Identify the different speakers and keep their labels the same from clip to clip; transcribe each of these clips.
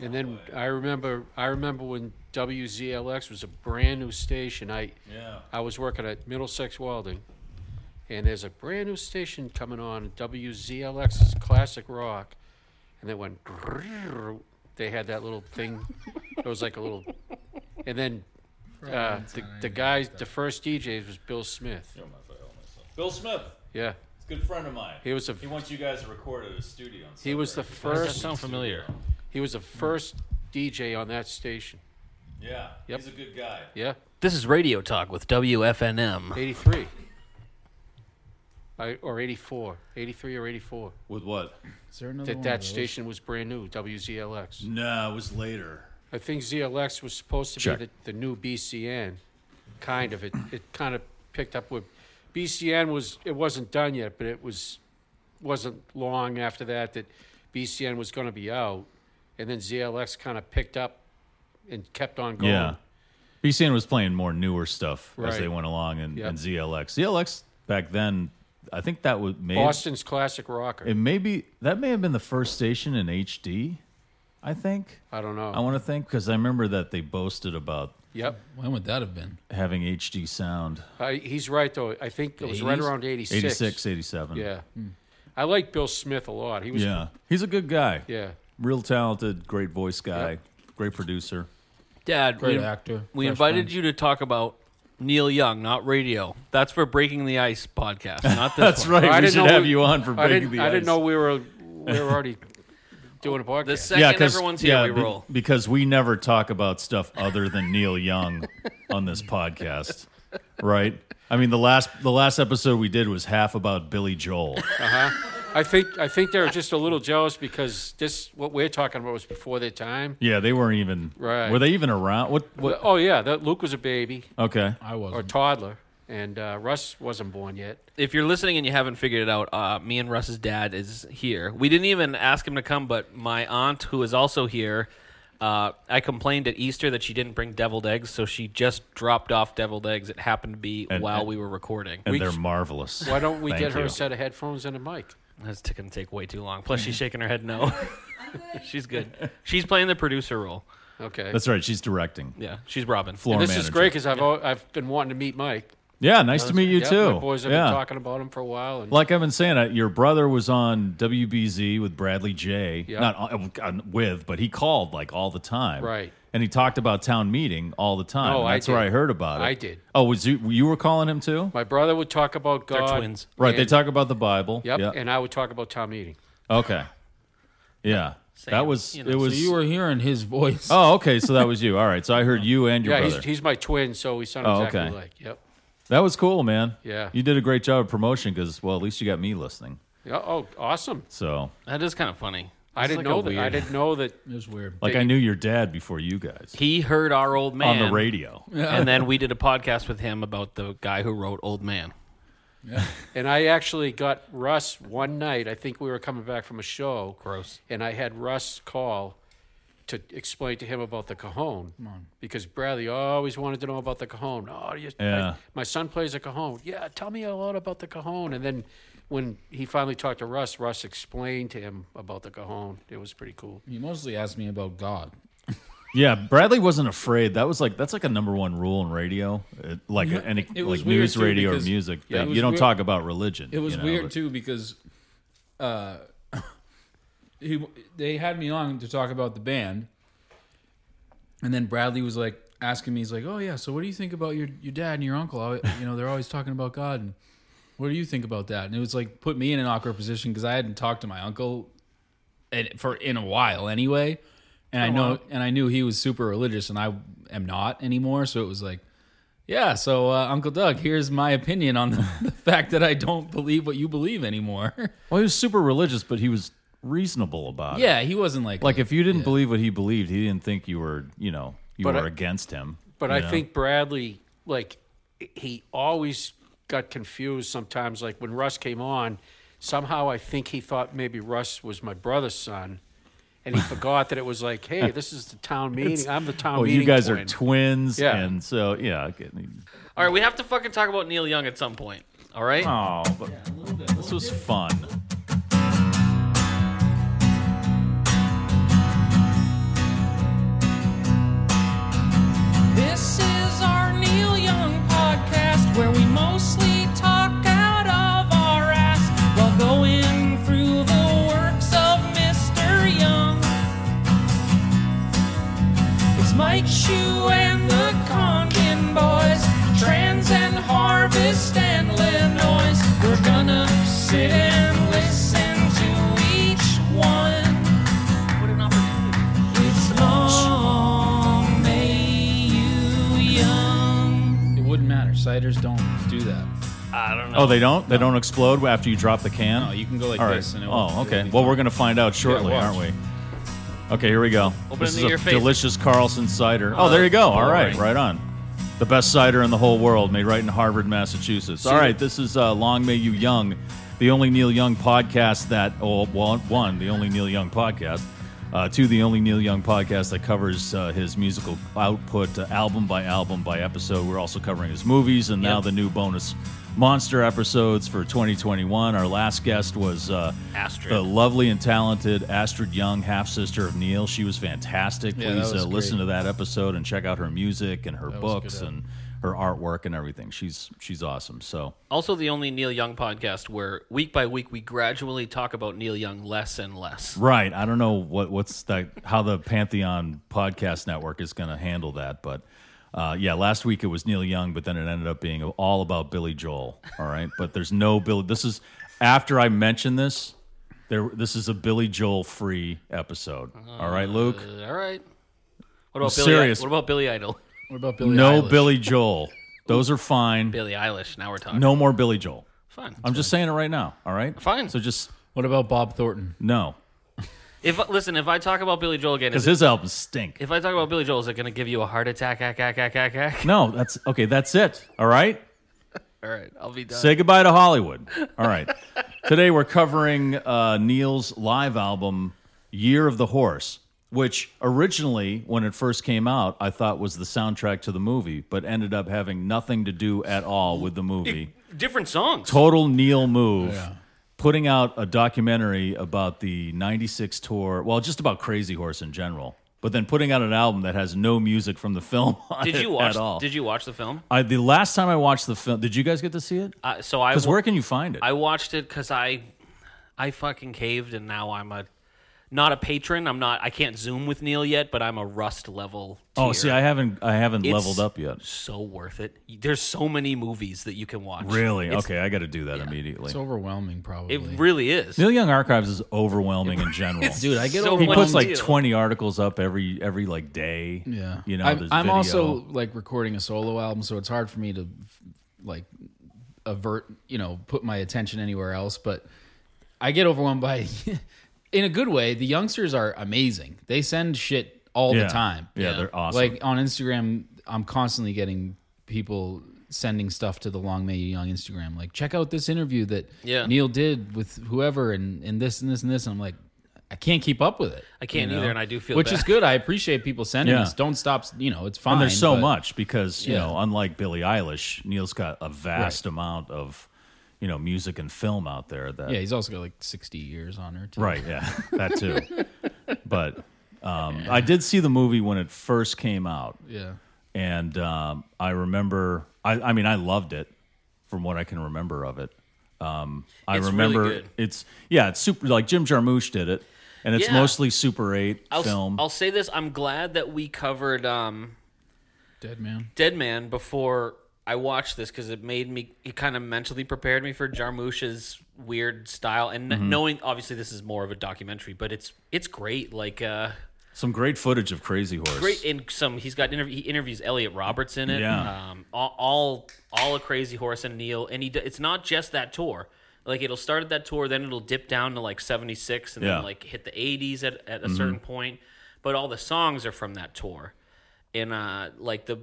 Speaker 1: And then I remember, I remember when WZLX was a brand new station. I,
Speaker 2: Yeah.
Speaker 1: I was working at Middlesex Welding, and there's a brand new station coming on WZLX 's Classic Rock, and they went. grrrr. They had that little thing. it was like a little, and then uh, the the guy, the first DJ was Bill Smith.
Speaker 2: You don't mind if I help myself. Bill Smith,
Speaker 1: Yeah,
Speaker 2: he's a good friend of mine.
Speaker 1: he was a
Speaker 2: He wants you guys to record at a studio. In
Speaker 1: he was the
Speaker 2: Sudbury.
Speaker 3: Does that
Speaker 1: first
Speaker 3: sound familiar?
Speaker 1: he was the first DJ on that station.
Speaker 2: Yeah.
Speaker 1: Yep.
Speaker 2: He's a good guy.
Speaker 1: Yeah.
Speaker 3: This is Radio Talk with WFNM.
Speaker 1: 83 I, or 84 83 or 84
Speaker 2: With what?
Speaker 4: Is there another
Speaker 1: that
Speaker 4: one of
Speaker 1: that
Speaker 4: those?
Speaker 1: station was brand new wzlx
Speaker 2: No, it was later.
Speaker 1: i think zlx was supposed to
Speaker 2: Check.
Speaker 1: be the, the new bcn kind of it it kind of picked up with bcn was it wasn't done yet but it was wasn't long after that that bcn was going to be out and then zlx kind of picked up and kept on going
Speaker 2: Oh.
Speaker 5: Yeah. BCN was playing more newer stuff as
Speaker 1: Right.
Speaker 5: they went along, and,
Speaker 1: Yep.
Speaker 5: and ZLX. ZLX back then, I think that was made.
Speaker 1: boston's classic rocker
Speaker 5: It may be that may have been the first station in HD. I think
Speaker 1: i don't know
Speaker 5: I want to think because I remember that they boasted about
Speaker 1: yep
Speaker 4: When would that have been?
Speaker 5: having HD sound.
Speaker 1: I, he's right though. I think it was right
Speaker 4: 80s?
Speaker 1: around 86.
Speaker 5: 86, 87.
Speaker 1: Yeah. I like Bill Smith a lot. He was
Speaker 5: yeah. He's a good guy.
Speaker 1: yeah.
Speaker 5: Real talented, great voice guy, great producer.
Speaker 3: Dad,
Speaker 4: Great
Speaker 3: we,
Speaker 4: actor.
Speaker 3: we
Speaker 4: Fresh
Speaker 3: invited
Speaker 4: Prince.
Speaker 3: you to talk about Neil Young, not radio. That's for Breaking the Ice podcast, not this
Speaker 5: That's right.
Speaker 3: one.
Speaker 1: I
Speaker 5: we
Speaker 1: didn't
Speaker 5: should
Speaker 1: know
Speaker 5: have
Speaker 1: we-
Speaker 5: you on for
Speaker 1: I
Speaker 5: breaking
Speaker 1: didn't
Speaker 5: the
Speaker 1: I didn't
Speaker 5: ice.
Speaker 1: know we were we were already doing a podcast.
Speaker 3: The second everyone's here,
Speaker 5: yeah,
Speaker 3: we
Speaker 5: be-
Speaker 3: roll.
Speaker 5: because we never talk about stuff other than Neil Young on this podcast, right? I mean, the last the last episode we did was half about Billy Joel.
Speaker 1: I think I think they're just a little jealous because this what we're talking about was before their time.
Speaker 5: Yeah, they weren't even.
Speaker 1: Right.
Speaker 5: Were they even around? What? What?
Speaker 1: Oh yeah, that Luke was a baby
Speaker 5: Okay.
Speaker 4: I
Speaker 1: or
Speaker 4: wasn't.
Speaker 1: toddler and uh, Russ wasn't born yet.
Speaker 3: If you're listening and you haven't figured it out, uh, me and Russ's dad is here. We didn't even ask him to come, but my aunt, who is also here, uh, I complained at Easter that she didn't bring deviled eggs, so she just dropped off deviled eggs. It happened to be
Speaker 5: And-
Speaker 3: while
Speaker 5: and-
Speaker 3: we were recording.
Speaker 5: And
Speaker 1: We-
Speaker 5: they're marvelous.
Speaker 1: Why don't we
Speaker 5: Thank
Speaker 1: get her
Speaker 5: you.
Speaker 1: a set of headphones and a mic?
Speaker 3: That's t- gonna take way too long. Plus, she's shaking her head no. she's good. She's playing the producer role.
Speaker 1: Okay.
Speaker 5: That's right. She's directing.
Speaker 3: Yeah, she's Robin.
Speaker 5: Floor
Speaker 1: and this is
Speaker 5: manager.
Speaker 1: great because I've al- I've been wanting to meet Mike.
Speaker 5: Yeah, nice to meet you
Speaker 1: Yeah,
Speaker 5: too.
Speaker 1: My boys have
Speaker 5: yeah.
Speaker 1: been talking about him for a while. And
Speaker 5: Like I've been saying, uh, your brother was on WBZ with Bradley J.
Speaker 1: Yeah.
Speaker 5: Not on- on- with, but he called like all the time.
Speaker 1: Right.
Speaker 5: And he talked about town meeting all the time.
Speaker 1: Oh,
Speaker 5: and
Speaker 1: I
Speaker 5: that's where
Speaker 1: did.
Speaker 5: I heard about it.
Speaker 1: I did.
Speaker 5: Oh, was you you were calling him too?
Speaker 1: My brother would talk about
Speaker 3: They're
Speaker 1: God.
Speaker 3: twins.
Speaker 5: Right. they
Speaker 1: And-
Speaker 5: talk about the Bible.
Speaker 1: Yep.
Speaker 5: Yeah.
Speaker 1: And I would talk about town meeting.
Speaker 5: okay. Yeah.
Speaker 3: Same,
Speaker 5: that was
Speaker 3: you know.
Speaker 5: it.
Speaker 4: So
Speaker 5: Was
Speaker 4: you were hearing his voice.
Speaker 5: Oh, okay. So that was you. All right. So I heard you and your
Speaker 1: yeah,
Speaker 5: brother.
Speaker 1: he's, he's my twin, so we sound
Speaker 5: Oh,
Speaker 1: exactly
Speaker 5: okay.
Speaker 1: alike. Yep.
Speaker 5: that was cool, man.
Speaker 1: Yeah.
Speaker 5: You did a great job of promotion because, well, at least you got me listening.
Speaker 1: Yeah, oh, awesome!
Speaker 5: So,
Speaker 3: That is kind of funny.
Speaker 1: I
Speaker 3: It's
Speaker 1: didn't
Speaker 3: like a
Speaker 1: know that. I
Speaker 3: weird-
Speaker 1: didn't know that.
Speaker 4: It was weird.
Speaker 5: like, I knew your dad before you guys
Speaker 3: He heard our old man
Speaker 5: on the radio.
Speaker 3: and then we did a podcast with him about the guy who wrote Old Man.
Speaker 1: And I actually got Russ one night. I think we were coming back from a show.
Speaker 3: Gross.
Speaker 1: And I had Russ call to explain to him about the cajon because Bradley always wanted to know about the cajon. Oh, you,
Speaker 5: Yeah.
Speaker 1: I- my son plays a cajon. Yeah, tell me a lot about the cajon. And then when he finally talked to Russ, Russ explained to him about the cajon. It was pretty cool.
Speaker 4: He mostly asked me about God.
Speaker 5: Yeah, Bradley wasn't afraid. That was like that's like a number one rule in radio, It- like any
Speaker 4: it was
Speaker 5: like
Speaker 4: weird,
Speaker 5: news
Speaker 4: too,
Speaker 5: radio or
Speaker 4: because-
Speaker 5: music.
Speaker 4: yeah,
Speaker 5: that
Speaker 4: it
Speaker 5: you
Speaker 4: was
Speaker 5: don't
Speaker 4: weird-
Speaker 5: talk about religion.
Speaker 4: It was
Speaker 5: you know,
Speaker 4: weird
Speaker 5: but-
Speaker 4: too because uh, he they had me on to talk about the band, and then Bradley was like asking me, he's like, "Oh yeah, so what do you think about your your dad and your uncle? Al- You know, they're always talking about God, and what do you think about that?" And it was like put me in an awkward position because I hadn't talked to my uncle in, for in a while anyway, and I know and I knew he was super religious, and I am not anymore, so it was like. Yeah, so uh, Uncle Doug, here's my opinion on the, the fact that I don't believe what you believe anymore.
Speaker 5: Well, he was super religious, but he was reasonable about it.
Speaker 4: yeah, he wasn't like
Speaker 5: Like if you didn't believe what he believed, he didn't think you were you know you
Speaker 1: But
Speaker 5: were
Speaker 1: I-
Speaker 5: against him.
Speaker 1: But
Speaker 5: you
Speaker 1: I
Speaker 5: know?
Speaker 1: think Bradley, like, he always got confused sometimes. Like, when Russ came on, somehow I think he thought maybe Russ was my brother's son. And he forgot that it was like, hey, this is the town meeting. I'm the town
Speaker 5: well,
Speaker 1: meeting.
Speaker 5: you guys are
Speaker 1: twin.
Speaker 5: twins,
Speaker 1: Yeah.
Speaker 5: and so yeah. okay.
Speaker 3: All right, we have to fucking talk about Neil Young at some point. All right.
Speaker 5: Oh, but this was fun.
Speaker 6: White Shoe and the Condon Boys, Trans and Harvest and Illinois. We're gonna sit and listen to each one. What an opportunity! It's long may you young.
Speaker 4: It wouldn't matter. Ciders don't do that.
Speaker 3: I don't know.
Speaker 5: Oh, they don't. They don't explode after you drop the can.
Speaker 4: No, you can go like
Speaker 5: All right.
Speaker 4: this. And it won't- it'll
Speaker 5: oh, okay.
Speaker 4: be
Speaker 5: Well,
Speaker 4: fine.
Speaker 5: we're gonna find out shortly,
Speaker 4: watch.
Speaker 5: aren't we? Okay, here we go.
Speaker 3: Open
Speaker 5: this
Speaker 3: it
Speaker 5: is
Speaker 3: to
Speaker 5: a
Speaker 3: your face.
Speaker 5: delicious Carlson cider. Oh, there you go. All right, right on. The best cider in the whole world, made right in Harvard, Massachusetts. All right, this is uh, Long May You Young, the only Neil Young podcast that oh, well, one, the only Neil Young podcast. Uh, two, the only Neil Young podcast that covers uh, his musical output uh, album by album by episode. We're also covering his movies and now
Speaker 3: Yep.
Speaker 5: the new bonus monster episodes for 2021. Our last guest was uh,
Speaker 3: Astrid.
Speaker 5: the lovely and talented Astrid Young, half sister of Neil. She was fantastic.
Speaker 4: Yeah, that
Speaker 5: Please
Speaker 4: was
Speaker 5: uh, listen
Speaker 4: great.
Speaker 5: to that episode and check out her music and her
Speaker 4: was a good
Speaker 5: books
Speaker 4: app.
Speaker 5: and her artwork and everything. She's she's awesome. So
Speaker 3: Also, the only Neil Young podcast where week by week we gradually talk about Neil Young less and less.
Speaker 5: right, I don't know what what's that how the Pantheon podcast network is going to handle that, but. Uh, yeah, last week it was Neil Young, but then it ended up being all about Billy Joel. All right, but there's no Billy. This is after I mentioned this. There, this is a Billy Joel free episode. All right, Luke.
Speaker 3: All right. What about
Speaker 5: I'm
Speaker 3: Billy?
Speaker 5: serious.
Speaker 3: What about Billy Idol?
Speaker 4: What about Billy?
Speaker 5: no
Speaker 4: Eilish?
Speaker 5: Billy Joel. Those are fine.
Speaker 3: Billy Eilish. Now we're talking.
Speaker 5: No more Billy Joel.
Speaker 3: Fine.
Speaker 5: I'm just saying it right now. All right.
Speaker 3: Fine.
Speaker 5: So just
Speaker 4: What about Bob Thornton?
Speaker 5: no,
Speaker 3: If listen, if I talk about Billy Joel again,
Speaker 5: because
Speaker 3: is it,
Speaker 5: his albums stink.
Speaker 3: if I talk about Billy Joel, is it going to give you a heart attack? Ack, ack, ack, ack, ack?
Speaker 5: No, that's okay. That's it. All right.
Speaker 3: All right, I'll be done.
Speaker 5: Say goodbye to Hollywood. All right. Today we're covering uh, Neil's live album, Year of the Horse, which originally, when it first came out, I thought was the soundtrack to the movie, but ended up having nothing to do at all with the movie.
Speaker 3: Different songs.
Speaker 5: total Neil move. Putting out a documentary about the 96 tour, well, just about Crazy Horse in general, but then putting out an album that has no music from the film on
Speaker 3: Did
Speaker 5: it
Speaker 3: you watch?
Speaker 5: at all.
Speaker 3: Did you watch the film?
Speaker 5: I, the last time I watched the film, did you guys get to see it?
Speaker 3: Uh, so I
Speaker 5: Because
Speaker 3: wa-
Speaker 5: where can you find it?
Speaker 3: I watched it because I I fucking caved and now I'm a not a patron. I'm not. I can't zoom with Neil yet, but I'm a rust level.
Speaker 5: oh,
Speaker 3: tier.
Speaker 5: see, I haven't, I haven't
Speaker 3: It's-
Speaker 5: leveled up yet.
Speaker 3: so worth it. There's so many movies that you can watch.
Speaker 5: Really? Okay, I got to do that immediately.
Speaker 4: It's overwhelming, probably.
Speaker 3: It really is.
Speaker 5: Neil Young Archives is overwhelming in general.
Speaker 4: Dude, I get
Speaker 3: so
Speaker 5: he
Speaker 4: overwhelmed.
Speaker 3: much
Speaker 5: puts like
Speaker 3: deal.
Speaker 5: 20 articles up every every like day.
Speaker 4: yeah,
Speaker 5: you know.
Speaker 4: I'm,
Speaker 5: there's
Speaker 4: I'm
Speaker 5: video.
Speaker 4: also like recording a solo album, so it's hard for me to like avert, you know, put my attention anywhere else. But I get overwhelmed by, in a good way. The youngsters are amazing. They send shit all
Speaker 5: Yeah.
Speaker 4: the time.
Speaker 5: Yeah, they're awesome.
Speaker 4: Like on Instagram, I'm constantly getting people sending stuff to the Long May You Young Instagram. Like, check out this interview that
Speaker 3: Yeah.
Speaker 4: Neil did with whoever, and and this and this and this. And I'm like, I can't keep up with it
Speaker 3: I can't either, and I do feel
Speaker 4: which
Speaker 3: bad.
Speaker 4: is good. I appreciate people sending
Speaker 5: Yeah.
Speaker 4: us. Don't stop. You know, it's fine.
Speaker 5: And there's so
Speaker 4: but-
Speaker 5: much because, you
Speaker 4: Yeah.
Speaker 5: know, unlike Billie Eilish, Neil's got a vast amount of, you know, music and film out there that.
Speaker 4: Yeah, he's also got like 60 years on her. Too.
Speaker 5: Right. Yeah. that too. But um, I did see the movie when it first came out.
Speaker 4: Yeah.
Speaker 5: And um, I remember, I, I mean, I loved it from what I can remember of it. Um, I
Speaker 3: It's really
Speaker 5: remember
Speaker 3: good.
Speaker 5: it's, yeah, it's super, like Jim Jarmusch did it. And it's
Speaker 3: Yeah.
Speaker 5: mostly Super 8
Speaker 3: I'll, s-
Speaker 5: film.
Speaker 3: I'll say this. I'm glad that we covered um,
Speaker 4: Dead man.
Speaker 3: Dead Man before I watched this because it made me. It kind of mentally prepared me for Jarmusch's weird style, and
Speaker 4: Mm-hmm.
Speaker 3: kn- knowing obviously this is more of a documentary, but it's it's great. Like. uh
Speaker 5: Some great footage of Crazy Horse.
Speaker 3: great in some he's got interv- he interviews Elliot Roberts in it.
Speaker 5: Yeah.
Speaker 3: Um, all, all all a crazy horse and Neil and he d- it's not just that tour. Like it'll start at that tour, then it'll dip down to like 76 and
Speaker 5: Yeah. Mm-hmm.
Speaker 3: then like hit the 80s at, at a certain point, but all the songs are from that tour. And uh like the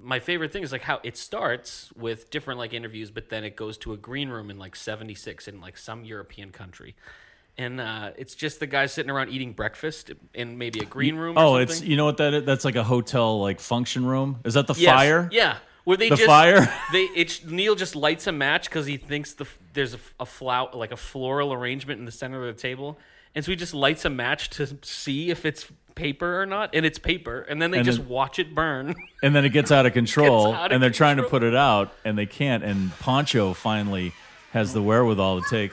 Speaker 3: my favorite thing is like how it starts with different like interviews, but then it goes to a green room in like 76 in like some European country. And uh, it's just the guy sitting around eating breakfast in maybe a green room. or
Speaker 5: Oh,
Speaker 3: something.
Speaker 5: it's you know what that is? that's like a hotel like function room. Is that the
Speaker 3: Yes.
Speaker 5: fire?
Speaker 3: Yeah. Where they
Speaker 5: The
Speaker 3: just,
Speaker 5: fire?
Speaker 3: They it's Neil just lights a match because he thinks the f- there's a, f- a flower like a floral arrangement in the center of the table, and so he just lights a match to see if it's paper or not, and it's paper, and then they
Speaker 5: And
Speaker 3: just
Speaker 5: then-
Speaker 3: watch it burn.
Speaker 5: And then it gets out of control,
Speaker 3: Gets out of
Speaker 5: and they're trying to
Speaker 3: control.
Speaker 5: put it out, and they can't. And Poncho finally has the wherewithal to take.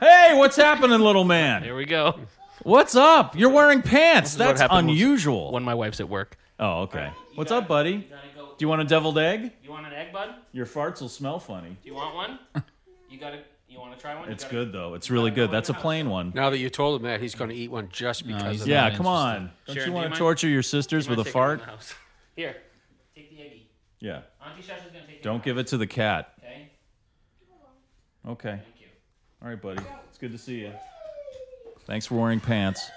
Speaker 5: Hey, what's happening, little man?
Speaker 3: Here we go.
Speaker 5: What's up? You're wearing pants.
Speaker 3: is what
Speaker 5: That's
Speaker 3: happened was-
Speaker 5: unusual.
Speaker 3: When my wife's at work.
Speaker 5: Oh, okay. What's up, buddy? Do you want a deviled egg?
Speaker 3: You want an egg, bud?
Speaker 5: Your farts will smell funny.
Speaker 3: Do you want one? You gotta. You want to try one?
Speaker 5: It's good though. It's really good. That's a plain one.
Speaker 1: Now that you told him that, he's going to eat one just because
Speaker 7: he's
Speaker 1: of
Speaker 7: not.
Speaker 1: that.
Speaker 5: Yeah,
Speaker 7: Not
Speaker 5: come on. Don't
Speaker 3: Sharon,
Speaker 5: you
Speaker 3: do you
Speaker 5: want to
Speaker 3: mind-
Speaker 5: torture your sisters with a fart?
Speaker 3: Here, take the eggie.
Speaker 5: Yeah.
Speaker 3: Auntie Shasha's gonna take
Speaker 5: Don't give it to the cat.
Speaker 3: Okay.
Speaker 5: Okay.
Speaker 3: you.
Speaker 5: All right, buddy. It's good to see you. Thanks for wearing pants.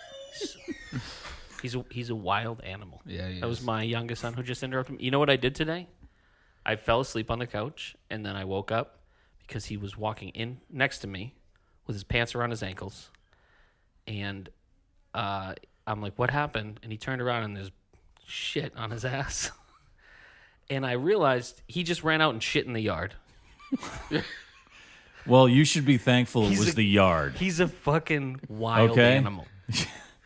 Speaker 3: He's a, he's a wild animal.
Speaker 7: Yeah, he
Speaker 3: that was
Speaker 7: is.
Speaker 3: my youngest son who just interrupted me. You know what I did today? I fell asleep on the couch and then I woke up because he was walking in next to me with his pants around his ankles, and uh, I'm like, "What happened?" And he turned around and there's shit on his ass, and I realized he just ran out and shit in the yard.
Speaker 5: Well, you should be thankful it
Speaker 3: He's
Speaker 5: was
Speaker 3: a-
Speaker 5: the yard.
Speaker 3: He's a fucking wild
Speaker 5: Okay.
Speaker 3: animal.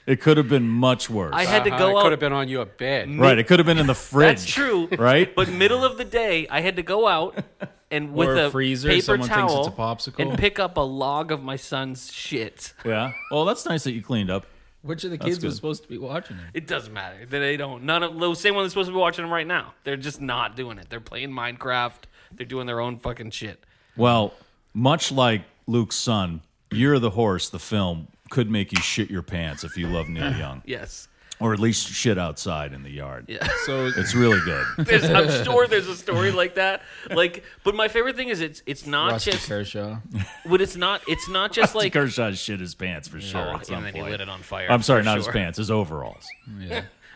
Speaker 5: It could have been much worse.
Speaker 3: I had to
Speaker 1: Uh-huh,
Speaker 3: go
Speaker 1: it
Speaker 3: out.
Speaker 1: could have been on your bed.
Speaker 5: right. It could have been in the fridge.
Speaker 3: That's true,
Speaker 5: Right?
Speaker 3: But middle of the day, I had to go out and with
Speaker 7: Or
Speaker 3: a,
Speaker 7: a freezer,
Speaker 3: paper
Speaker 7: someone thinks
Speaker 3: towel
Speaker 7: it's a popsicle.
Speaker 3: and pick up a log of my son's shit.
Speaker 5: Yeah. Well, that's nice that you cleaned up.
Speaker 7: Which of the kids
Speaker 5: good.
Speaker 7: was supposed to be watching it?
Speaker 3: It doesn't matter. They don't. None of the same one that's supposed to be watching them right now. They're just not doing it. They're playing Minecraft. They're doing their own fucking shit.
Speaker 5: Well, much like Luke's son, Year of the Horse, the film, could make you shit your pants if you love Neil Young,
Speaker 3: Yes.
Speaker 5: or at least shit outside in the yard. Yeah.
Speaker 7: So
Speaker 5: It's really good.
Speaker 3: There's, I'm sure there's a story like that. Like, but my favorite thing is it's it's not
Speaker 7: Rusty
Speaker 3: just
Speaker 7: Kershaw.
Speaker 3: but it's not it's not just like oh,
Speaker 5: Kershaw shit his pants for sure. at some
Speaker 3: and then he
Speaker 5: point.
Speaker 3: lit it on fire.
Speaker 5: I'm sorry,
Speaker 3: for
Speaker 5: not his
Speaker 3: sure.
Speaker 5: pants, his overalls.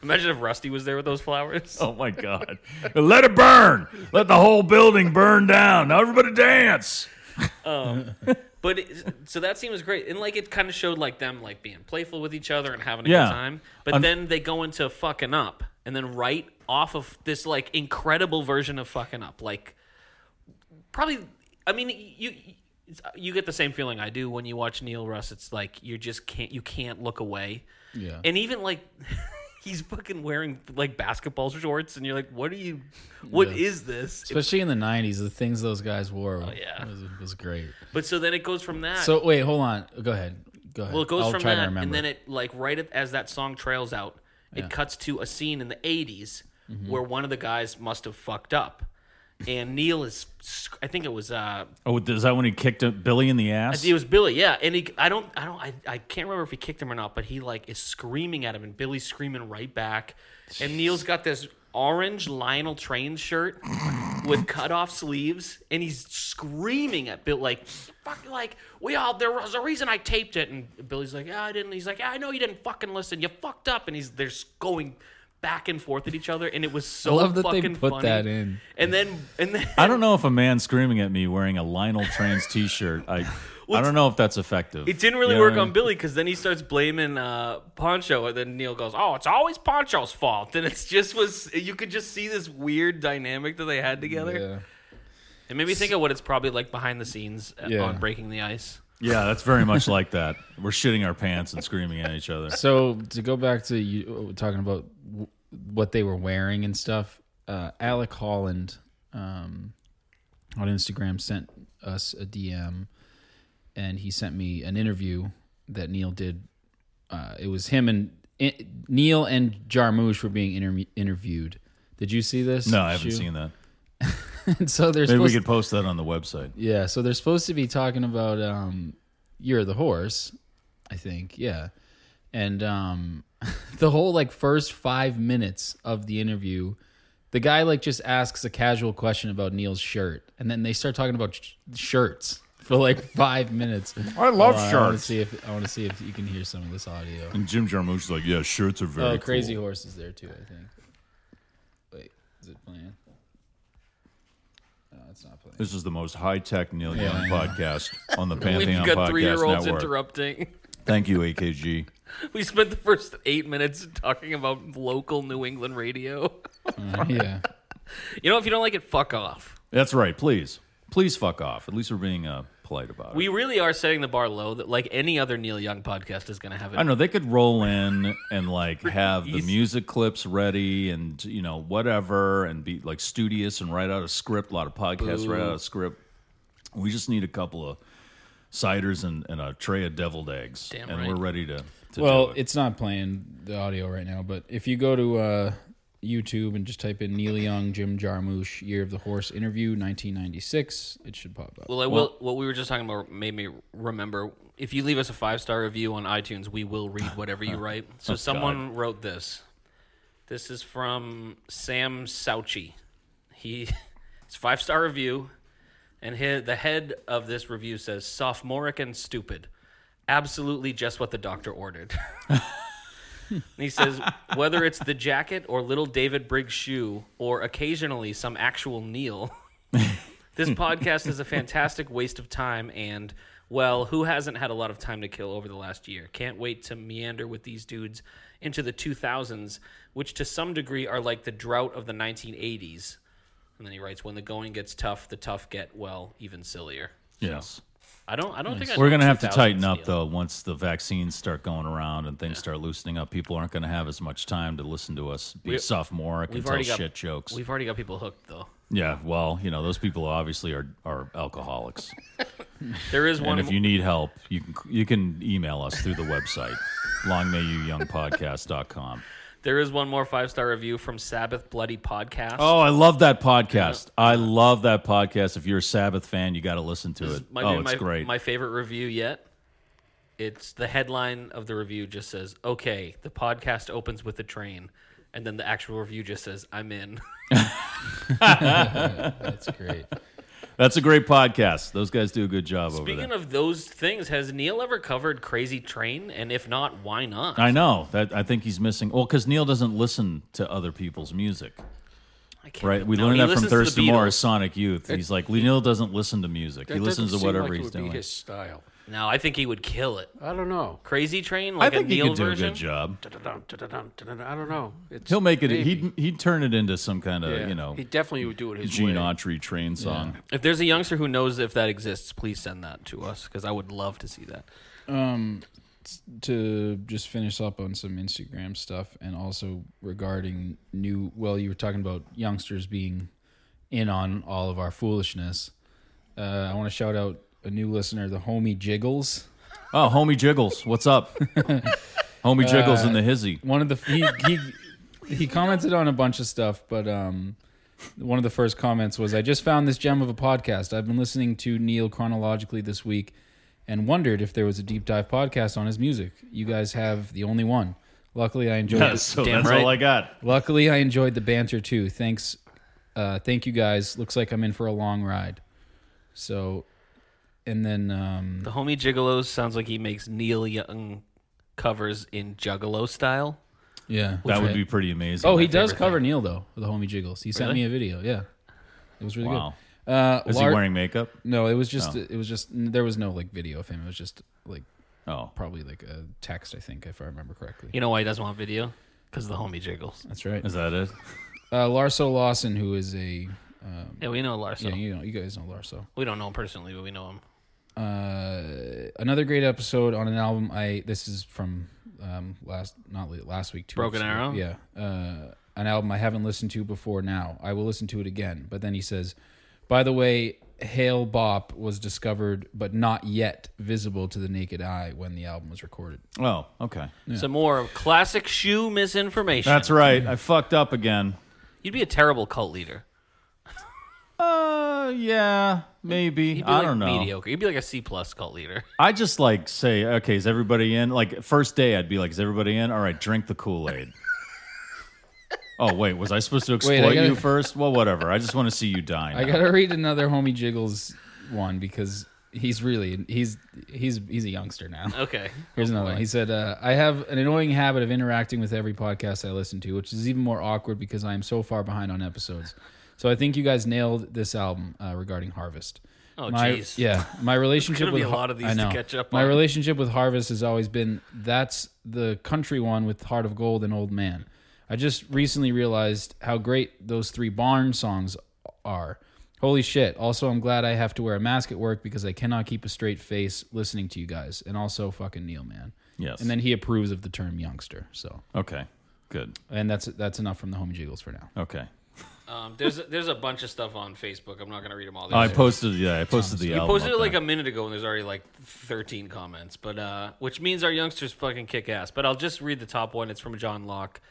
Speaker 3: Imagine if Rusty was there with those flowers.
Speaker 5: Oh my god! Let it burn! Let the whole building burn down! Now everybody dance!
Speaker 3: But it, so that scene was great, and like it kind of showed like them like being playful with each other and having a
Speaker 5: Yeah.
Speaker 3: good time. But
Speaker 5: Un-
Speaker 3: then they go into fucking up, and then right off of this like incredible version of fucking up, like probably. I mean, you you get the same feeling I do when you watch Neil Russ. It's like you just can't you can't look away,
Speaker 7: Yeah.
Speaker 3: and even like. He's fucking wearing like basketball shorts, and you're like, "What are you? What is this?"
Speaker 7: Especially in the '90s, the things those guys wore.
Speaker 3: Oh, yeah.
Speaker 7: was, was great.
Speaker 3: but so then it goes from that.
Speaker 7: So wait, hold on. Go ahead. Go ahead.
Speaker 3: Well, it goes
Speaker 7: I'll
Speaker 3: from
Speaker 7: try to
Speaker 3: that,
Speaker 7: remember.
Speaker 3: and then it like right at, as that song trails out, it cuts to a scene in the '80s
Speaker 7: Mm-hmm.
Speaker 3: where one of the guys must have fucked up, and Neil is, sc- I think it was, uh,
Speaker 5: Oh, is that when he kicked a- Billy in the ass?
Speaker 3: it was Billy, yeah, and he, I don't, I don't, I, I can't remember if he kicked him or not, but he like is screaming at him, and Billy's screaming right back, and Neil's got this orange Lionel Train shirt with cut off sleeves, and he's screaming at Bill like, "Fuck!" Like we all there was a reason I taped it, and Billy's like, "Yeah, I didn't." He's like, "Yeah, I know you didn't fucking listen. You fucked up." And he's they're s- going back and forth at each other, and it was so
Speaker 7: love that they
Speaker 3: fucking
Speaker 7: put
Speaker 3: funny.
Speaker 7: that in.
Speaker 3: And then and then
Speaker 5: I don't know if a man screaming at me wearing a Lionel Trains T-shirt. I, I don't know if that's effective.
Speaker 3: It didn't really
Speaker 5: You know
Speaker 3: work
Speaker 5: what I
Speaker 3: on
Speaker 5: mean?
Speaker 3: Billy because then he starts blaming uh, Poncho, and then Neil goes, "Oh, it's always Poncho's fault." And it's just was you could just see this weird dynamic that they had together.
Speaker 7: yeah.
Speaker 3: It made me think of what it's probably like behind the scenes uh,
Speaker 7: Yeah.
Speaker 3: on Breaking the Ice.
Speaker 5: Yeah, that's very much like that. We're shitting our pants and screaming at each other.
Speaker 7: So to go back to you uh, talking about w- what they were wearing and stuff, uh, Alec Holland um, on Instagram sent us a DM, and he sent me an interview that Neil did. Uh, it was him and I- Neil and Jarmusch were being inter- interviewed. Did you see this?
Speaker 5: No, I haven't seen that.
Speaker 7: that. so they're
Speaker 5: Maybe we
Speaker 7: supposed
Speaker 5: could post that on the website.
Speaker 7: Yeah, so they're supposed to be talking about um You're the Horse, I think. Yeah. And um the whole like first 5 minutes of the interview, the guy like just asks a casual question about Neil's shirt and then they start talking about sh- shirts for like 5 minutes. Oh,
Speaker 5: I love
Speaker 7: I want to
Speaker 5: shirts.
Speaker 7: see if I want to see if you can hear some of this audio.
Speaker 5: And Jim Jarmusch is like, yeah, shirts are very
Speaker 7: Oh, Crazy
Speaker 5: cool.
Speaker 7: Horse is there too, I think. Wait, is it playing? No, it's not playing.
Speaker 5: This is the most high tech Neil Young podcast on the
Speaker 3: We've
Speaker 5: Pantheon
Speaker 3: got
Speaker 5: Podcast
Speaker 3: three-year-olds
Speaker 5: Network.
Speaker 3: interrupting.
Speaker 5: Thank you, AKG.
Speaker 3: We spent the first eight minutes talking about local New England radio.
Speaker 7: yeah.
Speaker 3: You know, if you don't like it, fuck off.
Speaker 5: That's right. Please, please fuck off. At least we're being uh, polite about it.
Speaker 3: We really are setting the bar low. That like any other Neil Young podcast is going to have
Speaker 5: I don't
Speaker 3: it.
Speaker 5: know. They could roll in and like have the
Speaker 3: Easy.
Speaker 5: music clips ready and you know whatever, and be like studious and write out a script. A lot of podcasts write out a script. We just need a couple of ciders and, and a tray of deviled eggs,
Speaker 3: Damn
Speaker 5: and
Speaker 3: right.
Speaker 5: we're ready to. to
Speaker 3: to
Speaker 7: well,
Speaker 3: do it.
Speaker 7: it's not playing the audio right now, but if you go to uh, YouTube and just type in Neil Young, Jim Jarmusch, Year of the Horse interview, 1996, it should pop up.
Speaker 3: Well, I will. What we were just talking about made me remember. If you leave us a five star review on iTunes, we will read whatever you write. So someone wrote this. This is from Sam Sauchi. He, it's five star review, and he, the head of this review says sophomoric and stupid. Absolutely, just what the doctor ordered. And he says, whether it's the jacket or little David Briggs shoe or occasionally some actual Neil,
Speaker 5: Hmm.
Speaker 3: this podcast is a fantastic waste of time and, well, who hasn't had a lot of time to kill over the last year? Can't wait to meander with these dudes into the 2000s, which to some degree are like the drought of the 1980s. And then he writes, when the going gets tough, the tough get, well, even sillier.
Speaker 5: Yes.
Speaker 3: I don't. I don't think I
Speaker 5: We're
Speaker 3: know
Speaker 5: going to have to
Speaker 3: 2000s
Speaker 5: tighten up,
Speaker 3: Neil.
Speaker 5: though, once the vaccines start going around and things start loosening up. People aren't going to have as much time to listen to us be
Speaker 3: We-
Speaker 5: sophomoric and
Speaker 3: We've
Speaker 5: tell
Speaker 3: already got
Speaker 5: shit jokes.
Speaker 3: We've already got people hooked, though.
Speaker 5: Yeah, well, you know, those people obviously are, are alcoholics.
Speaker 3: There is one.
Speaker 5: and if you need help, you can, you can email us through the website, longmayyouyoungpodcast.com.
Speaker 3: There is one more five star review from Sabbath Bloody Podcast.
Speaker 5: Oh, I love that podcast. I love that podcast. If you're a Sabbath fan, you got to listen to
Speaker 3: this
Speaker 5: it.
Speaker 3: might
Speaker 5: Oh,
Speaker 3: be
Speaker 5: it's
Speaker 3: my,
Speaker 5: great.
Speaker 3: my favorite review yet. It's the headline of the review just says, "Okay, the podcast opens with a train," and then the actual review just says, "I'm in."
Speaker 7: That's great.
Speaker 5: That's a great podcast. Those guys do a good job over
Speaker 3: Speaking
Speaker 5: there.
Speaker 3: of those things, has Neil ever covered Crazy Train? And if not, why not?
Speaker 5: I know that. I think he's missing. Well, because Neil doesn't listen to other people's music,
Speaker 3: I can't-
Speaker 5: right? We
Speaker 3: No,
Speaker 5: learned
Speaker 3: he
Speaker 5: that from
Speaker 3: listens to the
Speaker 5: Thursday Moore,
Speaker 3: Beatles.
Speaker 5: Sonic Youth. he's like Neil doesn't listen to music. He
Speaker 1: That
Speaker 5: listens to
Speaker 1: doesn't seem
Speaker 5: whatever
Speaker 1: like it
Speaker 5: he's
Speaker 1: would
Speaker 5: doing.
Speaker 1: Be his style.
Speaker 3: No, I think he would kill it.
Speaker 1: I don't know.
Speaker 3: Crazy Train,
Speaker 5: I
Speaker 3: like
Speaker 5: think
Speaker 3: a
Speaker 5: he
Speaker 3: Neil
Speaker 5: could do a
Speaker 3: version.
Speaker 5: good job.
Speaker 1: Da-da-dum, da-da-dum, da-da-dum. I don't know. It's
Speaker 5: He'll make it.
Speaker 1: maybe.
Speaker 5: He'd he'd turn it into some kind of
Speaker 1: Yeah.
Speaker 5: you know
Speaker 1: He definitely would do it his
Speaker 5: Gene
Speaker 1: way.
Speaker 5: Autry train song.
Speaker 3: If there's a youngster who knows if that exists, please send that to us because I would love to see that.
Speaker 7: Um, to just finish up on some Instagram stuff and also regarding new, well, you were talking about youngsters being in on all of our foolishness. Uh, I want to shout out a new listener, the homie Jiggles.
Speaker 5: Oh, homie Jiggles, what's up? homie Jiggles in the hizzy.
Speaker 7: one of the he he, he commented on a bunch of stuff, but um, one of the first comments was, "I just found this gem of a podcast. I've been listening to Neil chronologically this week, and wondered if there was a deep dive podcast on his music. You guys have the only one. Luckily, I enjoyed.
Speaker 5: Yes, so
Speaker 3: Damn
Speaker 5: that's
Speaker 3: right.
Speaker 5: all I got.
Speaker 7: Luckily, I enjoyed the banter too. Thanks, uh, thank you guys. Looks like I'm in for a long ride. So, and then um,
Speaker 3: The homie Gigolo sounds like he makes Neil Young covers in Juggalo style.
Speaker 7: yeah,
Speaker 5: That would be pretty amazing.
Speaker 7: Oh, he does cover Neil though, with the homie Jiggles. He sent me a video. Yeah, it was really
Speaker 5: Wow.
Speaker 7: good. Uh,
Speaker 5: Is
Speaker 7: Lar-
Speaker 5: he wearing Oh. makeup?
Speaker 7: No, it was just it was just there was no like video of him. It was just like
Speaker 5: Oh,
Speaker 7: probably like a text, I think, if I remember correctly.
Speaker 3: You know why he doesn't want video? Because the homie jiggles.
Speaker 7: That's right.
Speaker 5: is that it?
Speaker 7: Uh, Larso Lawson, who is a
Speaker 3: Oh.
Speaker 7: um,
Speaker 3: Yeah, we know Larso.
Speaker 7: yeah, you know, you guys know Larso.
Speaker 3: We don't know him personally, but we know him.
Speaker 7: Uh, another great episode on an album. I this is from um, last not late, last week. Two
Speaker 3: Broken
Speaker 7: weeks ago.
Speaker 3: Arrow?
Speaker 7: Yeah, uh, an album I haven't listened to before. Now I will listen to it again. But then he says, by the way. Hail Bop was discovered, but not yet visible to the naked eye when the album was recorded.
Speaker 5: Oh, okay.
Speaker 3: Some more classic shoe misinformation.
Speaker 5: That's right. I fucked up again.
Speaker 3: You'd be a terrible cult leader.
Speaker 5: Uh, yeah, maybe.
Speaker 3: You'd be
Speaker 5: I
Speaker 3: like
Speaker 5: don't know.
Speaker 3: Mediocre. You'd be like a C plus cult leader.
Speaker 5: I just like say, okay, is everybody in? Like first day, I'd be like, is everybody in? All right, drink the Kool Aid. oh wait, was I supposed to
Speaker 7: I
Speaker 5: exploit
Speaker 7: gotta-
Speaker 5: you first? Well, whatever. I just want to see you die.
Speaker 7: I
Speaker 5: now.
Speaker 7: gotta read another homie Jiggles one because he's really he's he's he's a youngster now.
Speaker 3: Okay.
Speaker 7: Here's another one. He said, uh, I have an annoying habit of interacting with every podcast I listen to, which is even more awkward because I am so far behind on episodes. So I think you guys nailed this album uh, regarding Harvest.
Speaker 3: Oh,
Speaker 7: My-
Speaker 3: jeez.
Speaker 7: Yeah, my relationship
Speaker 3: gonna
Speaker 7: with
Speaker 3: be a lot of
Speaker 7: Har- I
Speaker 3: these to
Speaker 7: know.
Speaker 3: catch up
Speaker 7: My
Speaker 3: on.
Speaker 7: relationship with Harvest has always been that's the country one with Heart of Gold and Old Man. I just recently realized how great those three barn songs are. Holy shit. Also, I'm glad I have to wear a mask at work because I cannot keep a straight face listening to you guys. And also, fucking Neil, man.
Speaker 5: Yes.
Speaker 7: And then he approves of the term youngster. So,
Speaker 5: Okay. Good.
Speaker 7: and that's that's enough from the homie jiggles for now.
Speaker 5: Okay.
Speaker 3: Um, there's a, there's a bunch of stuff on Facebook. I'm not gonna read them all.
Speaker 5: I Oh,
Speaker 3: There's-
Speaker 5: posted. Yeah, I posted the
Speaker 3: You
Speaker 5: album.
Speaker 3: posted
Speaker 5: up
Speaker 3: it like
Speaker 5: there.
Speaker 3: a minute ago, and there's already like 13 comments, but uh, which means our youngsters fucking kick ass. But I'll just read the top one. It's from John Locke,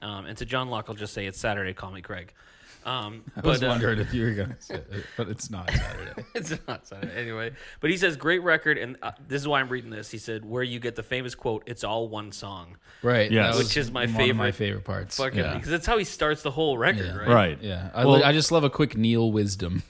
Speaker 3: um, and to John Locke, I'll just say it's Saturday. Call me Craig. Um,
Speaker 4: I was
Speaker 3: uh,
Speaker 4: wondering if you were gonna, say it, but it's not Saturday.
Speaker 3: it's not Saturday anyway. But he says great record, and uh, this is why I'm reading this. He said where you get the famous quote, "It's all one song."
Speaker 4: right?
Speaker 5: Yes.
Speaker 4: that was
Speaker 5: Which
Speaker 3: is my
Speaker 4: one of my
Speaker 3: favorite
Speaker 4: favorite parts.
Speaker 3: Fucking,
Speaker 4: yeah.
Speaker 3: because that's how he starts the whole record,
Speaker 4: Yeah.
Speaker 3: right?
Speaker 5: right.
Speaker 4: Yeah, I,
Speaker 5: Well-
Speaker 4: li- I just love a quick Neil wisdom.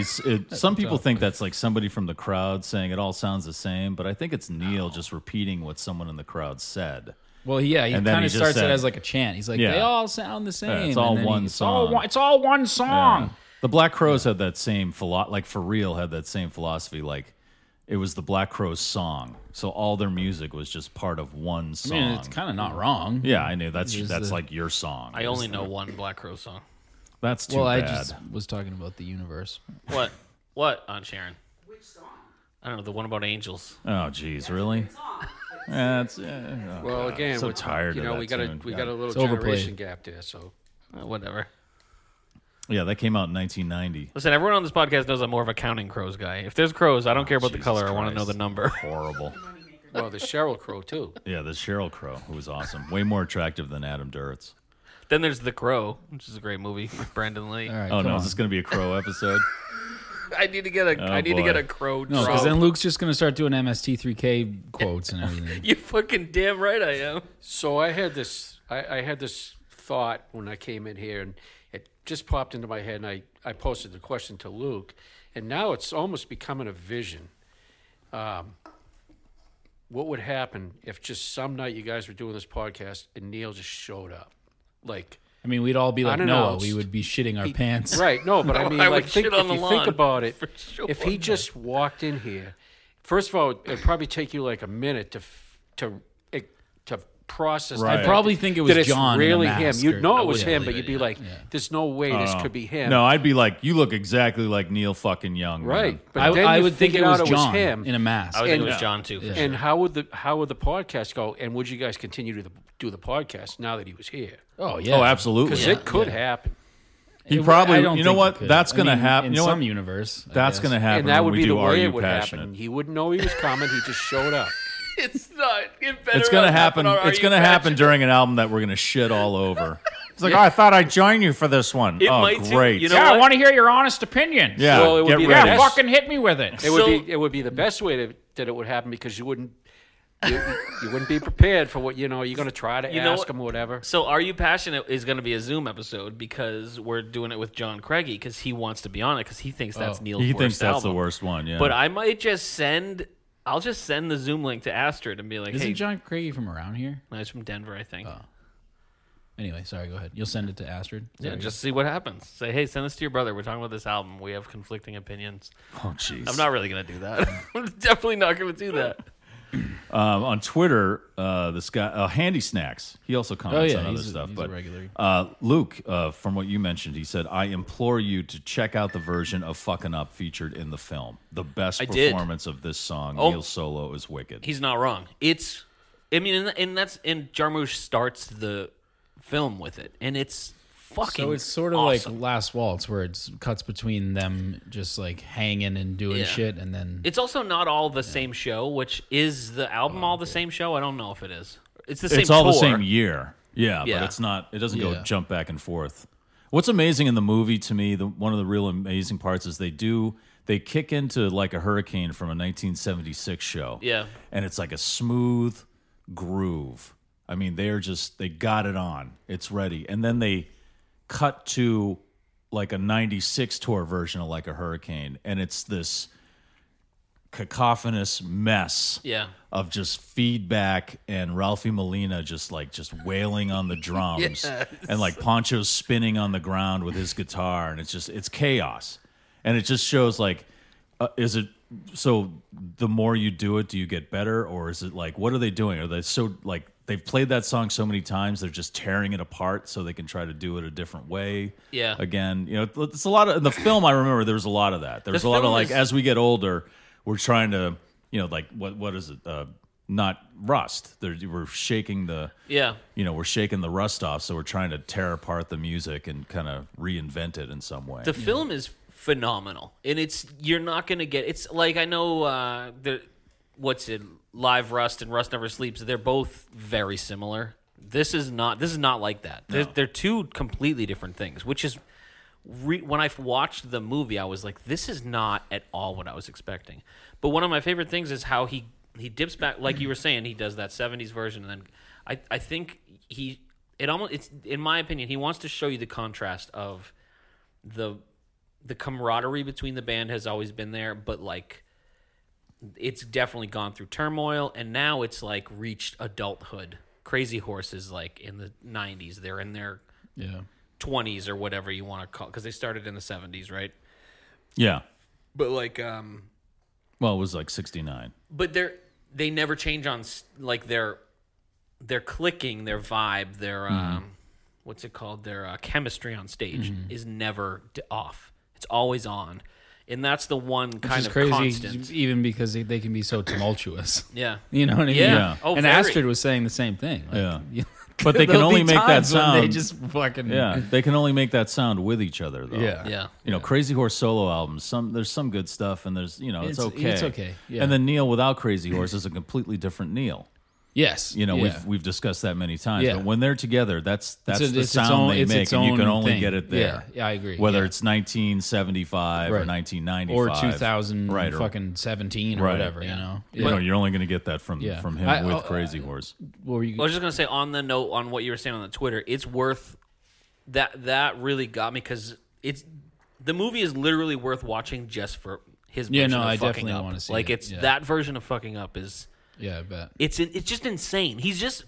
Speaker 5: s- it, some people think that's like somebody from the crowd saying it all sounds the same, but I think it's Neil just repeating what someone in the crowd said.
Speaker 4: Well, yeah, he
Speaker 5: And then
Speaker 4: kind
Speaker 5: he
Speaker 4: of
Speaker 5: just
Speaker 4: starts
Speaker 5: said-
Speaker 4: it as like a chant. He's like,
Speaker 5: Yeah.
Speaker 4: they all sound the same. and
Speaker 5: all
Speaker 4: then
Speaker 5: one
Speaker 4: he- It's all
Speaker 5: song.
Speaker 4: one, it's all one song.
Speaker 5: The Black Crows had that same philo- like for real had that same philosophy. Like it was the Black Crows song, so all their music was just part of one
Speaker 4: I
Speaker 5: song.
Speaker 4: mean, it's kind of not wrong.
Speaker 5: yeah, I knew that's
Speaker 4: Is
Speaker 5: that's
Speaker 4: the-
Speaker 5: like your song.
Speaker 3: I only know one Black Crow song.
Speaker 5: that's too
Speaker 4: Well, I
Speaker 5: bad.
Speaker 4: just was talking about the universe.
Speaker 3: What? What? On Sharon? Which song? I don't know the one about angels.
Speaker 5: Oh, geez, really? That's yeah.
Speaker 1: Well, again,
Speaker 5: so
Speaker 1: with-
Speaker 5: tired
Speaker 1: You
Speaker 5: of
Speaker 1: know,
Speaker 5: that
Speaker 1: we got a
Speaker 5: tune.
Speaker 1: we
Speaker 5: God.
Speaker 1: got a little
Speaker 4: It's overplayed.
Speaker 1: generation gap there. So
Speaker 3: Uh, whatever.
Speaker 5: yeah, that came out in 1990.
Speaker 3: Listen, everyone on this podcast knows I'm more of a counting crows guy. If there's crows, I don't care about the
Speaker 5: Jesus
Speaker 3: color. I want to know
Speaker 5: Christ.
Speaker 3: the number.
Speaker 5: Horrible.
Speaker 1: well, the Cheryl Crow too.
Speaker 5: Yeah, the Cheryl Crow, who was awesome, way more attractive than Adam Duritz.
Speaker 3: then there's The Crow, which is a great movie with Brandon Lee.
Speaker 4: All right,
Speaker 5: Oh
Speaker 4: come
Speaker 5: no,
Speaker 4: on.
Speaker 5: is this going to be a Crow episode?
Speaker 3: I need to get a.
Speaker 5: Oh,
Speaker 3: I need
Speaker 5: boy.
Speaker 3: to get a crow
Speaker 4: No,
Speaker 3: drop.
Speaker 4: because then Luke's just gonna start doing MST3K quotes and everything.
Speaker 3: you fucking damn right I am.
Speaker 1: So I had this I, I had this thought when I came in here, and it just popped into my head, and I I posted the question to Luke, and now it's almost becoming a vision. Um, what would happen if just some night you guys were doing this podcast and Neil just showed up, like?
Speaker 4: I mean, we'd all be like Noah.
Speaker 1: Unannounced.
Speaker 4: We would be shitting our pants.
Speaker 1: Right. No, but I
Speaker 3: No,
Speaker 1: mean,
Speaker 3: I
Speaker 1: like,
Speaker 3: would
Speaker 1: think,
Speaker 3: shit on
Speaker 1: if
Speaker 3: the
Speaker 1: you
Speaker 3: lawn,
Speaker 1: think about it,
Speaker 3: for sure.
Speaker 1: if he just walked in here, first of all, it'd probably take you like a minute to f- to it- to process.
Speaker 5: Right.
Speaker 1: that-
Speaker 4: I probably think it was
Speaker 1: that it's
Speaker 4: John. in a
Speaker 1: Really him?
Speaker 4: mask
Speaker 1: You
Speaker 4: or-
Speaker 1: know
Speaker 4: I
Speaker 1: it was
Speaker 4: wouldn't
Speaker 1: him, but
Speaker 4: believe
Speaker 1: you'd
Speaker 4: it,
Speaker 1: be
Speaker 4: Oh, yeah.
Speaker 1: like,
Speaker 4: Yeah. Oh.
Speaker 1: "There's no way this could be him."
Speaker 5: No, I'd be like, you look exactly like Neil fucking Young. man."
Speaker 1: right. But
Speaker 4: I,
Speaker 1: then
Speaker 4: I
Speaker 1: you
Speaker 4: would think it
Speaker 1: figured
Speaker 4: was
Speaker 1: out
Speaker 4: John
Speaker 1: him.
Speaker 4: in a mask.
Speaker 3: I would think
Speaker 1: And-
Speaker 3: it was John too. For sure.
Speaker 1: and how would the how would the podcast go? And would you guys continue to the, do the podcast now that he was here?
Speaker 4: oh yeah.
Speaker 5: Oh, absolutely.
Speaker 1: Because it could happen.
Speaker 5: He
Speaker 4: It-
Speaker 5: probably.
Speaker 4: I don't
Speaker 5: you know
Speaker 4: think
Speaker 5: what?
Speaker 4: it could.
Speaker 5: That's
Speaker 4: I
Speaker 5: going to
Speaker 4: mean,
Speaker 5: happen.
Speaker 4: in
Speaker 5: You know
Speaker 4: some
Speaker 5: what?
Speaker 4: universe. I
Speaker 5: That's
Speaker 4: guess.
Speaker 5: going to happen.
Speaker 1: And that would
Speaker 5: when we
Speaker 1: be
Speaker 5: do
Speaker 1: the
Speaker 5: Are
Speaker 1: way
Speaker 5: You
Speaker 1: it would
Speaker 5: passionate?
Speaker 1: happen. He wouldn't know he was coming. He just showed up.
Speaker 3: it's not. Get better
Speaker 5: It's gonna
Speaker 3: on
Speaker 5: happen.
Speaker 3: on Are
Speaker 5: It's
Speaker 3: You
Speaker 5: gonna happen
Speaker 3: Passionate?
Speaker 5: during an album that we're gonna shit all over. It's like, oh, I thought I'd join you for this one.
Speaker 3: It
Speaker 5: oh,
Speaker 3: might too,
Speaker 5: great.
Speaker 3: you know Yeah, I what?
Speaker 4: to hear your honest opinions.
Speaker 5: yeah,
Speaker 1: Well, it would
Speaker 5: get
Speaker 1: be the
Speaker 5: ready.
Speaker 1: best. fucking
Speaker 4: hit me with it.
Speaker 1: It would
Speaker 3: So-
Speaker 1: be it would be the best way to, that it would happen because you wouldn't you, you wouldn't be prepared for what you know you're going to try to
Speaker 3: You know
Speaker 1: ask
Speaker 3: what-
Speaker 1: them whatever.
Speaker 3: So, Are You Passionate is going to be a Zoom episode because we're doing it with John Craigie because he wants to be on it because he thinks that's Neil's
Speaker 5: Oh, He
Speaker 3: worst
Speaker 5: thinks that's the
Speaker 3: album.
Speaker 5: worst one. Yeah,
Speaker 3: But I might just send. I'll just send the Zoom link to Astrid and be like,
Speaker 4: Isn't
Speaker 3: "Hey,
Speaker 4: John Craigie from around here?
Speaker 3: no, he's from Denver, I
Speaker 5: Oh,
Speaker 3: think."
Speaker 4: Anyway, sorry. Go ahead. You'll send it to Astrid.
Speaker 3: yeah,
Speaker 4: Sorry.
Speaker 3: just see what happens. Say, "Hey, send this to your brother. We're talking about this album. We have conflicting opinions."
Speaker 5: oh, jeez.
Speaker 3: I'm not really gonna do that. I'm definitely not gonna do that.
Speaker 5: um, on Twitter, uh, this guy uh, Handy Snacks. He also comments
Speaker 4: Oh, yeah,
Speaker 5: on other
Speaker 4: he's a-
Speaker 5: stuff.
Speaker 4: he's a
Speaker 5: but
Speaker 4: regular.
Speaker 5: Uh, Luke, uh, from what you mentioned, he said, "I implore you to check out the version of "Fucking Up" featured in the film. The best
Speaker 3: I did.
Speaker 5: performance of this song,
Speaker 4: Oh.
Speaker 5: Neil Solo, is wicked.
Speaker 3: He's not wrong. It's, I mean, and, and that's and Jarmusch starts the film with it, and it's fucking.
Speaker 4: So it's sort of
Speaker 3: awesome.
Speaker 4: like Last Waltz, where it cuts between them just like hanging and doing
Speaker 3: Yeah.
Speaker 4: shit, and then
Speaker 3: It's also not all the same show, which is the album all the same show. I don't know if it is. It's the same.
Speaker 5: Oh, it's all the
Speaker 3: tour.
Speaker 5: same year. Yeah,
Speaker 3: Yeah.
Speaker 5: but it's not. It doesn't go
Speaker 4: Yeah.
Speaker 5: jump back and forth. What's amazing in the movie to me, the, one of the real amazing parts is they do they kick into like a hurricane from a 1976 show.
Speaker 3: Yeah.
Speaker 5: and it's like a smooth groove. I mean, they're just they got it on. It's ready, and then they cut to like a 96 tour version of like a hurricane and it's this cacophonous mess
Speaker 3: Yeah.
Speaker 5: of just feedback and Ralphie Molina just like just wailing on the drums and like Poncho spinning on the ground with his guitar and it's just it's chaos and it just shows like uh, is it so the more you do it do you get better or is it like what are they doing are they so like they've played that song so many times they're just tearing it apart so they can try to do it a different way
Speaker 3: Yeah.
Speaker 5: again you know it's a lot of in the film I remember there was a lot of that there was a lot of
Speaker 3: film
Speaker 5: like
Speaker 3: is-
Speaker 5: as we get older we're trying to you know like what what is it uh not rust. They're, we're shaking the
Speaker 3: Yeah.
Speaker 5: you know we're shaking the rust off, so we're trying to tear apart the music and kind of reinvent it in some way.
Speaker 3: The film is phenomenal, and it's you're not gonna get. It's like I know uh, the what's it live Rust and Rust Never Sleeps. They're both very similar. This is not. This is not like that. They're, they're two completely different things, which is. Re- when I watched the movie, I was like, "This is not at all what I was expecting." But one of my favorite things is how he he dips back, like you were saying, he does that '70s version, and then I I think he it almost it's in my opinion he wants to show you the contrast of the the camaraderie between the band has always been there, but like it's definitely gone through turmoil and now it's like reached adulthood. Crazy Horse is like in the 90s. They're in their
Speaker 4: Yeah.
Speaker 3: 20s or whatever you want to call cuz they started in the 70s, right?
Speaker 5: yeah,
Speaker 3: But like um
Speaker 5: well, it was like '69.
Speaker 3: but they're they never change on s- like their their clicking, their vibe, their
Speaker 4: Mm-hmm.
Speaker 3: um what's it called? Their uh, chemistry on stage is never d- off. It's always on. And that's the one kind
Speaker 4: Which is
Speaker 3: of
Speaker 4: crazy,
Speaker 3: constant.
Speaker 4: even because they, they can be so tumultuous.
Speaker 3: Yeah.
Speaker 4: You know what I mean?
Speaker 3: Yeah. Yeah. Oh,
Speaker 4: and
Speaker 3: very.
Speaker 4: Astrid was saying the same thing. Like,
Speaker 5: Yeah. But they can
Speaker 4: there'll
Speaker 5: only
Speaker 4: be
Speaker 5: make that
Speaker 4: times when
Speaker 5: sound.
Speaker 4: They just fucking
Speaker 5: yeah, they can only make that sound with each other though.
Speaker 4: yeah.
Speaker 3: Yeah.
Speaker 5: You know, Crazy Horse solo albums. Some there's some good stuff, and there's you know it's,
Speaker 4: It's-
Speaker 5: okay.
Speaker 4: it's okay, yeah.
Speaker 5: And then Neil without Crazy Horse is a completely different Neil.
Speaker 4: Yes.
Speaker 5: You know,
Speaker 4: yeah.
Speaker 5: we've we've discussed that many times.
Speaker 4: Yeah.
Speaker 5: But when they're together, that's that's
Speaker 4: It's a-
Speaker 5: the
Speaker 4: it's its
Speaker 5: sound
Speaker 4: own-
Speaker 5: they
Speaker 4: it's
Speaker 5: make,
Speaker 4: its
Speaker 5: and you
Speaker 4: own
Speaker 5: can only
Speaker 4: thing.
Speaker 5: get it there.
Speaker 4: Yeah, yeah, I agree,
Speaker 5: Whether
Speaker 4: yeah.
Speaker 5: it's 1975 or
Speaker 4: Right.
Speaker 5: 1995
Speaker 4: or 2000
Speaker 5: right, or-
Speaker 4: fucking 17 or
Speaker 5: right,
Speaker 4: whatever,
Speaker 5: yeah.
Speaker 4: you know.
Speaker 5: You know, you're only going to get that from
Speaker 4: Yeah.
Speaker 5: from him
Speaker 4: I- oh, uh,
Speaker 5: with
Speaker 4: I'll-
Speaker 5: Crazy Horse.
Speaker 4: What were you
Speaker 3: I was just gonna say on the note on what you were saying on the Twitter, it's worth that that really got me because it's the movie is literally worth watching just for his
Speaker 4: Yeah,
Speaker 3: version
Speaker 4: no,
Speaker 3: of
Speaker 4: I
Speaker 3: fucking
Speaker 4: definitely
Speaker 3: up.
Speaker 4: wanna see
Speaker 3: like
Speaker 4: it,
Speaker 3: it's
Speaker 4: yeah.
Speaker 3: that version of fucking up is
Speaker 4: Yeah, I bet.
Speaker 3: it's it's just insane. He's just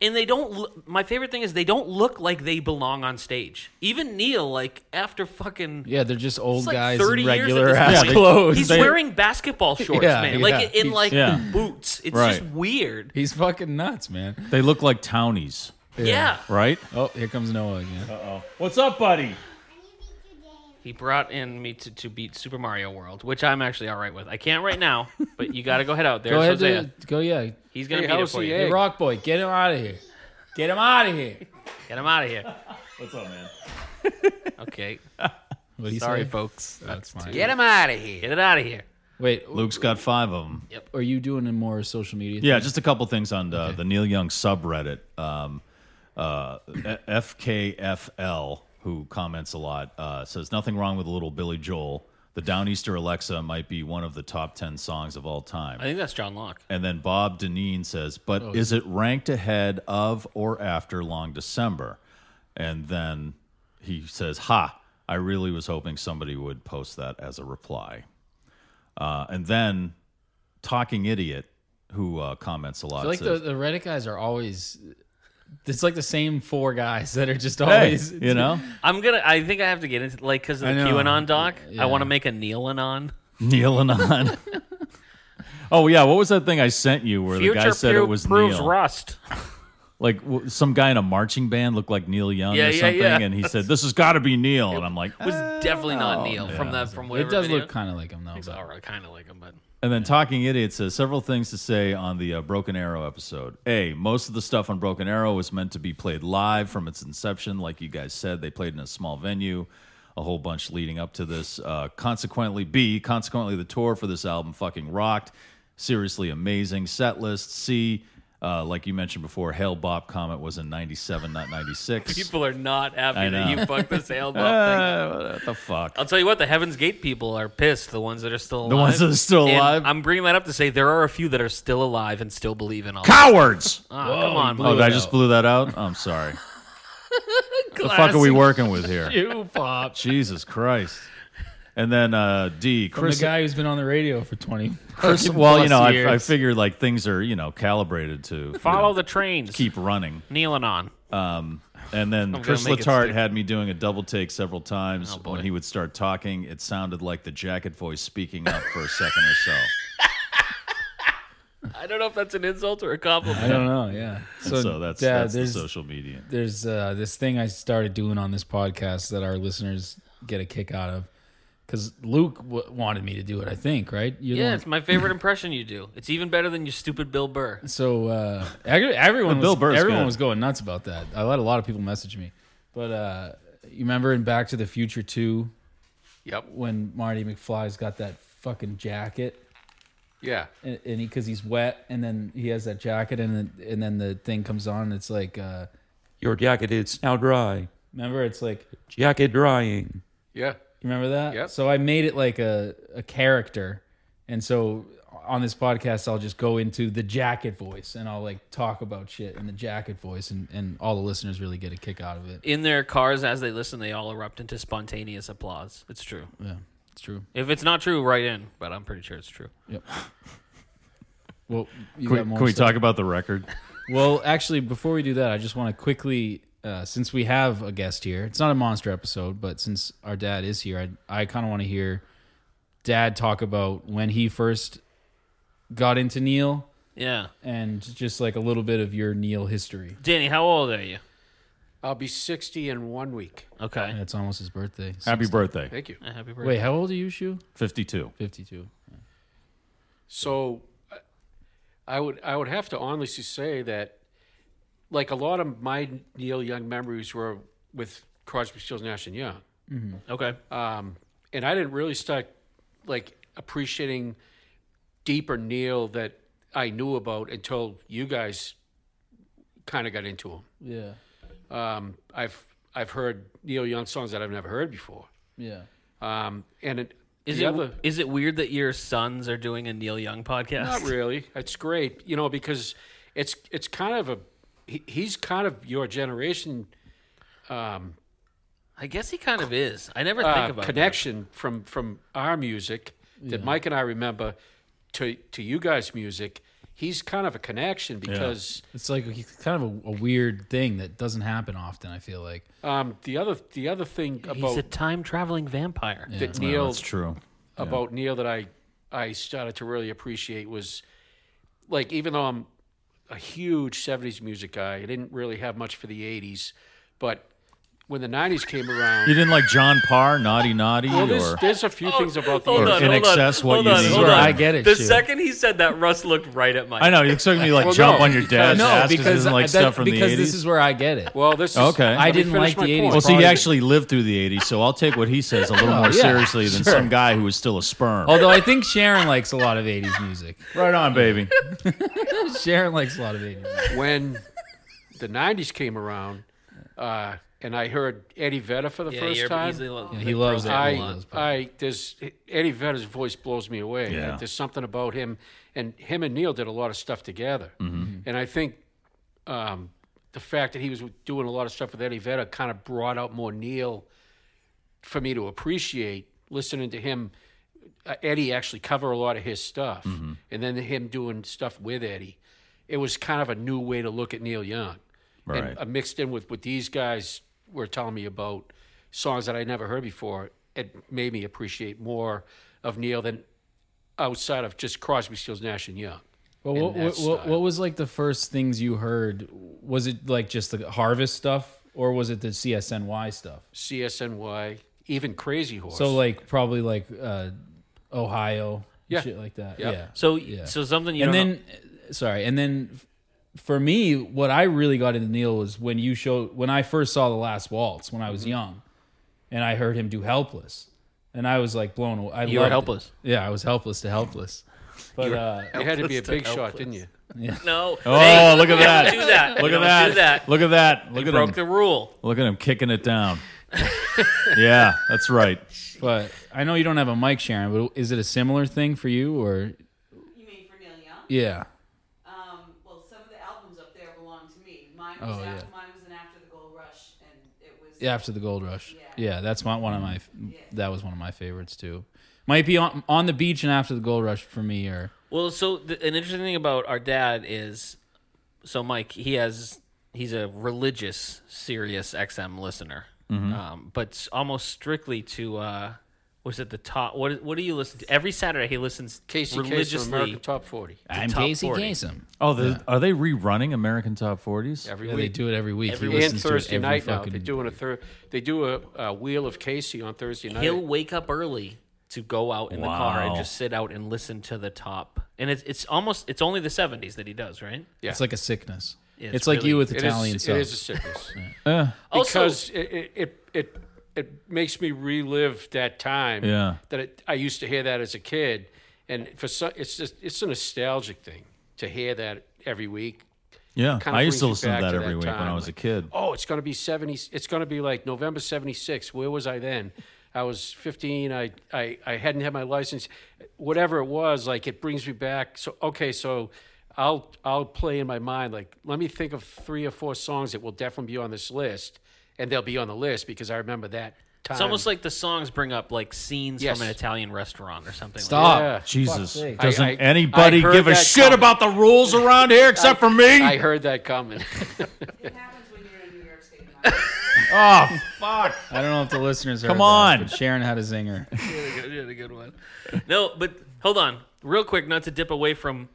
Speaker 3: and they don't. l- My favorite thing is they don't look like they belong on stage. Even Neil, like after fucking
Speaker 4: Yeah, they're just old
Speaker 3: it's like
Speaker 4: guys
Speaker 3: 30
Speaker 4: in
Speaker 3: years at
Speaker 4: regular
Speaker 3: this
Speaker 4: ass
Speaker 3: point.
Speaker 4: clothes.
Speaker 3: He's
Speaker 4: They-
Speaker 3: wearing basketball shorts,
Speaker 4: Yeah,
Speaker 3: man.
Speaker 4: yeah.
Speaker 3: Like in
Speaker 4: He's-
Speaker 3: like
Speaker 5: yeah.
Speaker 3: boots. It's
Speaker 5: Right.
Speaker 3: just weird.
Speaker 4: He's fucking nuts, man.
Speaker 5: They look like townies,
Speaker 3: yeah.
Speaker 5: right?
Speaker 4: Oh, here comes Noah again.
Speaker 3: Uh,
Speaker 5: What's up, buddy?
Speaker 3: He brought in me to, to beat Super Mario World, which I'm actually all right with. I can't right now, but you got to go head out there.
Speaker 4: go ahead,
Speaker 3: Hosea.
Speaker 4: dude. Go, yeah.
Speaker 3: He's going
Speaker 1: Hey,
Speaker 3: to beat it
Speaker 1: how's
Speaker 3: for
Speaker 1: he
Speaker 3: you.
Speaker 1: at?
Speaker 4: Hey, Rock Boy, get him out of here. Get him out of here.
Speaker 3: Get him out of here.
Speaker 5: What's up, man?
Speaker 3: Okay.
Speaker 4: What'd he
Speaker 3: Sorry,
Speaker 4: say?
Speaker 3: folks.
Speaker 4: That's fine.
Speaker 1: Get him out of here.
Speaker 3: Get it out of here.
Speaker 4: Wait,
Speaker 5: Luke's got five of them.
Speaker 4: are you doing a more social media?
Speaker 5: Yeah, just a couple things on uh, the, the Neil Young subreddit. Um, uh, FKFL, who comments a lot, uh, says nothing wrong with a little Billy Joel. The Downeaster Alexa might be one of the top ten songs of all time.
Speaker 3: I think that's John Locke.
Speaker 5: and then Bob Deneen says, "But
Speaker 3: Oh,
Speaker 5: is it ranked ahead of or after Long December?" And then he says, "Ha! I really was hoping somebody would post that as a reply." Uh, and then Talking Idiot, who uh, comments a lot,
Speaker 4: I feel like the,
Speaker 5: says,
Speaker 4: the Reddit guys are always. It's like the same four guys that are just
Speaker 5: "Hey,
Speaker 4: always.
Speaker 5: you know,
Speaker 3: I'm going to, I think I have to get into, like, because of
Speaker 4: I
Speaker 3: the
Speaker 4: know.
Speaker 3: QAnon doc.
Speaker 4: Yeah.
Speaker 3: I want to make a Neil Anon.
Speaker 5: Neil Anon." oh yeah, what was that thing I sent you where the guy
Speaker 3: Future
Speaker 5: said
Speaker 3: pro-
Speaker 5: it was
Speaker 3: proves
Speaker 5: Neil?
Speaker 3: rust.
Speaker 5: Like w- some guy in a marching band looked like Neil Young
Speaker 3: Yeah,
Speaker 5: or
Speaker 3: yeah,
Speaker 5: something,
Speaker 3: yeah.
Speaker 5: and he said, "This has got to be Neil," and I'm like, "Uh,
Speaker 3: It was definitely not Neil from that, from whatever.
Speaker 4: it does
Speaker 3: video.
Speaker 4: look kind of like him, though.
Speaker 3: It's
Speaker 4: but-
Speaker 3: all right, kind of like him, but.
Speaker 5: And then Talking Idiot says several things to say on the uh, Broken Arrow episode. A, most of the stuff on Broken Arrow was meant to be played live from its inception. Like you guys said, they played in a small venue, a whole bunch leading up to this. Uh, consequently, B, consequently, the tour for this album fucking rocked. Seriously amazing set list. C, uh, like you mentioned before, Hail Bop Comet was in 97, not 96.
Speaker 3: People are not happy
Speaker 5: I
Speaker 3: that
Speaker 5: know.
Speaker 3: you fucked this album up. thing.
Speaker 5: Uh, what the fuck?
Speaker 3: I'll tell you what, the Heaven's Gate people are pissed. The ones that are still alive.
Speaker 5: The ones that are still
Speaker 3: And
Speaker 5: alive?
Speaker 3: I'm bringing that up to say there are a few that are still alive and still believe in all.
Speaker 5: Cowards!
Speaker 3: Ah, come on,
Speaker 5: Oh,
Speaker 3: Blue.
Speaker 5: did I just blew that out? I'm sorry. the fuck are we working with here?
Speaker 4: You pop.
Speaker 5: Jesus Christ. And then uh, D,
Speaker 4: From the
Speaker 5: Chris.
Speaker 4: guy who's been on the radio for 20.
Speaker 5: Chris well, you know,
Speaker 4: plus
Speaker 5: I, I
Speaker 4: years.
Speaker 5: figure like things are, you know, calibrated to you
Speaker 3: Follow
Speaker 5: know,
Speaker 3: the trains.
Speaker 5: keep running. Um,
Speaker 3: Neil Anon.
Speaker 5: And then
Speaker 3: gonna
Speaker 5: Chris
Speaker 3: make it
Speaker 5: Letarte
Speaker 3: stick.
Speaker 5: had me doing a double take several times.
Speaker 3: Oh, boy.
Speaker 5: when he would start talking, it sounded like the jacket voice speaking up for a second or so.
Speaker 3: I don't know if that's an insult or a compliment.
Speaker 4: I don't know, yeah. So,
Speaker 5: So, that's,
Speaker 4: yeah,
Speaker 5: that's the
Speaker 4: there's,
Speaker 5: social media.
Speaker 4: there's uh, this thing I started doing on this podcast that our listeners get a kick out of
Speaker 7: because Luke w- wanted me to do it. I think right. You're the
Speaker 3: Yeah,
Speaker 7: one-
Speaker 3: it's my favorite impression you do. It's even better than your stupid Bill Burr.
Speaker 7: So uh, every- everyone,
Speaker 5: Bill
Speaker 7: was,
Speaker 5: Burr's
Speaker 7: everyone
Speaker 5: good.
Speaker 7: was going nuts about that. I let a lot of people message me, but uh, you remember in Back to the Future Two
Speaker 1: Yep.
Speaker 7: when Marty McFly's got that fucking jacket,
Speaker 1: Yeah.
Speaker 7: and, and he because he's wet, and then he has that jacket, and then, and then the thing comes on, and it's like, uh,
Speaker 8: Your jacket is now dry.
Speaker 7: remember, it's like, you
Speaker 8: Jacket drying.
Speaker 1: Yeah.
Speaker 7: remember that?
Speaker 1: Yep.
Speaker 7: So I made it like a a character, and so on this podcast I'll just go into the jacket voice and I'll like talk about shit in the jacket voice, and and all the listeners really get a kick out of it.
Speaker 3: In their cars, as they listen, they all erupt into spontaneous applause. It's true.
Speaker 7: Yeah, it's true.
Speaker 3: If it's not true, write in. But I'm pretty sure it's true.
Speaker 7: Well, you
Speaker 5: Can we,
Speaker 7: got more
Speaker 5: can we
Speaker 7: stuff.
Speaker 5: talk about the record?
Speaker 7: Well, actually, before we do that, I just want to quickly, uh, since we have a guest here, it's not a monster episode, but since our dad is here, I I kind of want to hear dad talk about when he first got into Neil
Speaker 3: Yeah,
Speaker 7: and just like a little bit of your Neil history.
Speaker 3: Danny, how old are you?
Speaker 1: I'll be 60 in one week.
Speaker 3: Okay,
Speaker 7: And it's almost his birthday.
Speaker 5: Happy birthday,
Speaker 1: Thank you.
Speaker 3: Uh, happy birthday.
Speaker 7: Wait, how old are you, Shu?
Speaker 5: fifty-two.
Speaker 7: Fifty-two.
Speaker 1: So uh, I would I would have to honestly say that like a lot of my Neil Young memories were with Crosby, Stills, Nash and Young.
Speaker 3: Okay,
Speaker 1: Um, and I didn't really start like appreciating deeper Neil that I knew about until you guys kind of got into him.
Speaker 7: Yeah.
Speaker 1: Um, I've I've heard Neil Young songs that I've never heard before.
Speaker 7: Yeah.
Speaker 1: Um, and it,
Speaker 3: is
Speaker 1: the
Speaker 3: it
Speaker 1: other,
Speaker 3: is it weird that your sons are doing a Neil Young podcast?
Speaker 1: Not really. It's great, you know, because it's it's kind of a he, he's kind of your generation
Speaker 3: I guess he kind of is. I never
Speaker 1: uh,
Speaker 3: think about
Speaker 1: connection from from our music that Mike and I remember to to you guys' music. He's kind of a connection because
Speaker 7: It's like it's kind of a, a weird thing that doesn't happen often. I feel like.
Speaker 1: um, the other the other thing
Speaker 3: that. He's
Speaker 1: about
Speaker 3: a time traveling vampire.
Speaker 1: that
Speaker 5: Well,
Speaker 1: Neil
Speaker 5: that's true.
Speaker 1: about Neil that I I started to really appreciate was like even though I'm a huge 70s music guy, I didn't really have much for the 80s, but when the 90s came
Speaker 5: You
Speaker 1: around,
Speaker 5: didn't like John Parr, Naughty Naughty,
Speaker 1: well,
Speaker 5: or
Speaker 1: there's, there's a few things about the
Speaker 5: Or
Speaker 3: Oh, Hold
Speaker 1: 80s.
Speaker 3: on,
Speaker 5: in
Speaker 3: hold on,
Speaker 5: excess what
Speaker 3: hold
Speaker 5: you
Speaker 3: on,
Speaker 5: need.
Speaker 3: hold
Speaker 7: Sure,
Speaker 3: on.
Speaker 7: I get it,
Speaker 3: The
Speaker 7: Stu.
Speaker 3: second he said that, Russ looked right at my.
Speaker 5: I know you expect me to like
Speaker 1: Well,
Speaker 5: jump
Speaker 1: no,
Speaker 5: on your dad's ass because he doesn't like
Speaker 7: that-
Speaker 5: stuff from the
Speaker 7: because this
Speaker 5: eighties.
Speaker 7: is where I get it.
Speaker 1: Well, this is,
Speaker 5: Okay.
Speaker 1: let
Speaker 5: I
Speaker 1: me
Speaker 7: didn't
Speaker 1: finish
Speaker 7: like
Speaker 1: my
Speaker 7: the 80s.
Speaker 5: Well,
Speaker 1: point.
Speaker 5: see, he
Speaker 7: probably-
Speaker 5: actually lived through the '80s, so I'll take what he says a little more
Speaker 7: yeah,
Speaker 5: seriously than
Speaker 7: sure.
Speaker 5: some guy who was still a sperm.
Speaker 7: Although I think Sharon likes a lot of '80s music.
Speaker 5: right on, baby.
Speaker 7: Sharon likes a lot of '80s. Music.
Speaker 1: when the 90s came around, uh, and I heard Eddie Vedder for the
Speaker 3: yeah,
Speaker 1: first
Speaker 3: you're-
Speaker 1: time.
Speaker 3: he's a little-
Speaker 7: he loves it.
Speaker 3: I-
Speaker 7: a lot.
Speaker 1: I, I, there's Eddie Vedder's voice blows me away.
Speaker 5: Yeah.
Speaker 1: There's something about him, and him and Neil did a lot of stuff together. And I think um, the fact that he was doing a lot of stuff with Eddie Vedder kind of brought out more Neil for me to appreciate listening to him. Uh, Eddie actually cover a lot of his stuff, and then him doing stuff with Eddie. It was kind of a new way to look at Neil Young,
Speaker 5: Right.
Speaker 1: and uh, mixed in with what these guys were telling me about songs that I never heard before. It made me appreciate more of Neil than outside of just Crosby, Stills, Nash, and Young.
Speaker 7: Well, what,
Speaker 1: that
Speaker 7: what, what,
Speaker 1: style.
Speaker 7: what was like the first things you heard? Was it like just the harvest stuff, or was it the CSNY stuff?
Speaker 1: CSNY, even Crazy Horse.
Speaker 7: So like probably like uh, Ohio, and
Speaker 1: Yeah.
Speaker 7: shit like that.
Speaker 1: Yeah.
Speaker 7: Yeah.
Speaker 3: So, so something you
Speaker 7: and
Speaker 3: don't
Speaker 7: then uh, sorry, and then f- for me, what I really got into Neil was when you showed when I first saw the Last Waltz when I
Speaker 3: Mm-hmm.
Speaker 7: was young, and I heard him do Helpless, and I was like blown away. I
Speaker 3: You were
Speaker 7: loved it.
Speaker 3: helpless.
Speaker 7: Yeah, I was helpless to helpless. But uh,
Speaker 1: you had to be a
Speaker 3: Helpless
Speaker 1: big
Speaker 3: to
Speaker 1: shot,
Speaker 3: helpless.
Speaker 1: didn't you?
Speaker 3: know. No,
Speaker 5: Oh,
Speaker 3: Hey,
Speaker 5: look at
Speaker 3: you don't
Speaker 5: that.
Speaker 3: Do that.
Speaker 5: Look
Speaker 3: You
Speaker 5: at
Speaker 3: don't
Speaker 5: that.
Speaker 3: Do that.
Speaker 5: Look at that. Look at
Speaker 3: Broke
Speaker 5: him.
Speaker 3: the rule.
Speaker 5: Look at him kicking it down. yeah, that's right.
Speaker 7: but I know you don't have a mic, Sharon. But is it a similar thing for you or
Speaker 9: You mean for Neil Young?
Speaker 7: yeah?
Speaker 9: Um, well, some of the albums up there belong to me. Mine was,
Speaker 7: Oh,
Speaker 9: after,
Speaker 7: yeah.
Speaker 9: mine was an After the Gold Rush, and it was.
Speaker 7: Yeah, after the gold rush.
Speaker 9: Yeah.
Speaker 7: Yeah, that's my, one of my. That was one of my favorites too. Might be on on the beach and after the gold rush for me, or
Speaker 3: Well, so th an interesting thing about our dad is, so Mike, he has he's a
Speaker 5: Mm-hmm.
Speaker 3: religious, serious XM listener, um, but s- almost strictly to uh, was at the top. What What do you listen to? Every Saturday he listens
Speaker 1: Casey Kasem,
Speaker 3: religiously.
Speaker 1: American Top 40.
Speaker 3: to
Speaker 7: I'm
Speaker 3: top
Speaker 7: Casey
Speaker 3: 40.
Speaker 7: Kasem.
Speaker 5: Oh, the, are they rerunning American Top 40s?
Speaker 1: Every
Speaker 7: Yeah,
Speaker 1: week.
Speaker 7: they do it every week.
Speaker 3: Every
Speaker 7: he
Speaker 3: week.
Speaker 1: and
Speaker 7: listens to it
Speaker 1: Thursday
Speaker 7: every
Speaker 1: night now.
Speaker 7: fucking.
Speaker 1: They're doing a third. They do a, a Wheel of Casey on Thursday night.
Speaker 3: He'll wake up early to go out in the car and
Speaker 5: Wow.
Speaker 3: just sit out and listen to the top. And it's it's almost it's only the seventies that he does, right?
Speaker 1: Yeah.
Speaker 7: It's like a sickness.
Speaker 3: Yeah,
Speaker 7: it's
Speaker 3: it's
Speaker 7: like
Speaker 3: really-
Speaker 7: you with
Speaker 1: It is-
Speaker 7: Italian Uh.
Speaker 1: It is
Speaker 7: subs.
Speaker 1: a sickness.
Speaker 3: Also-
Speaker 1: because it, it, it, it, it makes me relive that time
Speaker 5: Yeah.
Speaker 1: that it, I used to hear that as a kid. And for some, it's just it's a nostalgic thing to hear that every week.
Speaker 5: Yeah,
Speaker 1: Kinda
Speaker 5: I used to
Speaker 1: brings you
Speaker 5: listen to
Speaker 1: back
Speaker 5: that
Speaker 1: to
Speaker 5: every
Speaker 1: that
Speaker 5: week when I
Speaker 1: time,
Speaker 5: was a
Speaker 1: like-
Speaker 5: kid.
Speaker 1: Oh, it's going to be 70. It's going to be like November 76. Where was I then? I was 15. I, I, I hadn't had my license. Whatever it was, like it brings me back. So, okay, so I'll, I'll play in my mind, like, let me think of three or four songs that will definitely be on this list. And they'll be on the list because I remember that time.
Speaker 3: It's almost like the songs bring up like scenes
Speaker 1: Yes.
Speaker 3: from an Italian restaurant or something. like
Speaker 7: Stop.
Speaker 1: Yeah.
Speaker 5: Ah, Jesus,
Speaker 1: I-
Speaker 5: doesn't
Speaker 1: I-
Speaker 5: anybody
Speaker 1: I heard
Speaker 5: give a
Speaker 1: that
Speaker 5: shit
Speaker 1: coming.
Speaker 5: about the rules around here except for me?
Speaker 1: I heard that coming.
Speaker 9: It happens when you're in New York State. Mike.
Speaker 5: oh, fuck.
Speaker 7: I don't know if the listeners are.
Speaker 5: Come on.
Speaker 7: but Sharon had a zinger.
Speaker 3: that. You had a good one. No, but hold on, real quick, not to dip away from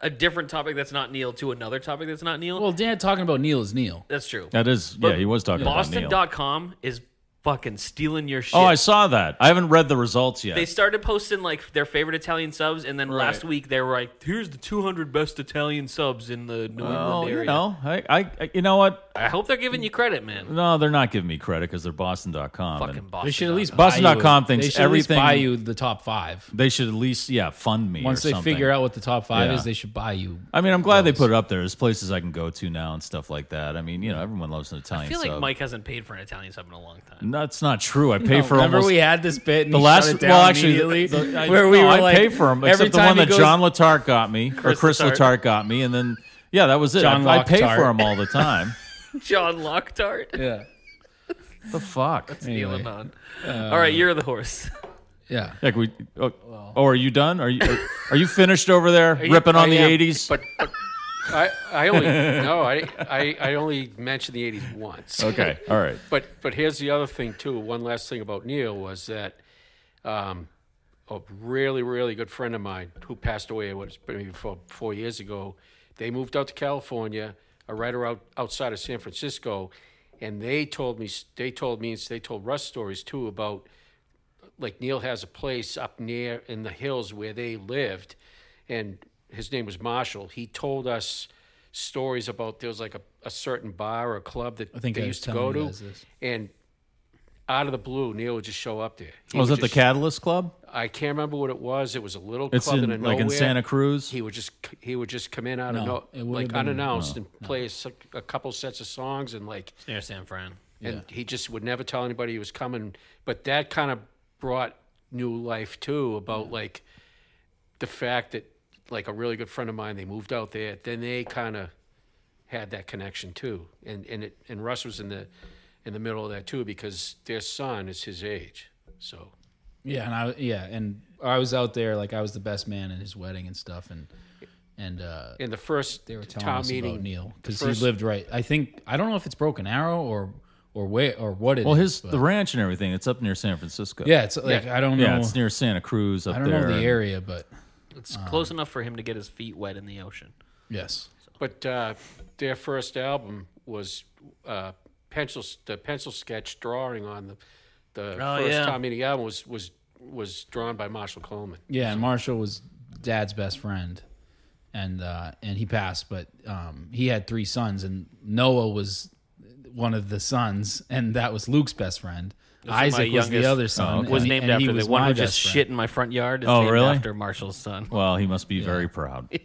Speaker 3: a different topic that's not Neil to another topic that's not Neil.
Speaker 7: Well, Dan talking about Neil is Neil.
Speaker 3: that's true.
Speaker 5: That is, yeah, he was talking about Neil.
Speaker 3: Boston.com is fucking stealing your shit.
Speaker 5: Oh, I saw that. I haven't read the results yet.
Speaker 3: They started posting like their favorite Italian subs, and then last week they were like, "Here's the 200 best Italian subs in the New
Speaker 5: oh,
Speaker 3: England area."
Speaker 5: you know, I, I, I- you know what?
Speaker 3: I hope they're giving you credit, man.
Speaker 5: No, they're not giving me credit because they're Boston.com.
Speaker 3: Fucking
Speaker 5: and
Speaker 3: Boston.
Speaker 7: They should at least
Speaker 5: Boston
Speaker 7: buy
Speaker 5: dot com
Speaker 7: you-
Speaker 5: thinks
Speaker 7: they should at least
Speaker 5: everything-
Speaker 7: buy you the top five.
Speaker 5: They should at least, yeah, fund me.
Speaker 7: Once
Speaker 5: or
Speaker 7: they
Speaker 5: something.
Speaker 7: figure out what the top five
Speaker 5: Yeah.
Speaker 7: is, they should buy you.
Speaker 5: I mean, I'm glad they put it up there. There's places I can go to now and stuff like that. I mean, you know, everyone loves an Italian
Speaker 3: I feel like
Speaker 5: sub.
Speaker 3: Mike hasn't paid for an Italian sub in a long time.
Speaker 5: No, that's not true. I pay for
Speaker 7: remember
Speaker 5: almost
Speaker 7: we had this bit and
Speaker 5: the
Speaker 7: he
Speaker 5: last.
Speaker 7: shut it down
Speaker 5: well, actually,
Speaker 7: immediately,
Speaker 5: the- I,
Speaker 7: where we
Speaker 5: no,
Speaker 7: were
Speaker 5: I
Speaker 7: like,
Speaker 5: pay for them,
Speaker 7: every
Speaker 5: except the
Speaker 7: time
Speaker 5: one
Speaker 7: he
Speaker 5: that
Speaker 7: goes-
Speaker 5: John Letarte got me or Chris
Speaker 3: Letarte.
Speaker 5: Letarte got me, and then yeah, that was it.
Speaker 7: John
Speaker 5: I, I pay
Speaker 7: Loctart.
Speaker 5: for them all the time.
Speaker 3: John Locktart,
Speaker 7: Yeah,
Speaker 5: the fuck.
Speaker 3: Neil and on.
Speaker 7: Uh,
Speaker 3: All right, you're the horse.
Speaker 7: yeah.
Speaker 5: Like we. Oh, oh, are you done? Are you are, are you finished over there ripping on
Speaker 1: I
Speaker 5: the
Speaker 1: am,
Speaker 5: '80s?
Speaker 1: But, but I, I only, no, I, I, I only mentioned the 80s once.
Speaker 5: okay, all right.
Speaker 1: But but here's the other thing too. One last thing about Neil was that um, a really really good friend of mine who passed away was maybe four, four years ago. They moved out to California, a writer out outside of San Francisco, and they told me they told me they told Russ stories too about like Neil has a place up near in the hills where they lived, and his name was Marshall. He told us stories about there was like a, a certain bar or club that I
Speaker 7: think
Speaker 1: they
Speaker 7: I was
Speaker 1: used to
Speaker 7: telling
Speaker 1: go
Speaker 7: you
Speaker 1: to,
Speaker 7: guys this.
Speaker 1: and out of the blue, Neil would just show up there. He
Speaker 7: Oh,
Speaker 5: Was
Speaker 1: would
Speaker 5: it the
Speaker 1: just-
Speaker 5: Catalyst Club?
Speaker 1: I can't remember what it was. It was a little
Speaker 5: It's
Speaker 1: club
Speaker 5: in
Speaker 1: in a
Speaker 5: like in
Speaker 1: nowhere.
Speaker 5: Santa Cruz.
Speaker 1: He would just he would just come in out of
Speaker 7: No,
Speaker 1: no,
Speaker 7: it would've
Speaker 1: like
Speaker 7: been-
Speaker 1: unannounced and play a s a a couple sets of songs and like
Speaker 3: Near San Fran.
Speaker 1: and he just would never tell anybody he was coming. But that kind of brought new life too about like the fact that like a really good friend of mine, they moved out there. Then they kind of had that connection too, and and it and Russ was in the in the middle of that too because their son is his age. So
Speaker 7: Yeah, and I yeah, and I was out there like I was the best man at his wedding and stuff, and and uh,
Speaker 1: in the first
Speaker 7: they were telling
Speaker 1: town
Speaker 7: us
Speaker 1: meeting,
Speaker 7: about Neil because
Speaker 1: first-
Speaker 7: he lived right. I think I don't know if it's Broken Arrow or or where or what it is.
Speaker 5: Well, his
Speaker 7: but-
Speaker 5: the ranch and everything. It's up near San Francisco.
Speaker 7: yeah, it's like I don't know.
Speaker 5: yeah, it's near Santa Cruz up
Speaker 7: I don't
Speaker 5: there.
Speaker 7: know the
Speaker 5: and-
Speaker 7: area, but
Speaker 3: It's
Speaker 7: Uh,
Speaker 3: close enough for him to get his feet wet in the ocean.
Speaker 7: yes,
Speaker 1: But uh, their first album was uh, pencil the pencil sketch drawing on the the
Speaker 3: Oh,
Speaker 1: first
Speaker 3: yeah.
Speaker 1: Tom Meeting album was was was drawn by Marshall Coleman.
Speaker 7: yeah. And Marshall was Dad's best friend, and uh, and he passed, but um, he had three sons, and Noah was one of the sons, and that was Luke's best friend. Isaac was the
Speaker 3: youngest-
Speaker 7: other son. and
Speaker 3: Was
Speaker 7: he-
Speaker 3: named
Speaker 7: and he
Speaker 3: after the
Speaker 7: was
Speaker 3: one
Speaker 7: my
Speaker 3: who just
Speaker 7: best friend.
Speaker 3: shit in my front yard. Is
Speaker 5: Oh,
Speaker 3: named
Speaker 5: really?
Speaker 3: After Marshall's son.
Speaker 5: Well, he must be very proud.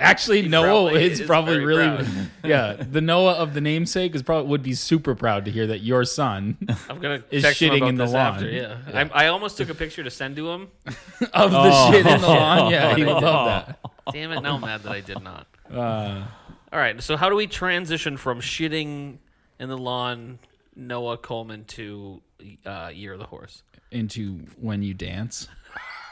Speaker 7: Actually, Noah
Speaker 3: probably
Speaker 7: is
Speaker 3: is
Speaker 7: probably
Speaker 3: very
Speaker 7: really, yeah. The Noah of the namesake is probably would be super proud to hear that your son
Speaker 3: I'm gonna
Speaker 7: Is
Speaker 3: text him
Speaker 7: shitting
Speaker 3: about
Speaker 7: in the
Speaker 3: this
Speaker 7: lawn.
Speaker 3: after. Yeah, I'm- I, almost took a picture to send to him.
Speaker 7: of the shit in the lawn, yeah, he would love that.
Speaker 3: Damn it! Now I'm mad that I did not.
Speaker 7: Uh,
Speaker 3: All right. So how do we transition from shitting in the lawn, Noah Coleman, to uh, Year of the Horse?
Speaker 7: Into when you dance,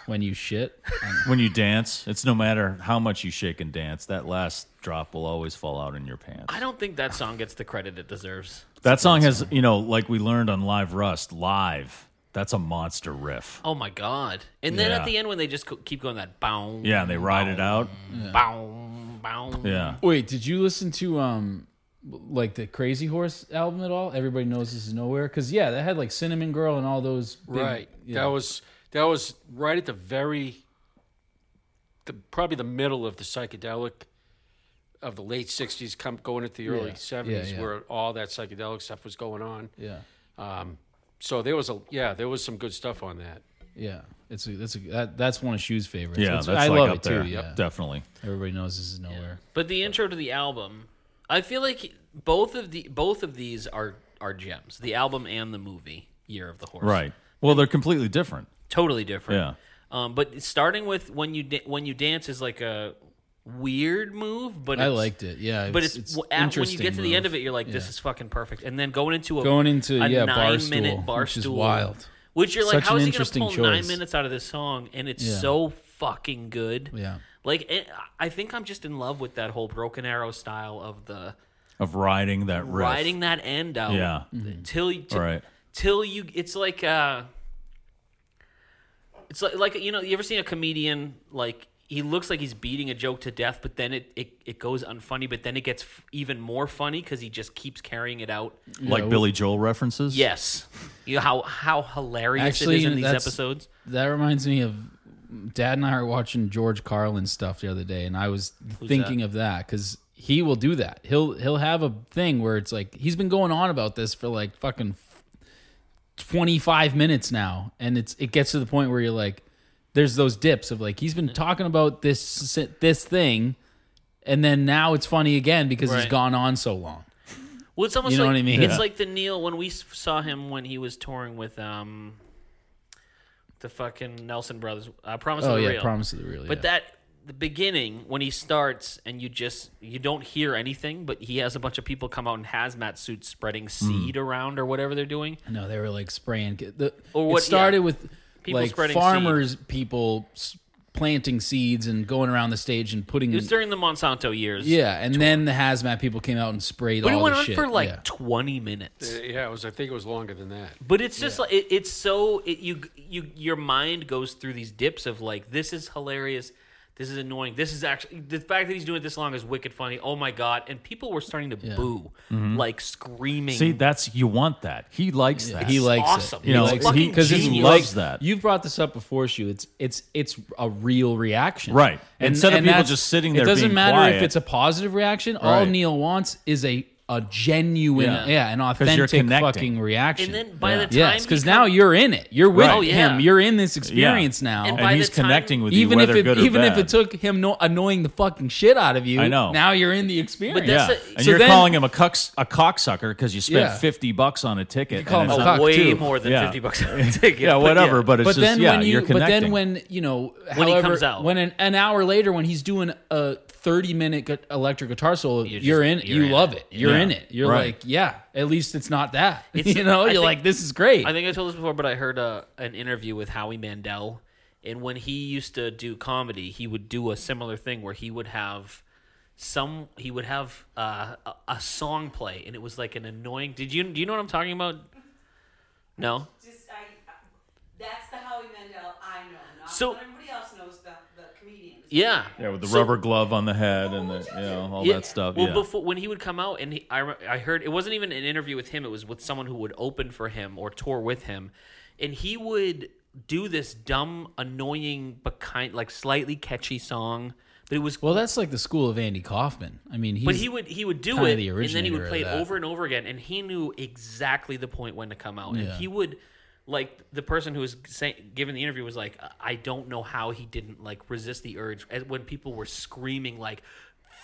Speaker 7: when you shit,
Speaker 5: when you dance, it's no matter how much you shake and dance, that last drop will always fall out in your pants.
Speaker 3: I don't think that song gets the credit it deserves.
Speaker 5: That song has, you know, like we learned on Live Rust, live. That's a monster riff.
Speaker 3: Oh my god! And then
Speaker 5: Yeah.
Speaker 3: at the end when they just co- keep going that bow,
Speaker 5: Yeah, and they ride it out.
Speaker 3: bow, bow.
Speaker 5: Yeah.
Speaker 7: Wait, did you listen to um like the Crazy Horse album at all? Everybody knows this is nowhere because yeah, that had like Cinnamon Girl and all those. big-
Speaker 1: Right. That was that was right at the very the probably the middle of the psychedelic of the late sixties come going into the early seventies
Speaker 7: yeah.
Speaker 1: where all that psychedelic stuff was going on.
Speaker 7: Yeah,
Speaker 1: Um so there was a yeah, there was some good stuff on that.
Speaker 7: yeah. It's a, that's a, that, that's one of Shoe's favorites.
Speaker 5: Yeah,
Speaker 7: It's-
Speaker 5: that's
Speaker 7: I
Speaker 5: like
Speaker 7: love
Speaker 5: up
Speaker 7: it
Speaker 5: there.
Speaker 7: too. Yeah,
Speaker 5: Definitely.
Speaker 7: everybody knows this is nowhere.
Speaker 3: But the intro to the album, I feel like both of the both of these are are gems. The album and the movie Year of the Horse.
Speaker 5: Right. Well, they're completely different.
Speaker 3: Totally different.
Speaker 5: Yeah.
Speaker 3: Um, but starting with when you da- when you dance is like a weird move, but
Speaker 7: I
Speaker 3: it's,
Speaker 7: liked it. Yeah,
Speaker 3: But it's, w at, when you
Speaker 7: interesting
Speaker 3: get to the end
Speaker 7: move.
Speaker 3: of it, you're like, "This is fucking perfect." And then going into a
Speaker 7: Going into,
Speaker 3: a
Speaker 7: yeah,
Speaker 3: nine
Speaker 7: Barstool,
Speaker 3: minute bar
Speaker 7: which is wild.
Speaker 3: which you're like,
Speaker 7: Such
Speaker 3: "How
Speaker 7: an
Speaker 3: is he going to
Speaker 7: interesting
Speaker 3: pull nine
Speaker 7: choice.
Speaker 3: minutes out of this song?" And it's
Speaker 7: Yeah.
Speaker 3: so fucking good.
Speaker 7: Yeah.
Speaker 3: Like it, I think I'm just in love with that whole Broken Arrow style of the
Speaker 5: Of riding that riff.
Speaker 3: riding that end out. Mm-hmm.
Speaker 5: Yeah.
Speaker 3: Till you till,
Speaker 5: Right.
Speaker 3: till you it's like uh it's like like you know, you ever seen a comedian like he looks like he's beating a joke to death, but then it, it, it goes unfunny, but then it gets f- even more funny because he just keeps carrying it out.
Speaker 5: Like Billy Joel references.
Speaker 3: Yes, you know, how how hilarious
Speaker 7: Actually,
Speaker 3: it is
Speaker 7: you
Speaker 3: in
Speaker 7: know,
Speaker 3: these
Speaker 7: that's-
Speaker 3: episodes.
Speaker 7: That reminds me of Dad and I were watching George Carlin stuff the other day, and I was thinking of that because he will do that. He'll he'll have a thing where it's like he's been going on about this for like fucking twenty five minutes now, and it's it gets to the point where you're like, there's those dips of like he's been talking about this this thing, and then now it's funny again because
Speaker 3: Right.
Speaker 7: he's gone on so long.
Speaker 3: Well, it's almost
Speaker 7: You know
Speaker 3: like,
Speaker 7: what I mean?
Speaker 3: It's
Speaker 7: Yeah.
Speaker 3: like the Neil when we s- saw him when he was touring with um the fucking Nelson brothers. Uh, Promise
Speaker 7: Oh
Speaker 3: of the
Speaker 7: yeah,
Speaker 3: Real.
Speaker 7: promise of the real.
Speaker 3: But
Speaker 7: yeah.
Speaker 3: that the beginning when he starts and you just you don't hear anything, but he has a bunch of people come out in hazmat suits
Speaker 7: Hmm.
Speaker 3: spreading seed around or whatever they're doing.
Speaker 7: No, they were like spraying. The,
Speaker 3: Or what-
Speaker 7: it started
Speaker 3: yeah.
Speaker 7: with
Speaker 3: People
Speaker 7: like
Speaker 3: spreading
Speaker 7: farmers, people s- planting seeds and going around the stage and putting.
Speaker 3: It was during the Monsanto years.
Speaker 7: Hmm. yeah, and then the hazmat people came out and sprayed
Speaker 3: But
Speaker 7: all
Speaker 3: it went
Speaker 7: the
Speaker 3: on
Speaker 7: shit.
Speaker 3: for like
Speaker 7: yeah.
Speaker 3: 20 minutes.
Speaker 1: Yeah, it was I think it was longer than that.
Speaker 3: But it's just like it, it's so it, you you your mind goes through these dips of like this is hilarious, this is annoying, this is actually the fact that he's doing it this long is wicked funny. Oh my god! And people were starting to boo, like screaming.
Speaker 5: Mm-hmm. See, that's you want that. He likes that.
Speaker 7: he likes
Speaker 3: awesome.
Speaker 7: it.
Speaker 5: You know,
Speaker 3: It's
Speaker 5: he-
Speaker 3: fucking
Speaker 5: 'cause he
Speaker 3: genius.
Speaker 5: loves that.
Speaker 7: You've brought this up before, Shu. It's it's it's a real reaction,
Speaker 5: Right. Instead of people
Speaker 7: that's-
Speaker 5: just sitting
Speaker 7: it
Speaker 5: there
Speaker 7: doesn't
Speaker 5: being
Speaker 7: matter if
Speaker 5: quiet.
Speaker 7: it's a positive reaction. All
Speaker 5: Right.
Speaker 7: Neil wants is a a genuine,
Speaker 5: Yeah.
Speaker 7: yeah, an
Speaker 5: 'Cause you're
Speaker 7: authentic
Speaker 5: connecting.
Speaker 7: fucking
Speaker 3: And
Speaker 7: reaction.
Speaker 3: then by the time
Speaker 7: yes,
Speaker 3: he
Speaker 7: because
Speaker 3: come-
Speaker 7: now you're in it. You're with
Speaker 5: Right. Oh,
Speaker 3: yeah.
Speaker 7: him. You're in this
Speaker 5: Yeah.
Speaker 7: experience now.
Speaker 3: And by
Speaker 5: And he's
Speaker 3: the time-
Speaker 5: connecting with
Speaker 7: even
Speaker 5: you,
Speaker 7: if
Speaker 5: whether
Speaker 7: it,
Speaker 5: good or
Speaker 7: even if
Speaker 5: bad.
Speaker 7: it took him no, annoying the fucking shit out of you,
Speaker 5: I know.
Speaker 7: Now you're in the experience.
Speaker 3: that's
Speaker 5: yeah,
Speaker 3: a-
Speaker 5: and
Speaker 7: so
Speaker 5: you're
Speaker 7: then-
Speaker 5: calling him a cucks a cocksucker because you spent
Speaker 7: Yeah.
Speaker 5: fifty bucks on a ticket.
Speaker 7: call
Speaker 5: and
Speaker 7: him
Speaker 5: it's
Speaker 7: a
Speaker 5: not-
Speaker 7: cock,
Speaker 3: way
Speaker 7: too.
Speaker 3: more than
Speaker 5: Yeah.
Speaker 3: fifty bucks on a ticket.
Speaker 5: yeah,
Speaker 3: but
Speaker 5: whatever. But, it's
Speaker 7: but
Speaker 5: just
Speaker 7: then
Speaker 5: yeah,
Speaker 7: when you,
Speaker 5: you're
Speaker 7: but
Speaker 5: connecting.
Speaker 7: then when you know,
Speaker 3: When he
Speaker 7: however,
Speaker 3: comes out.
Speaker 7: when an, an hour later, when he's doing a thirty-minute gu- electric guitar solo, you're,
Speaker 3: just-
Speaker 7: in,
Speaker 3: you're
Speaker 7: you
Speaker 3: in
Speaker 7: love
Speaker 3: it.
Speaker 7: it, you're
Speaker 5: Yeah.
Speaker 7: in it, you're
Speaker 5: Right.
Speaker 7: like, yeah, at least it's not that,
Speaker 3: It's-
Speaker 7: you know,
Speaker 3: I
Speaker 7: you're
Speaker 3: think-
Speaker 7: like, this is great.
Speaker 3: I think I told this before, but I heard uh an interview with Howie Mandel, and when he used to do comedy, he would do a similar thing where he would have some he would have uh, a, a song play, and it was like an annoying. Did you do you know what I'm talking about? No.
Speaker 9: Just I. That's the Howie Mandel I know. Not
Speaker 3: So-
Speaker 9: what everybody else knows about the comedians.
Speaker 3: Yeah.
Speaker 5: yeah, with the
Speaker 3: So-
Speaker 5: rubber glove on the head and the you know all that stuff.
Speaker 3: Well,
Speaker 5: yeah.
Speaker 3: before when he would come out, and he, I re- I heard it wasn't even an interview with him; it was with someone who would open for him or tour with him, and he would do this dumb, annoying, but kind like slightly catchy song. But it was
Speaker 7: well, that's like the school of Andy Kaufman. I mean, he's,
Speaker 3: but he would he would do
Speaker 7: kinda
Speaker 3: it,
Speaker 7: the
Speaker 3: and then he
Speaker 7: originator
Speaker 3: would
Speaker 7: of
Speaker 3: play it
Speaker 7: that.
Speaker 3: over and over again, and he knew exactly the point when to come out, and
Speaker 7: Yeah.
Speaker 3: he would. Like the person who was saying, giving the interview was like, I don't know how he didn't like resist the urge as- when people were screaming like,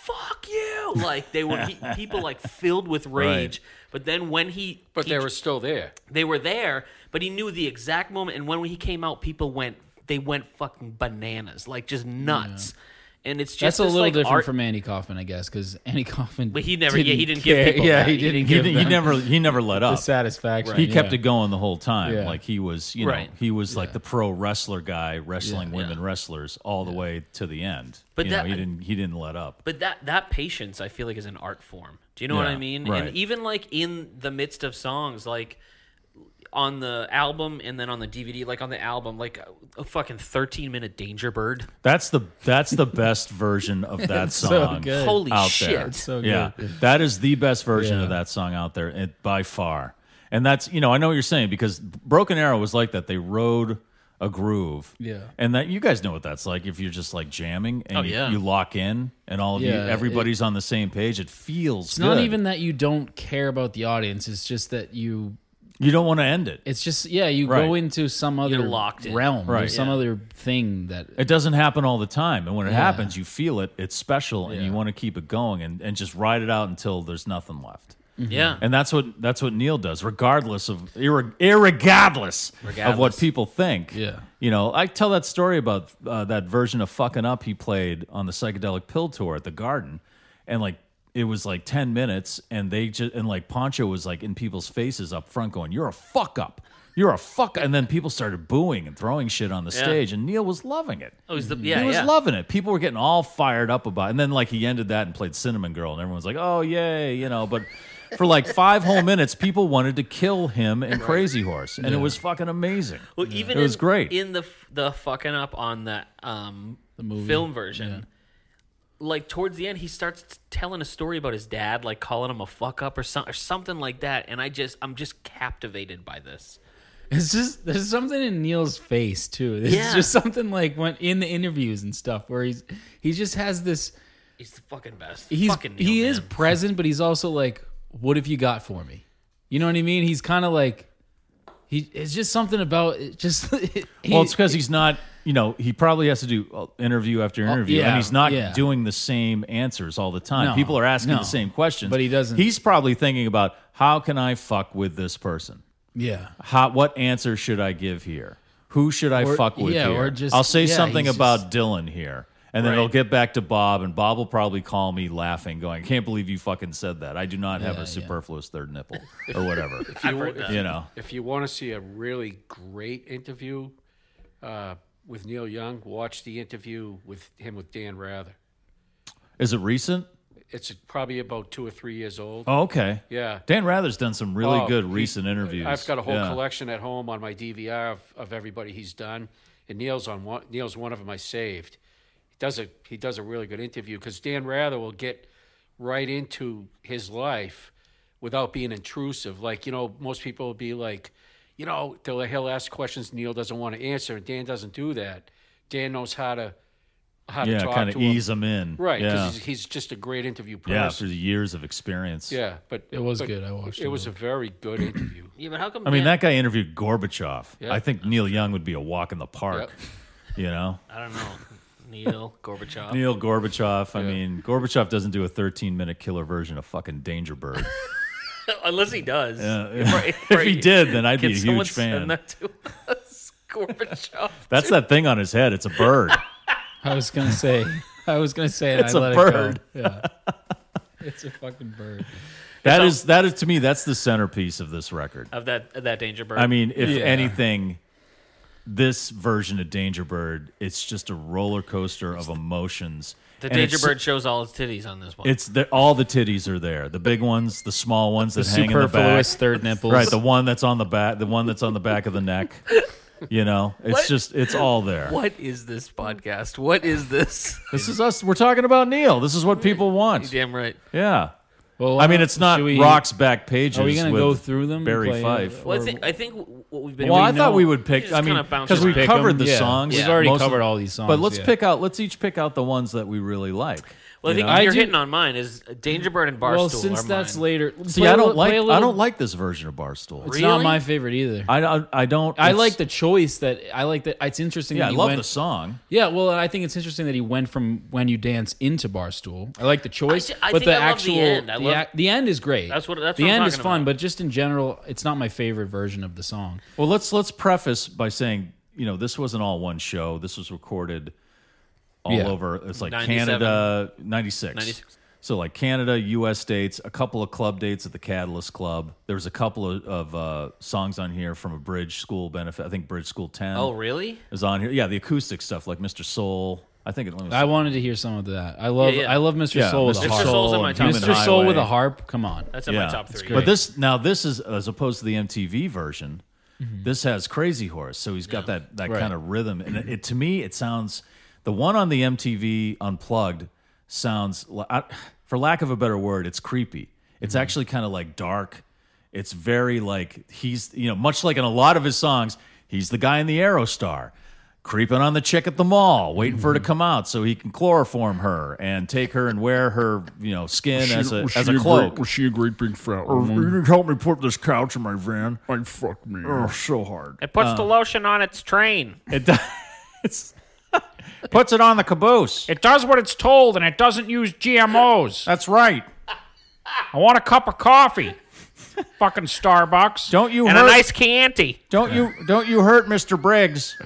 Speaker 3: "Fuck you!" Like they were he, people like filled with rage. But then when he
Speaker 1: But
Speaker 3: he
Speaker 1: they were still there.
Speaker 3: they were there, but he knew the exact moment. And when he came out, people went they went fucking bananas, like just nuts. And it's just
Speaker 7: that's a
Speaker 3: this,
Speaker 7: little
Speaker 3: like,
Speaker 7: different
Speaker 3: art-
Speaker 7: from Andy Kaufman, I guess, because Andy Kaufman,
Speaker 3: But he never- yeah, he didn't give
Speaker 7: care.
Speaker 3: people
Speaker 7: yeah,
Speaker 3: that.
Speaker 7: he
Speaker 3: He
Speaker 7: didn't,
Speaker 3: didn't
Speaker 5: he,
Speaker 7: give
Speaker 5: didn't- he
Speaker 7: them
Speaker 5: never he never let
Speaker 7: the
Speaker 5: up.
Speaker 7: satisfaction.
Speaker 5: He kept
Speaker 7: yeah.
Speaker 5: it going the whole time.
Speaker 7: Yeah.
Speaker 5: Like he was, you
Speaker 3: Right.
Speaker 5: know, he was like the pro wrestler guy, wrestling women wrestlers all the way to the end.
Speaker 3: But
Speaker 5: you
Speaker 3: that-
Speaker 5: know, he didn't he didn't let up.
Speaker 3: But that that patience, I feel like, is an art form. Do you know what
Speaker 5: Yeah,
Speaker 3: I mean?
Speaker 5: right.
Speaker 3: And even like in the midst of songs, like on the album and then on the DVD, like on the album, like a, a fucking 13 minute Danger Bird.
Speaker 5: That's the that's the best version of that song.
Speaker 7: good.
Speaker 3: Holy
Speaker 5: out
Speaker 3: shit.
Speaker 5: there.
Speaker 7: So
Speaker 5: yeah, that is the best version of that song out there and by far. And that's you know I know what you're saying because Broken Arrow was like that. They rode a groove.
Speaker 7: Yeah.
Speaker 5: and that you guys know what that's like if you're just like jamming and
Speaker 3: Oh,
Speaker 5: you,
Speaker 3: yeah.
Speaker 5: you lock in and all of
Speaker 7: Yeah,
Speaker 5: you everybody's on the same page. It feels
Speaker 7: It's not even that you don't care about the audience. It's just that you.
Speaker 5: you don't want to end it.
Speaker 7: It's just yeah. You go
Speaker 5: Right.
Speaker 7: into some other
Speaker 3: locked in.
Speaker 7: realm or
Speaker 5: Right.
Speaker 7: some other thing that.
Speaker 5: It doesn't happen all the time, and when it happens, you feel it. It's special, and you want to keep it going and, and just ride it out until there's nothing left.
Speaker 3: Yeah.
Speaker 5: And that's what that's what Neil does, regardless of irre- irregardless of what
Speaker 3: Regardless.
Speaker 5: people think.
Speaker 7: Yeah.
Speaker 5: you know, I tell that story about uh, that version of "Fucking Up" he played on the psychedelic pill tour at the Garden, and like it was like ten minutes, and they just and like Poncho was like in people's faces up front, going, "You're a fuck up." You're a fuck, and then people started booing and throwing shit on the stage, and Neil was loving it.
Speaker 3: Oh, he's the, yeah,
Speaker 5: He was
Speaker 3: yeah.
Speaker 5: loving it. People were getting all fired up about it. And then, like, he ended that and played Cinnamon Girl, and everyone's like, oh, yay, you know. But for like five whole minutes, people wanted to kill him and Crazy Horse. And it was fucking amazing.
Speaker 3: Well, even
Speaker 5: It was
Speaker 3: in,
Speaker 5: great.
Speaker 3: in the f- the fucking up on the um film version. Like towards the end, he starts t- telling a story about his dad, like calling him a fuck up or, some, or something like that, and I just I'm just captivated by this.
Speaker 7: It's just there's something in Neil's face too. There's
Speaker 3: Yeah.
Speaker 7: just something like when in the interviews and stuff where he's he just has this.
Speaker 3: He's the fucking best.
Speaker 7: He's
Speaker 3: fucking Neil,
Speaker 7: he is
Speaker 3: man.
Speaker 7: present, but he's also like, what have you got for me? You know what I mean? He's kind of like. He, it's just something about it just he-
Speaker 5: well, it's because he's not, you know, he probably has to do uh, interview after interview,
Speaker 7: Oh, yeah,
Speaker 5: and he's not
Speaker 7: yeah.
Speaker 5: doing the same answers all the time.
Speaker 7: No,
Speaker 5: People are asking
Speaker 7: no.
Speaker 5: the same questions.
Speaker 7: But he doesn't-
Speaker 5: He's probably thinking about how can I fuck with this person?
Speaker 7: yeah
Speaker 5: how what answer should I give here? Who should I
Speaker 7: Or-
Speaker 5: fuck with
Speaker 7: yeah,
Speaker 5: here?
Speaker 7: or just-
Speaker 5: I'll say
Speaker 7: yeah,
Speaker 5: something
Speaker 7: he's
Speaker 5: about
Speaker 7: just-
Speaker 5: Dylan here. And then it'll get back to Bob, and Bob will probably call me laughing, going, I can't believe you fucking said that. I do not have a superfluous third nipple or whatever.
Speaker 1: I've heard that.
Speaker 5: you know.
Speaker 1: If you want to see a really great interview uh, with Neil Young, watch the interview with him with Dan Rather.
Speaker 5: Is it recent?
Speaker 1: It's probably about two or three years old.
Speaker 5: Oh, okay.
Speaker 1: Yeah.
Speaker 5: Dan Rather's done some really
Speaker 1: Oh,
Speaker 5: good
Speaker 1: he-
Speaker 5: recent interviews.
Speaker 1: I've got a whole
Speaker 5: Yeah.
Speaker 1: collection at home on my DVR of, of everybody he's done, and Neil's on one. Neil's one of them I saved. He does a he does a really good interview because Dan Rather will get right into his life without being intrusive. Like you know, most people will be like, you know, they'll, he'll ask questions Neil doesn't want to answer, and Dan doesn't do that. Dan knows how to how to
Speaker 5: Yeah,
Speaker 1: talk
Speaker 5: kind
Speaker 1: to
Speaker 5: of
Speaker 1: him.
Speaker 5: ease them in.
Speaker 1: Right,
Speaker 5: Yeah.
Speaker 1: because he's, he's just a great interview person.
Speaker 5: yeah, through the years of experience.
Speaker 1: Yeah, but it
Speaker 7: was good. I watched
Speaker 1: It
Speaker 7: it.
Speaker 1: was a very good interview.
Speaker 3: Yeah, but how come?
Speaker 5: I mean,
Speaker 3: Dan-
Speaker 5: that guy interviewed Gorbachev.
Speaker 1: Yeah.
Speaker 5: I think Neil Young would be a walk in the park. You know?
Speaker 3: I don't know. Neil Gorbachev.
Speaker 5: Neil Gorbachev. I mean, Gorbachev doesn't do a 13 minute killer version of fucking Danger Bird.
Speaker 3: Unless he does.
Speaker 5: if he did, then I'd
Speaker 3: Can
Speaker 5: be a
Speaker 3: someone
Speaker 5: huge fan.
Speaker 3: Send that to us, Gorbachev.
Speaker 5: That's that thing on his head. It's a bird.
Speaker 7: I was gonna say I was gonna say it,
Speaker 5: It's
Speaker 7: I
Speaker 5: a
Speaker 7: let
Speaker 5: bird.
Speaker 7: it go. yeah it's a fucking bird
Speaker 5: That is that is to me. That's the centerpiece of this record.
Speaker 3: of that of that danger bird.
Speaker 5: I mean, if anything, this version of Danger Bird, it's just a roller coaster of emotions.
Speaker 3: the
Speaker 5: And
Speaker 3: danger
Speaker 5: it's-
Speaker 3: bird shows all its titties on this one.
Speaker 5: It's the, all the titties are there. The big ones, the small ones that hang in the back.
Speaker 7: superfluous third nipples
Speaker 5: Right, the one that's on the back, the one that's on the back of the neck. You know, it's just it's all there.
Speaker 3: what is this podcast? What is this?
Speaker 5: This is us. We're talking about Neil. This is what people want.
Speaker 3: Damn right.
Speaker 5: Yeah.
Speaker 7: well
Speaker 5: I mean, it's not
Speaker 7: should we-
Speaker 5: rocks back pages.
Speaker 7: are we gonna
Speaker 5: with
Speaker 7: go through them and
Speaker 5: Barry
Speaker 7: play,
Speaker 5: Fife.
Speaker 7: uh,
Speaker 3: Well, I
Speaker 7: or-
Speaker 3: think I think what we've been.
Speaker 5: Well, I
Speaker 3: doing
Speaker 5: thought
Speaker 3: now-
Speaker 5: we would pick.
Speaker 3: just
Speaker 5: I mean,
Speaker 3: kinda bounce
Speaker 5: because we
Speaker 3: around.
Speaker 7: Pick 'em?
Speaker 5: covered the
Speaker 7: Yeah.
Speaker 5: songs.
Speaker 7: We've already
Speaker 5: Most of
Speaker 7: covered
Speaker 5: them.
Speaker 7: all these songs.
Speaker 5: But let's
Speaker 7: yeah.
Speaker 5: pick out. Let's each pick out the ones that we really like.
Speaker 3: Well,
Speaker 5: you
Speaker 3: I think
Speaker 5: know?
Speaker 3: you're
Speaker 7: do-
Speaker 3: hitting on mine is danger bird and barstool.
Speaker 7: Well, since
Speaker 3: are
Speaker 7: that's
Speaker 3: mine.
Speaker 7: later,
Speaker 5: See, I don't like. I don't like this version of Barstool.
Speaker 7: It's not
Speaker 3: Really?
Speaker 7: my favorite either.
Speaker 5: I don't. I don't.
Speaker 7: I
Speaker 5: it's-
Speaker 7: like the choice that I like that. It's interesting.
Speaker 5: Yeah,
Speaker 7: that
Speaker 5: I
Speaker 7: he
Speaker 5: love
Speaker 7: went,
Speaker 5: the song.
Speaker 7: Yeah, well, and I think it's interesting that he went from when you dance into barstool. I like the choice,
Speaker 3: ju- I
Speaker 7: but
Speaker 3: think I
Speaker 7: the
Speaker 3: love the
Speaker 7: actual
Speaker 3: end. I
Speaker 7: the,
Speaker 3: love-
Speaker 7: ac- the end is great.
Speaker 3: That's what- that's
Speaker 7: the
Speaker 3: what I'm
Speaker 7: end is
Speaker 3: talking
Speaker 7: fun,
Speaker 3: about.
Speaker 7: but just in general, it's not my favorite version of the song.
Speaker 5: Well, let's let's preface by saying you know this wasn't all one show. This was recorded all
Speaker 7: Yeah.
Speaker 5: over. It's like
Speaker 3: 97.
Speaker 5: Canada, 96.
Speaker 3: 96.
Speaker 5: So like Canada, U.S. states, a couple of club dates at the Catalyst Club. There was a couple of, of uh, songs on here from a Bridge School benefit. I think Bridge School Ten.
Speaker 3: Oh, really?
Speaker 5: Is on here. Yeah, the acoustic stuff like Mr. Soul. I think it. Let me
Speaker 7: I wanted to hear some of that. I love
Speaker 3: Yeah, yeah.
Speaker 7: I love Mr.
Speaker 5: yeah,
Speaker 7: Soul with
Speaker 5: Mr.
Speaker 7: a harp.
Speaker 3: Soul. Soul's in my
Speaker 5: and
Speaker 3: top
Speaker 5: Human
Speaker 7: Mr. Soul with a
Speaker 5: Highway.
Speaker 7: harp. Come on.
Speaker 3: That's in my top three.
Speaker 5: But this now this is as opposed to the MTV version.
Speaker 3: Mm-hmm.
Speaker 5: This has Crazy Horse, so he's got that that kind of rhythm. And it, it- to me, it sounds the one on the MTV Unplugged sounds, li- I, for lack of a better word, it's creepy.
Speaker 3: Mm-hmm.
Speaker 5: It's actually kind of like dark. It's very like he's you know much like in a lot of his songs, he's the guy in the Aerostar. Creeping on the chick at the mall, waiting for her to
Speaker 3: Mm-hmm.
Speaker 5: come out so he can chloroform her and take her and wear her, you know, skin as a as a cloak.
Speaker 10: she a great big fat
Speaker 5: Or you can help me put this couch in my van.
Speaker 10: I fuck me.
Speaker 5: Oh, so hard.
Speaker 3: It puts
Speaker 5: uh,
Speaker 3: the lotion on its train.
Speaker 5: It does. it's- puts it on the caboose.
Speaker 6: It does what it's told and it doesn't use GMOs.
Speaker 5: That's right.
Speaker 6: I want a cup of coffee. Fucking Starbucks.
Speaker 5: Don't you
Speaker 3: And
Speaker 5: hurt?
Speaker 3: a nice Chianti.
Speaker 5: don't you don't you hurt Mr. Briggs?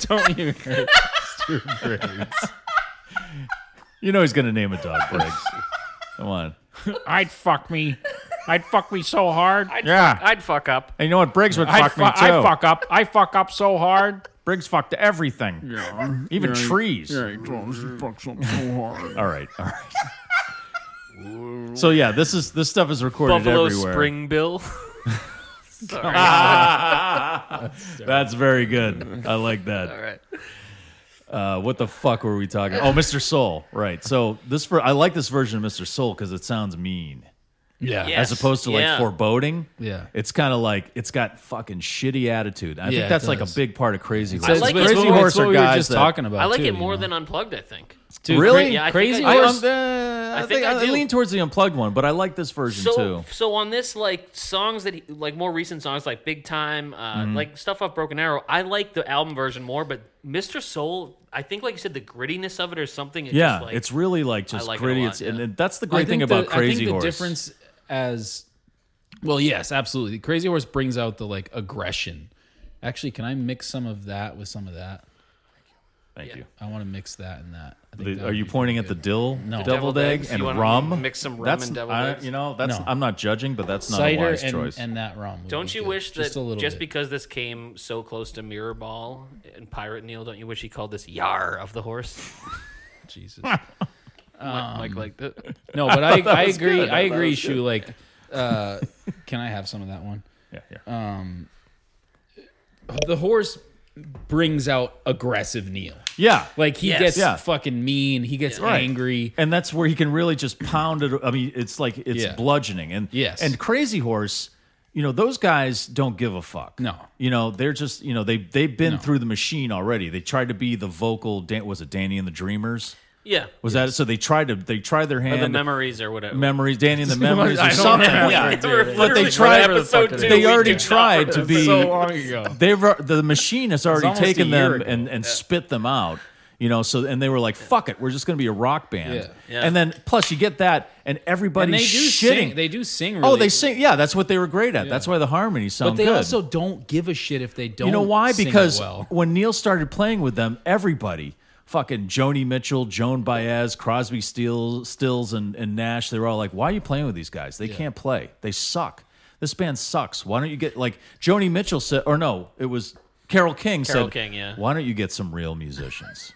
Speaker 7: Don't you hurt.
Speaker 5: You know he's gonna name a dog Briggs. Come on.
Speaker 6: I'd fuck me. I'd fuck me so hard. I'd,
Speaker 5: Yeah.
Speaker 3: I'd fuck up.
Speaker 5: And you know what? Briggs would fuck
Speaker 6: fu-
Speaker 5: me too.
Speaker 6: I'd fuck up. I fuck up so hard.
Speaker 5: Briggs fucked everything, even trees.
Speaker 10: Yeah, he does. He fucks up so hard.
Speaker 5: All right. All right. so yeah, this is this stuff is recorded
Speaker 3: Buffalo
Speaker 5: everywhere.
Speaker 3: Spring Bill.
Speaker 5: That's very good. I like that.
Speaker 3: All right.
Speaker 5: Uh, what the fuck were we talking? Oh, Mr. Soul, right? So this ver- I like this version of Mr. Soul because it sounds mean,
Speaker 7: Yeah.
Speaker 5: as opposed to like
Speaker 3: yeah.
Speaker 5: foreboding.
Speaker 7: Yeah.
Speaker 5: it's kind of like it's got fucking shitty attitude. I
Speaker 7: Yeah,
Speaker 5: think
Speaker 7: it
Speaker 5: that's like a
Speaker 7: does.
Speaker 5: big part of Crazy Horse.
Speaker 7: It's
Speaker 3: like
Speaker 7: what-
Speaker 3: it.
Speaker 7: it's
Speaker 5: Crazy
Speaker 7: what-
Speaker 5: Horse
Speaker 7: it's what
Speaker 5: are
Speaker 7: we were
Speaker 5: guys
Speaker 7: just
Speaker 5: that-
Speaker 7: talking about.
Speaker 3: I like
Speaker 7: too,
Speaker 3: it
Speaker 7: you
Speaker 3: more
Speaker 7: know?
Speaker 3: than Unplugged, I think.
Speaker 7: Dude,
Speaker 5: Really?
Speaker 7: Cra-
Speaker 3: Yeah, I
Speaker 7: crazy
Speaker 3: think I-
Speaker 5: I,
Speaker 7: horse.
Speaker 5: um, uh, I,
Speaker 3: I
Speaker 5: think
Speaker 3: think
Speaker 5: I,
Speaker 3: I do.
Speaker 5: lean towards the unplugged one, but I like this version
Speaker 3: So,
Speaker 5: too.
Speaker 3: so on this, like songs that, he, like more recent songs, like Big Time, uh,
Speaker 5: Mm-hmm.
Speaker 3: like stuff off Broken Arrow, I like the album version more. But Mr. Soul, I think, like you said, the grittiness of it or something. It's
Speaker 5: Yeah,
Speaker 3: just like,
Speaker 5: it's really like just
Speaker 3: like it a
Speaker 5: gritty.
Speaker 3: lot,
Speaker 5: it's, and
Speaker 3: yeah.
Speaker 5: and that's the
Speaker 7: I
Speaker 5: great thing
Speaker 7: think
Speaker 5: about
Speaker 7: the, I
Speaker 5: Crazy
Speaker 7: think the
Speaker 5: Horse.
Speaker 7: difference as well, yes, absolutely. Crazy Horse brings out the like aggression. Actually, can I mix some of that with some of that?
Speaker 5: Thank you.
Speaker 7: I want to mix that and that. I think
Speaker 5: The-
Speaker 7: that
Speaker 5: are
Speaker 7: would
Speaker 5: you
Speaker 7: be
Speaker 5: pointing
Speaker 7: good.
Speaker 5: at the dill,
Speaker 7: No.
Speaker 5: deviled
Speaker 3: Deviled
Speaker 5: egg,
Speaker 3: eggs.
Speaker 5: and
Speaker 3: You wanna
Speaker 5: rum?
Speaker 3: mix some rum
Speaker 5: that's,
Speaker 3: and deviled
Speaker 5: I-
Speaker 3: eggs?
Speaker 5: You know, that's
Speaker 7: No.
Speaker 5: I'm not judging, but that's not a
Speaker 7: cider
Speaker 5: wise
Speaker 7: and,
Speaker 5: choice.
Speaker 7: and that rum? would
Speaker 3: Don't
Speaker 7: be
Speaker 3: you
Speaker 7: good.
Speaker 3: wish that
Speaker 7: just
Speaker 3: just,
Speaker 7: a little bit.
Speaker 3: because this came so close to Mirror Ball and Pirate Neil, don't you wish he called this Yar of the horse?
Speaker 7: Jesus. Um,
Speaker 3: like like that.
Speaker 7: No, but I, I, agree. I agree, Shu. Like, uh, can I have some of that one?
Speaker 5: yeah, yeah.
Speaker 3: uh,
Speaker 7: The horse brings out aggressive Neil.
Speaker 5: Yeah.
Speaker 7: Like he
Speaker 3: Yes.
Speaker 7: gets
Speaker 5: Yeah.
Speaker 7: fucking mean. He gets
Speaker 5: Right.
Speaker 7: angry.
Speaker 5: and that's where he can really just pound it. I mean, it's like it's
Speaker 7: Yeah.
Speaker 5: bludgeoning. And
Speaker 7: Yes.
Speaker 5: and Crazy Horse, you know, those guys don't give a fuck.
Speaker 7: No.
Speaker 5: You know, they're just, you know, they they've been through the machine already. They tried to be the vocal Dan- was it Danny and the Dreamers?
Speaker 3: Yeah.
Speaker 5: Was that so they tried to they tried their
Speaker 3: Or
Speaker 5: hand
Speaker 3: the memories or whatever.
Speaker 5: memories, Danny and the memories or
Speaker 7: don't
Speaker 5: something.
Speaker 7: remember.
Speaker 5: Yeah.
Speaker 3: We're
Speaker 5: But they
Speaker 3: literally
Speaker 5: tried
Speaker 3: on episode two,
Speaker 5: they
Speaker 3: we
Speaker 5: already
Speaker 3: did not
Speaker 5: tried to be
Speaker 7: long ago.
Speaker 5: they've the machine has already
Speaker 7: almost a
Speaker 5: taken
Speaker 7: year
Speaker 5: them
Speaker 7: ago.
Speaker 5: and, and spit them out you know so and they were like fuck it we're just going to be a rock band
Speaker 7: Yeah.
Speaker 3: Yeah.
Speaker 5: and then plus you get that and everybody's
Speaker 7: And they do
Speaker 5: shitting
Speaker 7: sing. They do sing. Really
Speaker 5: oh they sing yeah that's what they were great at that's why the harmonies sound
Speaker 7: But they
Speaker 5: good
Speaker 7: also don't give a shit if they don't.
Speaker 5: you know why
Speaker 7: sing it
Speaker 5: because
Speaker 7: well.
Speaker 5: when neil started playing with them everybody fucking joni mitchell joan baez crosby stills, stills and, and nash they were all like why are you playing with these guys they can't play they suck this band sucks why don't you get like joni mitchell said or no it was Carol King
Speaker 3: Carole
Speaker 5: said,
Speaker 3: King, yeah.
Speaker 5: "Why don't you get some real musicians?"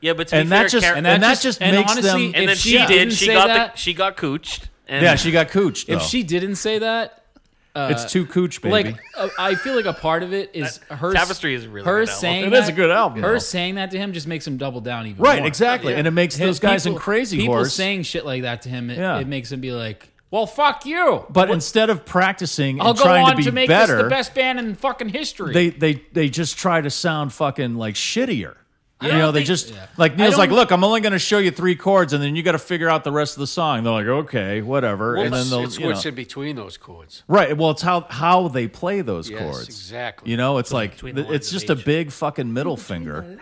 Speaker 3: Yeah, but to be
Speaker 5: and that
Speaker 3: fair,
Speaker 5: just
Speaker 3: Car-
Speaker 5: and
Speaker 3: and,
Speaker 5: that,
Speaker 7: that
Speaker 5: just,
Speaker 7: just- and
Speaker 5: makes
Speaker 7: honestly,
Speaker 5: them.
Speaker 7: if
Speaker 3: then
Speaker 7: she
Speaker 3: she,
Speaker 7: didn't
Speaker 3: did. She
Speaker 7: say
Speaker 3: got
Speaker 7: that-
Speaker 3: the, she got cooched. And
Speaker 5: yeah, she got cooched.
Speaker 7: if
Speaker 5: though.
Speaker 7: she didn't say that,
Speaker 5: it's too cooch, baby.
Speaker 7: like uh, I feel like a part of it is her
Speaker 3: Tapestry is a really
Speaker 7: her
Speaker 3: good album.
Speaker 7: saying
Speaker 5: It is
Speaker 7: that-
Speaker 5: a good album,
Speaker 7: Her
Speaker 5: though.
Speaker 7: saying that to him just makes him double down even
Speaker 5: right,
Speaker 7: more.
Speaker 5: exactly, and it makes
Speaker 7: His
Speaker 5: those guys in
Speaker 7: people-
Speaker 5: Crazy
Speaker 7: people
Speaker 5: Horse
Speaker 7: saying shit like that to him. It,
Speaker 5: Yeah.
Speaker 7: it makes him be like, "Well, fuck you."
Speaker 5: But instead of practicing and
Speaker 7: I'll go
Speaker 5: trying
Speaker 7: on
Speaker 5: to be
Speaker 7: to make
Speaker 5: better,
Speaker 7: this the best band in fucking history.
Speaker 5: they they they just try to sound fucking like shittier. You
Speaker 3: don't
Speaker 5: know, they
Speaker 3: think-
Speaker 5: just like Neil's
Speaker 7: don't-
Speaker 5: like, look, I'm only going to show you three chords, and then you got to figure out the rest of the song. They're like, okay, whatever,
Speaker 1: Well,
Speaker 5: and then
Speaker 1: it's,
Speaker 5: they'll
Speaker 1: it's
Speaker 5: you know,
Speaker 1: what's in between those chords.
Speaker 5: right. Well, it's how how they play those
Speaker 1: Yes,
Speaker 5: chords,
Speaker 1: exactly.
Speaker 5: You know, it's like
Speaker 3: between the
Speaker 5: th- it's
Speaker 3: lines of
Speaker 5: just a
Speaker 3: each.
Speaker 5: big fucking middle finger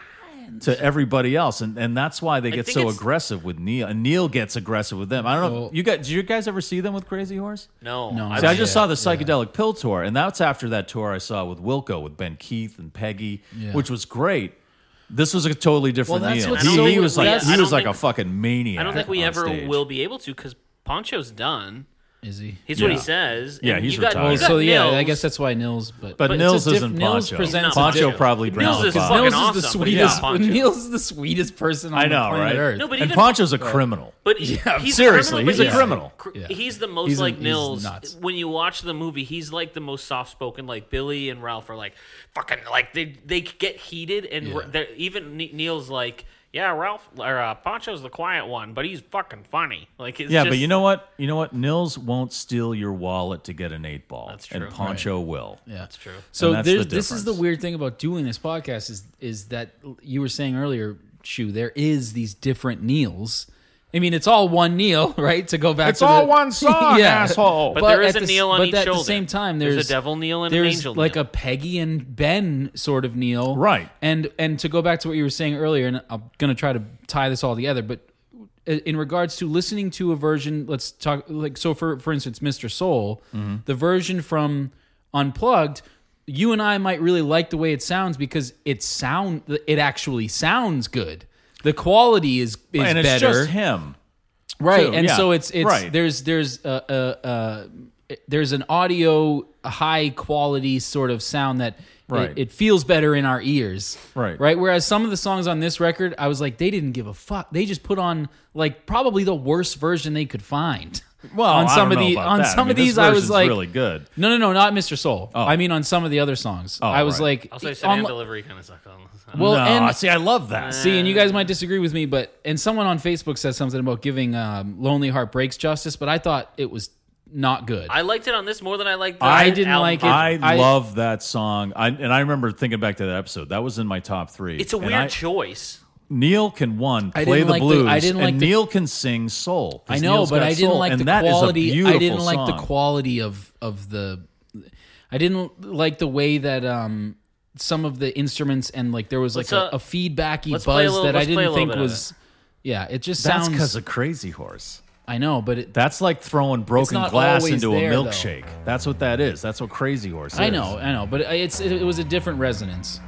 Speaker 5: to everybody else, and and that's why they get
Speaker 3: think
Speaker 5: so
Speaker 3: it's-
Speaker 5: aggressive with Neil, and Neil gets aggressive with them. I don't know. you guys, did you guys ever see them with Crazy Horse?
Speaker 3: no,
Speaker 5: See, I
Speaker 3: I,
Speaker 5: just saw the psychedelic pill tour, and that's after that tour I saw with Wilco, with Ben Keith and Peggy, which was great. This was a totally different
Speaker 7: Well, that's
Speaker 5: Neil.
Speaker 7: what's
Speaker 5: He,
Speaker 7: so-
Speaker 5: he was like
Speaker 7: that's-
Speaker 5: he
Speaker 3: I
Speaker 5: was
Speaker 3: don't
Speaker 5: like a
Speaker 3: think-
Speaker 5: fucking maniac.
Speaker 3: don't think we
Speaker 5: on
Speaker 3: ever
Speaker 5: stage.
Speaker 3: will be able to because Poncho's done.
Speaker 7: Is he?
Speaker 3: He's what he says.
Speaker 5: Yeah,
Speaker 3: and
Speaker 5: he's
Speaker 3: you got,
Speaker 5: retired.
Speaker 3: You got
Speaker 7: so yeah,
Speaker 3: Nils.
Speaker 7: I guess that's why Nils. But
Speaker 5: But,
Speaker 3: But
Speaker 5: Nils
Speaker 7: it's a diff-
Speaker 5: isn't
Speaker 7: Nils
Speaker 5: Poncho.
Speaker 7: presents
Speaker 3: a
Speaker 5: Poncho
Speaker 3: diff-
Speaker 5: probably
Speaker 3: Nils
Speaker 5: browns
Speaker 3: is
Speaker 5: the
Speaker 3: fucking
Speaker 5: pot.
Speaker 7: Nils is
Speaker 3: awesome,
Speaker 7: the
Speaker 3: but he's not
Speaker 7: sweetest.
Speaker 3: Poncho.
Speaker 7: Nils is the sweetest person on
Speaker 5: I know,
Speaker 7: the planet
Speaker 5: right?
Speaker 7: Earth.
Speaker 3: No, but
Speaker 5: and
Speaker 3: even-
Speaker 5: Poncho's a criminal.
Speaker 3: But he-
Speaker 7: Yeah.
Speaker 3: he's
Speaker 5: Seriously,
Speaker 3: a criminal, but
Speaker 5: he's a criminal.
Speaker 3: cr-
Speaker 7: Yeah.
Speaker 3: He's the most
Speaker 7: He's a-
Speaker 3: like
Speaker 7: he's
Speaker 3: Nils.
Speaker 7: nuts.
Speaker 3: When you watch the movie, he's like the most soft spoken. Like Billy and Ralph are like fucking like they they get heated and
Speaker 7: Yeah.
Speaker 3: they're even Ne- Neil's like yeah Ralph or uh, Poncho's the quiet one, but he's fucking funny. Like it's
Speaker 5: Yeah,
Speaker 3: just,
Speaker 5: but you know what? You know what? Nils won't steal your wallet to get an eight ball.
Speaker 3: That's true.
Speaker 5: And Poncho will.
Speaker 7: Yeah, that's
Speaker 3: true.
Speaker 5: And
Speaker 7: So
Speaker 5: that's the
Speaker 7: there's, this is the
Speaker 5: difference.
Speaker 7: weird thing about doing this podcast is is that you were saying earlier, Shu, there is these different Neils. I mean, it's all one Neil, right? To go back,
Speaker 5: It's
Speaker 7: to
Speaker 5: all
Speaker 7: the-
Speaker 5: one song, asshole.
Speaker 3: But there is
Speaker 7: at
Speaker 3: a
Speaker 7: the s-
Speaker 3: Neil on
Speaker 7: but
Speaker 3: each
Speaker 7: at
Speaker 3: shoulder.
Speaker 7: the same time,
Speaker 3: There's
Speaker 7: there's,
Speaker 3: a devil Neil and an
Speaker 7: there's
Speaker 3: angel
Speaker 7: like
Speaker 3: Neil.
Speaker 7: a Peggy and Ben sort of Neil,
Speaker 5: Right.
Speaker 7: And and to go back to what you were saying earlier, and I'm gonna try to tie this all together, but i- in regards to listening to a version, let's talk like so. For for instance, Mr. Soul,
Speaker 5: Mm-hmm.
Speaker 7: the version from Unplugged. You and I might really like the way it sounds because it sound it actually sounds good. The quality is is
Speaker 5: and it's
Speaker 7: better
Speaker 5: just him.
Speaker 7: right
Speaker 5: too.
Speaker 7: and
Speaker 5: Yeah.
Speaker 7: so it's it's
Speaker 5: Right.
Speaker 7: there's there's uh, uh, uh, there's an audio high quality sort of sound that
Speaker 5: Right.
Speaker 7: it, it feels better in our ears
Speaker 5: Right.
Speaker 7: right whereas some of the songs on this record i was like they didn't give a fuck they just put on like probably the worst version they could find
Speaker 5: Well,
Speaker 7: on
Speaker 5: I
Speaker 7: some
Speaker 5: don't
Speaker 7: of
Speaker 5: know
Speaker 7: the
Speaker 5: about
Speaker 7: on
Speaker 5: that.
Speaker 7: some
Speaker 5: I mean,
Speaker 7: of these
Speaker 5: this
Speaker 7: i was
Speaker 5: version's
Speaker 7: like
Speaker 5: really good.
Speaker 7: no no no not mr soul i mean on some of the other songs i was
Speaker 5: Oh, right.
Speaker 7: like
Speaker 3: also
Speaker 7: on-
Speaker 3: Sam delivery kind of suck on.
Speaker 7: well
Speaker 5: no,
Speaker 7: and
Speaker 5: see, I love that.
Speaker 7: See, and you guys might disagree with me, but and someone on Facebook said something about giving um, "Lonely Heart Breaks" justice, but I thought it was not good.
Speaker 3: I liked it on this more than I liked. The
Speaker 7: I didn't
Speaker 3: album.
Speaker 7: like it.
Speaker 5: I,
Speaker 7: I-
Speaker 5: love that song. I, and I remember thinking back to that episode. That was in my top three.
Speaker 3: It's a
Speaker 5: And
Speaker 3: weird
Speaker 5: I-
Speaker 3: choice.
Speaker 5: Neil can one
Speaker 7: I
Speaker 5: play
Speaker 7: didn't
Speaker 5: the
Speaker 7: like the-
Speaker 5: blues.
Speaker 7: I didn't like
Speaker 5: and
Speaker 7: the-
Speaker 5: Neil can sing soul. 'cause
Speaker 7: I know,
Speaker 5: Neil's
Speaker 7: but
Speaker 5: got
Speaker 7: I didn't
Speaker 5: soul,
Speaker 7: like
Speaker 5: and
Speaker 7: the
Speaker 5: that is a
Speaker 7: quality. I
Speaker 5: beautiful
Speaker 7: didn't like the
Speaker 5: song.
Speaker 7: quality of of the. I didn't like the way that um some of the instruments and like there was like
Speaker 3: Let's,
Speaker 7: a,
Speaker 3: uh,
Speaker 7: a feedbacky
Speaker 3: let's
Speaker 7: buzz
Speaker 3: play a little-
Speaker 7: that I
Speaker 3: let's play a
Speaker 7: didn't
Speaker 3: little
Speaker 7: think
Speaker 3: bit of
Speaker 7: was. Yeah, it just
Speaker 5: That's
Speaker 7: sounds.
Speaker 5: because of Crazy Horse.
Speaker 7: I know, but it,
Speaker 5: That's like throwing broken
Speaker 7: not
Speaker 5: glass
Speaker 7: always
Speaker 5: into
Speaker 7: there,
Speaker 5: a
Speaker 7: though.
Speaker 5: milkshake. That's what that is. That's what Crazy Horse is.
Speaker 7: I know, I know, but it- it's it, it was a different resonance.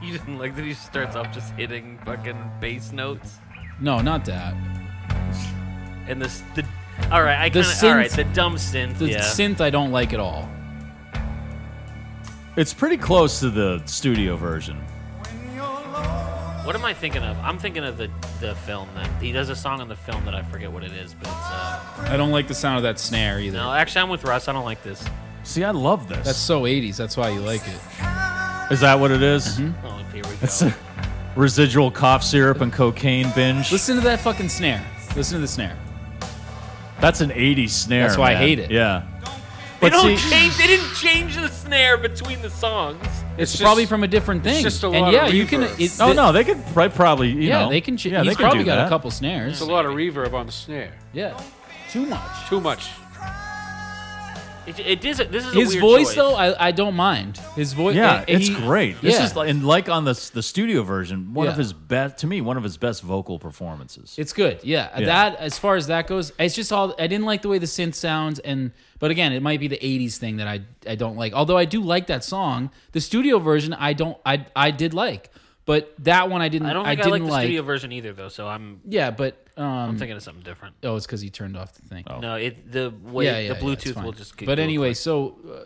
Speaker 3: You didn't like that he starts off just hitting fucking bass notes
Speaker 7: No, not that.
Speaker 3: and this. The, all right, I
Speaker 7: The
Speaker 3: kind of all right.
Speaker 7: synth-
Speaker 3: The dumb synth.
Speaker 7: The
Speaker 3: yeah.
Speaker 7: synth I don't like at all.
Speaker 5: It's pretty close to the studio version.
Speaker 3: What am I thinking of? I'm thinking of the the film that he does a song on the film that I forget what it is, but it's, uh,
Speaker 7: I don't like the sound of that snare either.
Speaker 3: no. Actually, I'm with Russ. I don't like this.
Speaker 5: See, I love this.
Speaker 7: That's so 80s. That's why you like it.
Speaker 5: is that what it is?
Speaker 7: Mm-hmm.
Speaker 3: Oh, here we go.
Speaker 5: It's a residual cough syrup and cocaine binge.
Speaker 7: Listen to that fucking snare. Listen to the snare.
Speaker 5: That's an 80s snare.
Speaker 7: That's why I
Speaker 5: man.
Speaker 7: hate it.
Speaker 5: Yeah.
Speaker 3: they
Speaker 5: But
Speaker 3: don't
Speaker 5: see-
Speaker 3: change. They didn't change the snare between the songs.
Speaker 7: It's,
Speaker 1: just-
Speaker 7: probably from a different thing.
Speaker 1: just a lot
Speaker 7: and
Speaker 1: of
Speaker 7: yeah, you can.
Speaker 1: reverb.
Speaker 7: It,
Speaker 5: Oh
Speaker 7: the-
Speaker 5: no, they could pri- probably. You
Speaker 7: Yeah,
Speaker 5: know,
Speaker 7: they can. Ch-
Speaker 5: yeah,
Speaker 7: he's
Speaker 5: they can
Speaker 7: probably
Speaker 5: do
Speaker 7: got
Speaker 5: that.
Speaker 7: a couple snares.
Speaker 1: There's a lot of reverb on the snare.
Speaker 7: Yeah, too much.
Speaker 1: Too much.
Speaker 3: It, it is. a- This is
Speaker 7: His
Speaker 3: a weird
Speaker 7: voice
Speaker 3: choice.
Speaker 7: though, I, I don't mind. His voice.
Speaker 5: Yeah,
Speaker 7: and- and
Speaker 5: it's
Speaker 7: he-
Speaker 5: great. This
Speaker 7: yeah.
Speaker 5: is like, and like on the s- the studio version, one of
Speaker 7: Yeah.
Speaker 5: his best to me, one of his best vocal performances.
Speaker 7: It's good. Yeah,
Speaker 5: Yeah.
Speaker 7: That as far as that goes, it's just all I didn't like the way the synth sounds and but again, it might be the 80s thing that I I don't like. Although I do like that song, the studio version I don't I I did like. But that one I didn't
Speaker 3: I
Speaker 7: I,
Speaker 3: don't think I,
Speaker 7: didn't
Speaker 3: like
Speaker 7: like.
Speaker 3: the studio version either, though. So I'm
Speaker 7: Yeah, but um
Speaker 3: thinking of something different.
Speaker 7: oh, it's cuz he turned off the thing.
Speaker 5: Oh.
Speaker 3: No, it the way
Speaker 7: Oh. yeah, yeah,
Speaker 3: the
Speaker 7: yeah, it's
Speaker 3: Bluetooth
Speaker 7: fine.
Speaker 3: will just. Get
Speaker 7: But
Speaker 3: go
Speaker 7: anyway,
Speaker 3: quick.
Speaker 7: so uh,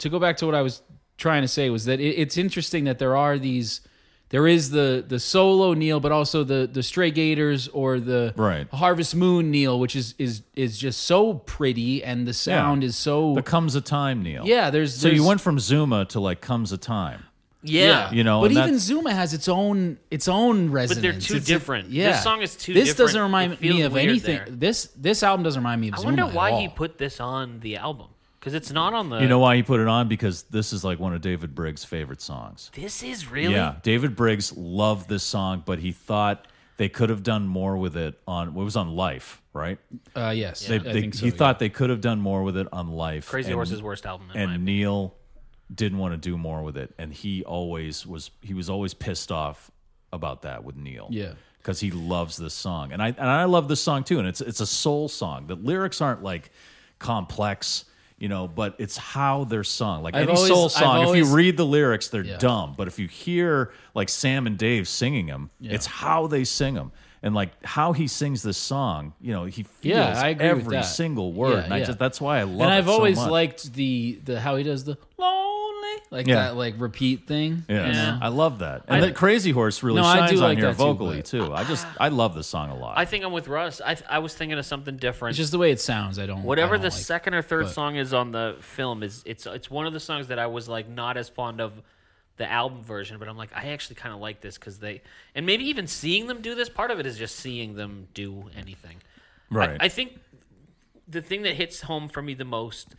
Speaker 7: to go back to what I was trying to say was that it, it's interesting that there are these. There is the the solo Neil, but also the the Stray Gators or the
Speaker 5: Right.
Speaker 7: Harvest Moon Neil, which is is is just so pretty and the sound is so
Speaker 5: But comes a time, Neil.
Speaker 7: yeah. There's,
Speaker 5: So you
Speaker 7: there's-
Speaker 5: went from Zuma to like comes a time.
Speaker 3: yeah.
Speaker 5: you know,
Speaker 7: But
Speaker 5: and
Speaker 7: even
Speaker 5: that's-
Speaker 7: Zuma has its own its own resonance.
Speaker 3: they're too
Speaker 7: It's a-
Speaker 3: different.
Speaker 7: yeah,
Speaker 3: This song is too
Speaker 7: This
Speaker 3: different.
Speaker 7: doesn't
Speaker 3: It
Speaker 7: remind me
Speaker 3: feels
Speaker 7: of
Speaker 3: weird
Speaker 7: anything.
Speaker 3: there.
Speaker 7: This this album doesn't remind me of
Speaker 3: I
Speaker 7: Zuma.
Speaker 3: wonder
Speaker 7: at
Speaker 3: why he
Speaker 7: all.
Speaker 3: put this on the album because it's not on the.
Speaker 5: You know why he put it on? Because this is like one of David Briggs' favorite songs.
Speaker 3: this is really.
Speaker 5: Yeah, David Briggs loved this song, but he thought they could have done more with it on. It was on Life, right?
Speaker 7: Uh, yes,
Speaker 5: They,
Speaker 7: I
Speaker 5: they-
Speaker 7: think so.
Speaker 5: he
Speaker 7: yeah.
Speaker 5: thought they could have done more with it on Life.
Speaker 3: Crazy
Speaker 5: and-
Speaker 3: Horse's worst album. In my
Speaker 5: and Neil didn't want to do more with it, and he always was he was always pissed off about that with Neil.
Speaker 7: Yeah.
Speaker 5: because he loves this song, and I and I love this song too, and it's it's a soul song. The lyrics aren't like complex. You know, but it's how they're sung. Like
Speaker 7: I've
Speaker 5: any
Speaker 7: always-
Speaker 5: soul
Speaker 7: I've
Speaker 5: song, if
Speaker 7: always-
Speaker 5: you read the lyrics, they're dumb. But if you hear like Sam and Dave singing them, it's how they sing them. and like how he sings this song. You know, he feels
Speaker 7: Yeah, I agree with
Speaker 5: every
Speaker 7: that.
Speaker 5: single word,
Speaker 7: Yeah,
Speaker 5: and I
Speaker 7: yeah.
Speaker 5: just that's why I love.
Speaker 7: and
Speaker 5: it
Speaker 7: I've
Speaker 5: so
Speaker 7: always
Speaker 5: much.
Speaker 7: liked the the how he does the lonely like
Speaker 5: Yeah.
Speaker 7: that like repeat thing.
Speaker 5: Yeah,
Speaker 7: you know?
Speaker 5: I love that. And
Speaker 7: I-
Speaker 5: that Crazy Horse really
Speaker 7: No, I
Speaker 5: shines
Speaker 7: do
Speaker 5: on
Speaker 7: like
Speaker 5: here
Speaker 7: that too,
Speaker 5: vocally
Speaker 7: but-
Speaker 5: too, I just I love the song a lot.
Speaker 3: I think I'm with Russ. I, I was thinking of something different.
Speaker 7: It's just the way it sounds. I don't
Speaker 3: Whatever
Speaker 7: I don't
Speaker 3: the
Speaker 7: like.
Speaker 3: second or third
Speaker 7: but-
Speaker 3: song is on the film is it's it's one of the songs that I was like not as fond of the album version, but I'm like I actually kind of like this because they and maybe even seeing them do this part of it is just seeing them do anything. I-
Speaker 5: Right.
Speaker 3: I, think the thing that hits home for me the most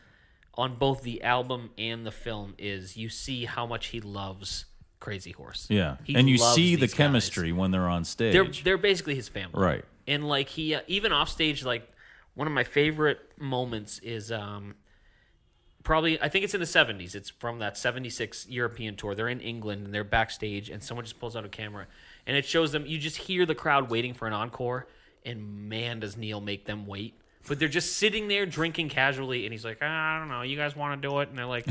Speaker 3: on both the album and the film is you see how much he loves Crazy Horse.
Speaker 5: yeah,
Speaker 3: He
Speaker 5: and you
Speaker 3: loves
Speaker 5: see the
Speaker 3: these guys.
Speaker 5: chemistry when they're on stage.
Speaker 3: They're they're basically his family,
Speaker 5: Right.
Speaker 3: And like he uh, even off stage, like one of my favorite moments is um probably I think it's in the seventies. It's from that seventy six European tour. They're in England and they're backstage, and someone just pulls out a camera and it shows them. You just hear the crowd waiting for an encore, and man, does Neil make them wait. But they're just sitting there drinking casually, and he's like, "Ah, I don't know, you guys want to do it, and they're like.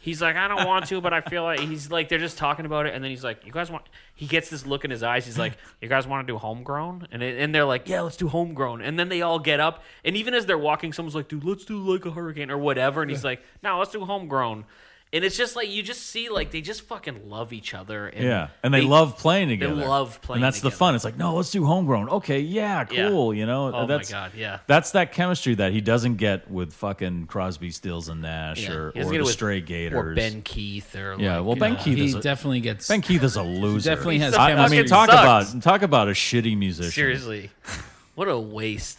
Speaker 3: He's like, I don't want to, but I feel like he's like they're just talking about it, and then he's like, you guys want? He gets this look in his eyes. He's like, you guys want to do homegrown? And it, and they're like, yeah, let's do homegrown. And then they all get up, and even as they're walking, someone's like, dude, let's do like a hurricane or whatever. And he's like, no, let's do homegrown. And it's just like you just see like they just fucking love each other. And
Speaker 5: yeah, and they, love playing together.
Speaker 3: love playing
Speaker 5: and that's the
Speaker 3: together.
Speaker 5: fun. It's like, no, let's do homegrown. Okay, yeah,
Speaker 3: Yeah.
Speaker 5: cool. You know,
Speaker 3: Oh my
Speaker 5: that's,
Speaker 3: God, yeah.
Speaker 5: that's that chemistry that he doesn't get with fucking Crosby, Stills, and Nash
Speaker 3: Yeah.
Speaker 5: or,
Speaker 3: He doesn't
Speaker 5: or
Speaker 3: get it
Speaker 5: the
Speaker 3: with-
Speaker 5: Stray Gators.
Speaker 3: or Ben Keith or
Speaker 5: yeah,
Speaker 3: like,
Speaker 5: well, Ben Keith
Speaker 7: He
Speaker 5: is a,
Speaker 7: definitely gets.
Speaker 5: Ben Keith is a loser.
Speaker 7: definitely has
Speaker 5: I, I
Speaker 7: chemistry.
Speaker 5: mean, talk
Speaker 3: Sucks.
Speaker 5: about talk about a shitty musician.
Speaker 3: seriously, what a waste.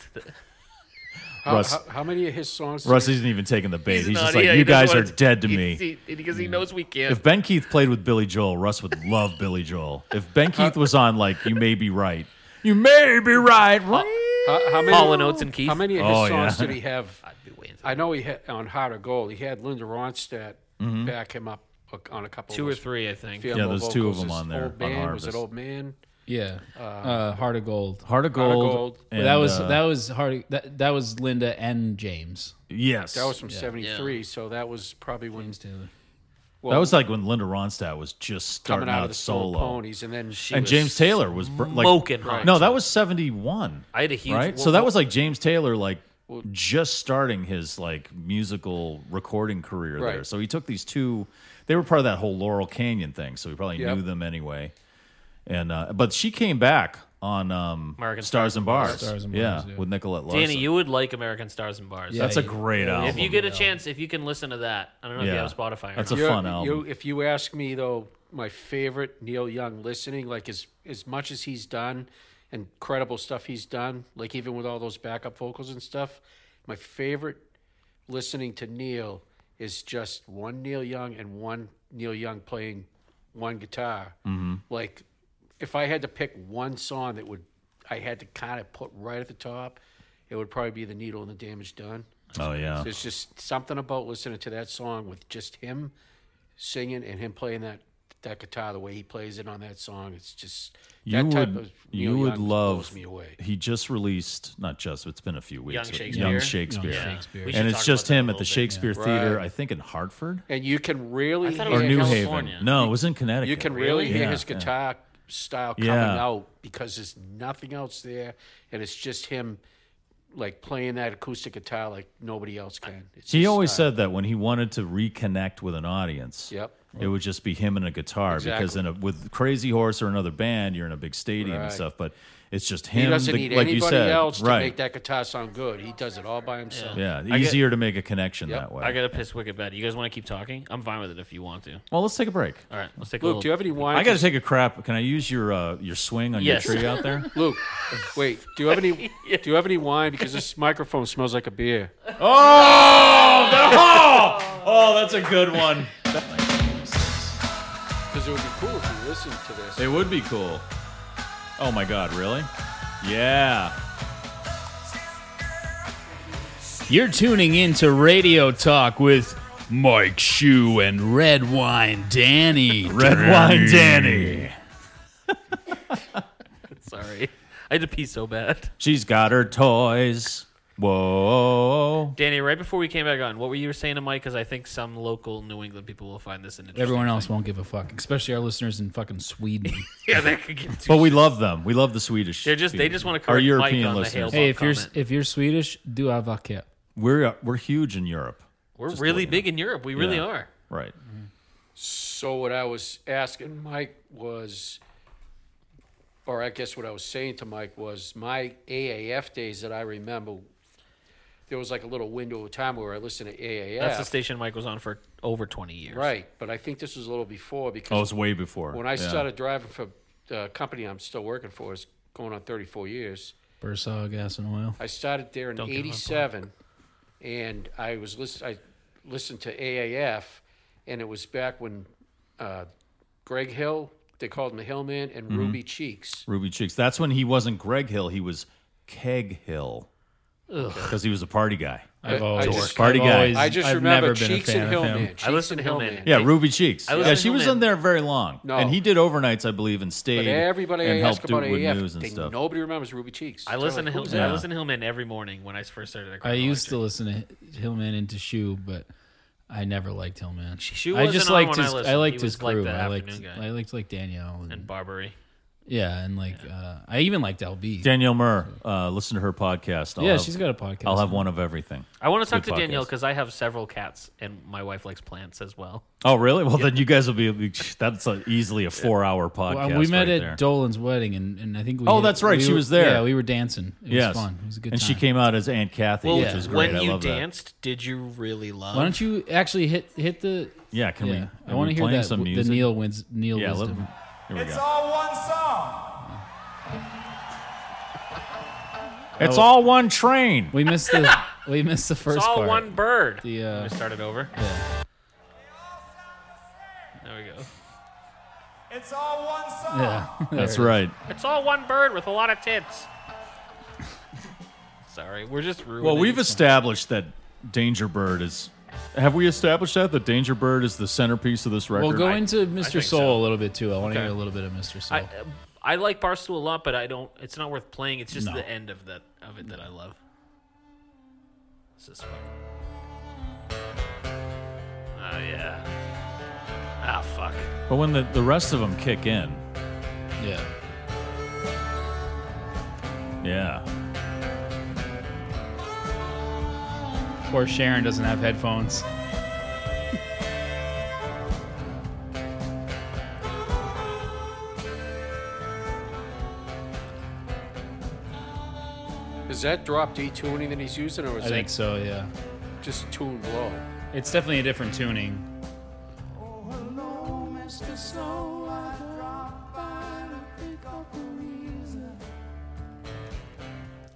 Speaker 1: How,
Speaker 5: Russ-
Speaker 1: how, how many of his songs?
Speaker 5: Russ isn't even taking the bait. He's,
Speaker 3: not-
Speaker 5: just like,
Speaker 3: yeah, he
Speaker 5: you
Speaker 3: doesn't
Speaker 5: guys are
Speaker 3: wanna-
Speaker 5: dead to
Speaker 3: he-
Speaker 5: me. Mm.
Speaker 3: he- because he knows we can't.
Speaker 5: If Ben Keith played with Billy Joel, Russ would love Billy Joel. If Ben Keith was on, like, you may be right. Uh, You may be right.
Speaker 1: Uh, how, how many,
Speaker 3: Paul and Oates and Keith?
Speaker 1: How many of his
Speaker 5: Oh,
Speaker 1: songs
Speaker 5: yeah.
Speaker 1: did he have?
Speaker 3: I'd be waiting.
Speaker 1: I know he had on Heart of Gold. He had Linda Ronstadt back him up on a couple.
Speaker 3: Two
Speaker 1: of
Speaker 3: or
Speaker 1: those
Speaker 3: three, I think.
Speaker 1: field
Speaker 5: Mm-hmm. Yeah, there's two of
Speaker 1: vocals. His
Speaker 5: them on there,
Speaker 1: Old
Speaker 5: on
Speaker 1: man was
Speaker 5: Harvest.
Speaker 1: it Old Man?
Speaker 7: yeah, uh, Heart of
Speaker 5: Heart
Speaker 7: Gold.
Speaker 5: of
Speaker 1: Heart of
Speaker 5: Gold.
Speaker 1: Gold.
Speaker 7: Well,
Speaker 5: and,
Speaker 7: that was
Speaker 5: uh,
Speaker 7: that was Heart. That that was Linda and James.
Speaker 5: yes.
Speaker 1: That was from '73, so that was probably when
Speaker 7: James Taylor.
Speaker 5: that was like when Linda Ronstadt was just starting
Speaker 1: coming out of the Stone
Speaker 5: solo,
Speaker 1: Ponies, and then she
Speaker 5: and
Speaker 1: was-
Speaker 5: James Taylor was br- like
Speaker 3: smoking hot.
Speaker 5: No, that was seventy one.
Speaker 3: I had a huge.
Speaker 5: right?
Speaker 3: well,
Speaker 5: so that was like James Taylor, like just starting his like musical recording career there.
Speaker 1: Right.
Speaker 5: So he took these two. They were part of that whole Laurel Canyon thing, so he probably
Speaker 1: Yep.
Speaker 5: knew them anyway. And uh, but she came back on um,
Speaker 3: American
Speaker 5: Stars and Bars,
Speaker 7: Stars and
Speaker 5: yeah,
Speaker 7: Bars, yeah.
Speaker 5: with Nicolette Larson.
Speaker 3: Danny, you would like American Stars and Bars.
Speaker 5: That's
Speaker 7: Yeah,
Speaker 5: a great album.
Speaker 1: Oh,
Speaker 3: if you get a chance, if you can listen to that, I don't know
Speaker 5: Yeah.
Speaker 3: if you have Spotify. Or
Speaker 5: That's
Speaker 3: not.
Speaker 5: a
Speaker 1: You're-
Speaker 5: fun album.
Speaker 1: You, if you ask me though, my favorite Neil Young listening, like as as much as he's done, incredible stuff he's done, like even with all those backup vocals and stuff, my favorite listening to Neil is just one Neil Young and one Neil Young playing one guitar.
Speaker 5: Mm-hmm.
Speaker 1: Like if I had to pick one song that would I had to kind of put right at the top, it would probably be "The Needle and the Damage Done."
Speaker 5: oh yeah,
Speaker 1: There's just something about listening to that song with just him singing and him playing that that guitar the way he plays it on that song. It's just
Speaker 5: you
Speaker 1: that type
Speaker 5: would
Speaker 1: of Neil
Speaker 5: you would
Speaker 1: Young
Speaker 5: love.
Speaker 1: blows me away.
Speaker 5: He just released not just it's been a few weeks.
Speaker 3: Young
Speaker 5: but
Speaker 3: Shakespeare.
Speaker 5: Young
Speaker 3: Young
Speaker 5: Shakespeare.
Speaker 3: We should
Speaker 5: And
Speaker 3: talk
Speaker 5: it's just
Speaker 3: about that a
Speaker 5: him at
Speaker 3: little
Speaker 5: the
Speaker 3: bit.
Speaker 5: Shakespeare Theater, I think in Hartford.
Speaker 1: And you can really
Speaker 3: thought it
Speaker 1: hear
Speaker 5: or
Speaker 3: Yeah,
Speaker 5: New
Speaker 1: his-
Speaker 3: California.
Speaker 5: Haven. No, it was in Connecticut.
Speaker 1: you can really hear
Speaker 5: Yeah,
Speaker 1: his
Speaker 5: yeah.
Speaker 1: guitar style coming
Speaker 5: Yeah.
Speaker 1: out because there's nothing else there and it's just him like playing that acoustic guitar like nobody else can. It's
Speaker 5: He
Speaker 1: his
Speaker 5: always
Speaker 1: style.
Speaker 5: said that when he wanted to reconnect with an audience,
Speaker 1: Yep.
Speaker 5: it would just be him and a guitar because
Speaker 1: Exactly.
Speaker 5: in a, with Crazy Horse or another band, you're in a big stadium and stuff, but it's just him.
Speaker 1: He doesn't
Speaker 5: the-
Speaker 1: need
Speaker 5: like you
Speaker 1: anybody
Speaker 5: said,
Speaker 1: else to
Speaker 5: right?
Speaker 1: make that guitar sound good. He does it all by himself.
Speaker 5: yeah, easier to make a connection that way.
Speaker 3: I got to piss wicked bad. You guys want to keep talking? I'm fine with it if you want to.
Speaker 5: well, let's take a break.
Speaker 3: All right, let's take a
Speaker 1: Luke,
Speaker 3: little.
Speaker 1: do you have any wine?
Speaker 5: I got to take a crap. Can I use your uh, your swing on
Speaker 3: Yes.
Speaker 5: your tree out there?
Speaker 1: Luke, wait. Do you have any? Do you have any wine? Because this microphone smells like a beer.
Speaker 5: oh, oh, oh, that's a good one.
Speaker 1: Because it would be cool if you listened to this.
Speaker 5: It would be cool. Oh my god, really? Yeah.
Speaker 7: You're tuning in to Radio Talk with Mike Shue and Red Wine Danny.
Speaker 5: Red Wine Danny.
Speaker 3: Sorry, I had to pee so bad.
Speaker 5: She's got her toys. Whoa.
Speaker 3: Danny, right before we came back on, what were you saying to Mike? Because I think some local New England people will find this interesting.
Speaker 7: Everyone else won't give a fuck, especially our listeners in fucking Sweden.
Speaker 3: yeah, they could get too.
Speaker 5: But we love them. We love the Swedish.
Speaker 3: They're just- they
Speaker 5: people.
Speaker 3: just wanna correct
Speaker 5: Our
Speaker 3: Mike
Speaker 5: European
Speaker 3: on the
Speaker 5: listeners.
Speaker 3: Hey,
Speaker 7: hey,
Speaker 3: if
Speaker 7: if
Speaker 3: you're
Speaker 7: you're
Speaker 3: s-
Speaker 7: if you're Swedish, do avake.
Speaker 5: We're uh, we're huge in Europe.
Speaker 3: We're
Speaker 5: Just
Speaker 3: really
Speaker 5: looking
Speaker 3: big in Europe. We really
Speaker 5: Yeah.
Speaker 3: are.
Speaker 5: Right.
Speaker 1: So what I was asking Mike was, or I guess what I was saying to Mike was, my AAF days that I remember, there was like a little window of time where I listened to AAF.
Speaker 3: That's the station Mike was on for over 20 years.
Speaker 1: Right, but I think this was a little before because
Speaker 5: Oh, it's way before.
Speaker 1: when I
Speaker 5: Yeah.
Speaker 1: started driving for the company I'm still working for is going on 34 years.
Speaker 7: Bursaw gas and oil.
Speaker 1: I started there in
Speaker 3: Don't give him a plug.
Speaker 1: '87, and I was listen. I listened to AAF, and it was back when uh, Greg Hill. They called him the Hillman and
Speaker 7: Mm-hmm.
Speaker 1: Ruby Cheeks.
Speaker 5: Ruby Cheeks. That's when he wasn't Greg Hill. He was Keg Hill. Because he was a party guy.
Speaker 1: I've
Speaker 7: always-
Speaker 1: just,
Speaker 5: Party
Speaker 7: I've
Speaker 5: guy.
Speaker 7: always-
Speaker 1: I just
Speaker 7: I've
Speaker 1: remember
Speaker 7: never been a
Speaker 1: Cheeks
Speaker 7: fan
Speaker 1: and
Speaker 7: of him.
Speaker 1: Hillman. Cheeks
Speaker 3: listened
Speaker 1: and
Speaker 3: to Hillman.
Speaker 1: Hillman.
Speaker 5: Yeah, Ruby Cheeks.
Speaker 3: I
Speaker 5: Yeah,
Speaker 3: listened
Speaker 5: she
Speaker 3: to
Speaker 5: was
Speaker 3: him
Speaker 5: in there very long.
Speaker 1: No.
Speaker 5: And he did overnights, I believe, and stayed.
Speaker 1: But everybody
Speaker 5: and
Speaker 1: I ask
Speaker 5: helped
Speaker 1: about
Speaker 5: do it with
Speaker 1: AAF,
Speaker 5: news and
Speaker 1: they,
Speaker 5: stuff.
Speaker 1: nobody remembers Ruby Cheeks.
Speaker 3: I listened to Hill-
Speaker 1: him.
Speaker 3: I listened to Hillman every morning when I first started. At
Speaker 7: I
Speaker 3: Crown
Speaker 7: used to
Speaker 3: Electric.
Speaker 7: listen to Hillman into Shoe, but I never liked Hillman.
Speaker 3: Shoe
Speaker 7: I
Speaker 3: wasn't
Speaker 7: just
Speaker 3: on
Speaker 7: liked
Speaker 3: when I
Speaker 7: his. I,
Speaker 3: listened.
Speaker 7: liked
Speaker 3: He
Speaker 7: his
Speaker 3: was like
Speaker 7: crew.
Speaker 3: the
Speaker 7: I liked.
Speaker 3: afternoon guy.
Speaker 7: I liked like Danielle and,
Speaker 3: and Barbary.
Speaker 7: yeah, and like uh, I even liked LB.
Speaker 5: Danielle Murr, uh, listen to her podcast. I'll
Speaker 7: yeah,
Speaker 5: have,
Speaker 7: she's got a podcast.
Speaker 5: I'll have one of everything.
Speaker 3: I want to talk
Speaker 5: good
Speaker 3: to Danielle
Speaker 5: podcast.
Speaker 3: because I have several cats and my wife likes plants as well.
Speaker 5: Oh, really? Well, then you guys will be. That's a, easily a four-hour podcast.
Speaker 7: Well, Uh, we met
Speaker 5: right
Speaker 7: at
Speaker 5: there.
Speaker 7: Dolan's wedding, and, and I think we
Speaker 5: Oh,
Speaker 7: hit-
Speaker 5: that's right,
Speaker 7: we
Speaker 5: she
Speaker 7: were-
Speaker 5: was there.
Speaker 7: Yeah, we were dancing. It
Speaker 5: Yes.
Speaker 7: was fun. It was a good
Speaker 5: and
Speaker 7: time.
Speaker 5: she came out as Aunt Kathy,
Speaker 3: Well,
Speaker 5: which was great.
Speaker 3: when
Speaker 5: I
Speaker 3: you
Speaker 5: love that.
Speaker 3: danced, did you really love?
Speaker 7: Why don't you actually hit hit the?
Speaker 5: Yeah, can
Speaker 7: yeah,
Speaker 5: we?
Speaker 7: I
Speaker 5: want to
Speaker 7: hear that
Speaker 5: Some
Speaker 7: the
Speaker 5: music?
Speaker 7: Neil wins Neil
Speaker 5: Yeah, let,
Speaker 7: wisdom.
Speaker 5: here we go.
Speaker 10: all one song.
Speaker 7: Oh.
Speaker 5: It's all one train.
Speaker 7: We missed the we missed the first
Speaker 3: It's all
Speaker 7: part.
Speaker 3: one bird.
Speaker 7: The, uh,
Speaker 3: Let me start it over.
Speaker 7: Yeah.
Speaker 3: There we go.
Speaker 10: It's all one song.
Speaker 7: yeah.
Speaker 5: That's right.
Speaker 3: It's all one bird with a lot of tits. Sorry, we're just ruining.
Speaker 5: Well, we've established that Danger Bird is. Have we established that that Danger Bird is the centerpiece of this record?
Speaker 7: Well, go into Mr.
Speaker 3: think
Speaker 7: Soul
Speaker 3: so.
Speaker 7: a little bit too. I want to
Speaker 3: Okay.
Speaker 7: hear a little bit of Mr. Soul.
Speaker 3: I, I like Barstool a lot, but I don't. It's not worth playing. It's just the end of that of it that I love. This is fun. Oh yeah. Ah fuck.
Speaker 5: But when the, the rest of them kick in,
Speaker 7: yeah.
Speaker 5: yeah.
Speaker 7: Of course, Sharon doesn't have headphones.
Speaker 1: Is that drop D tuning that he's using, or is
Speaker 7: I think
Speaker 1: that
Speaker 7: so. Yeah.
Speaker 1: just tuned low?
Speaker 7: It's definitely a different tuning.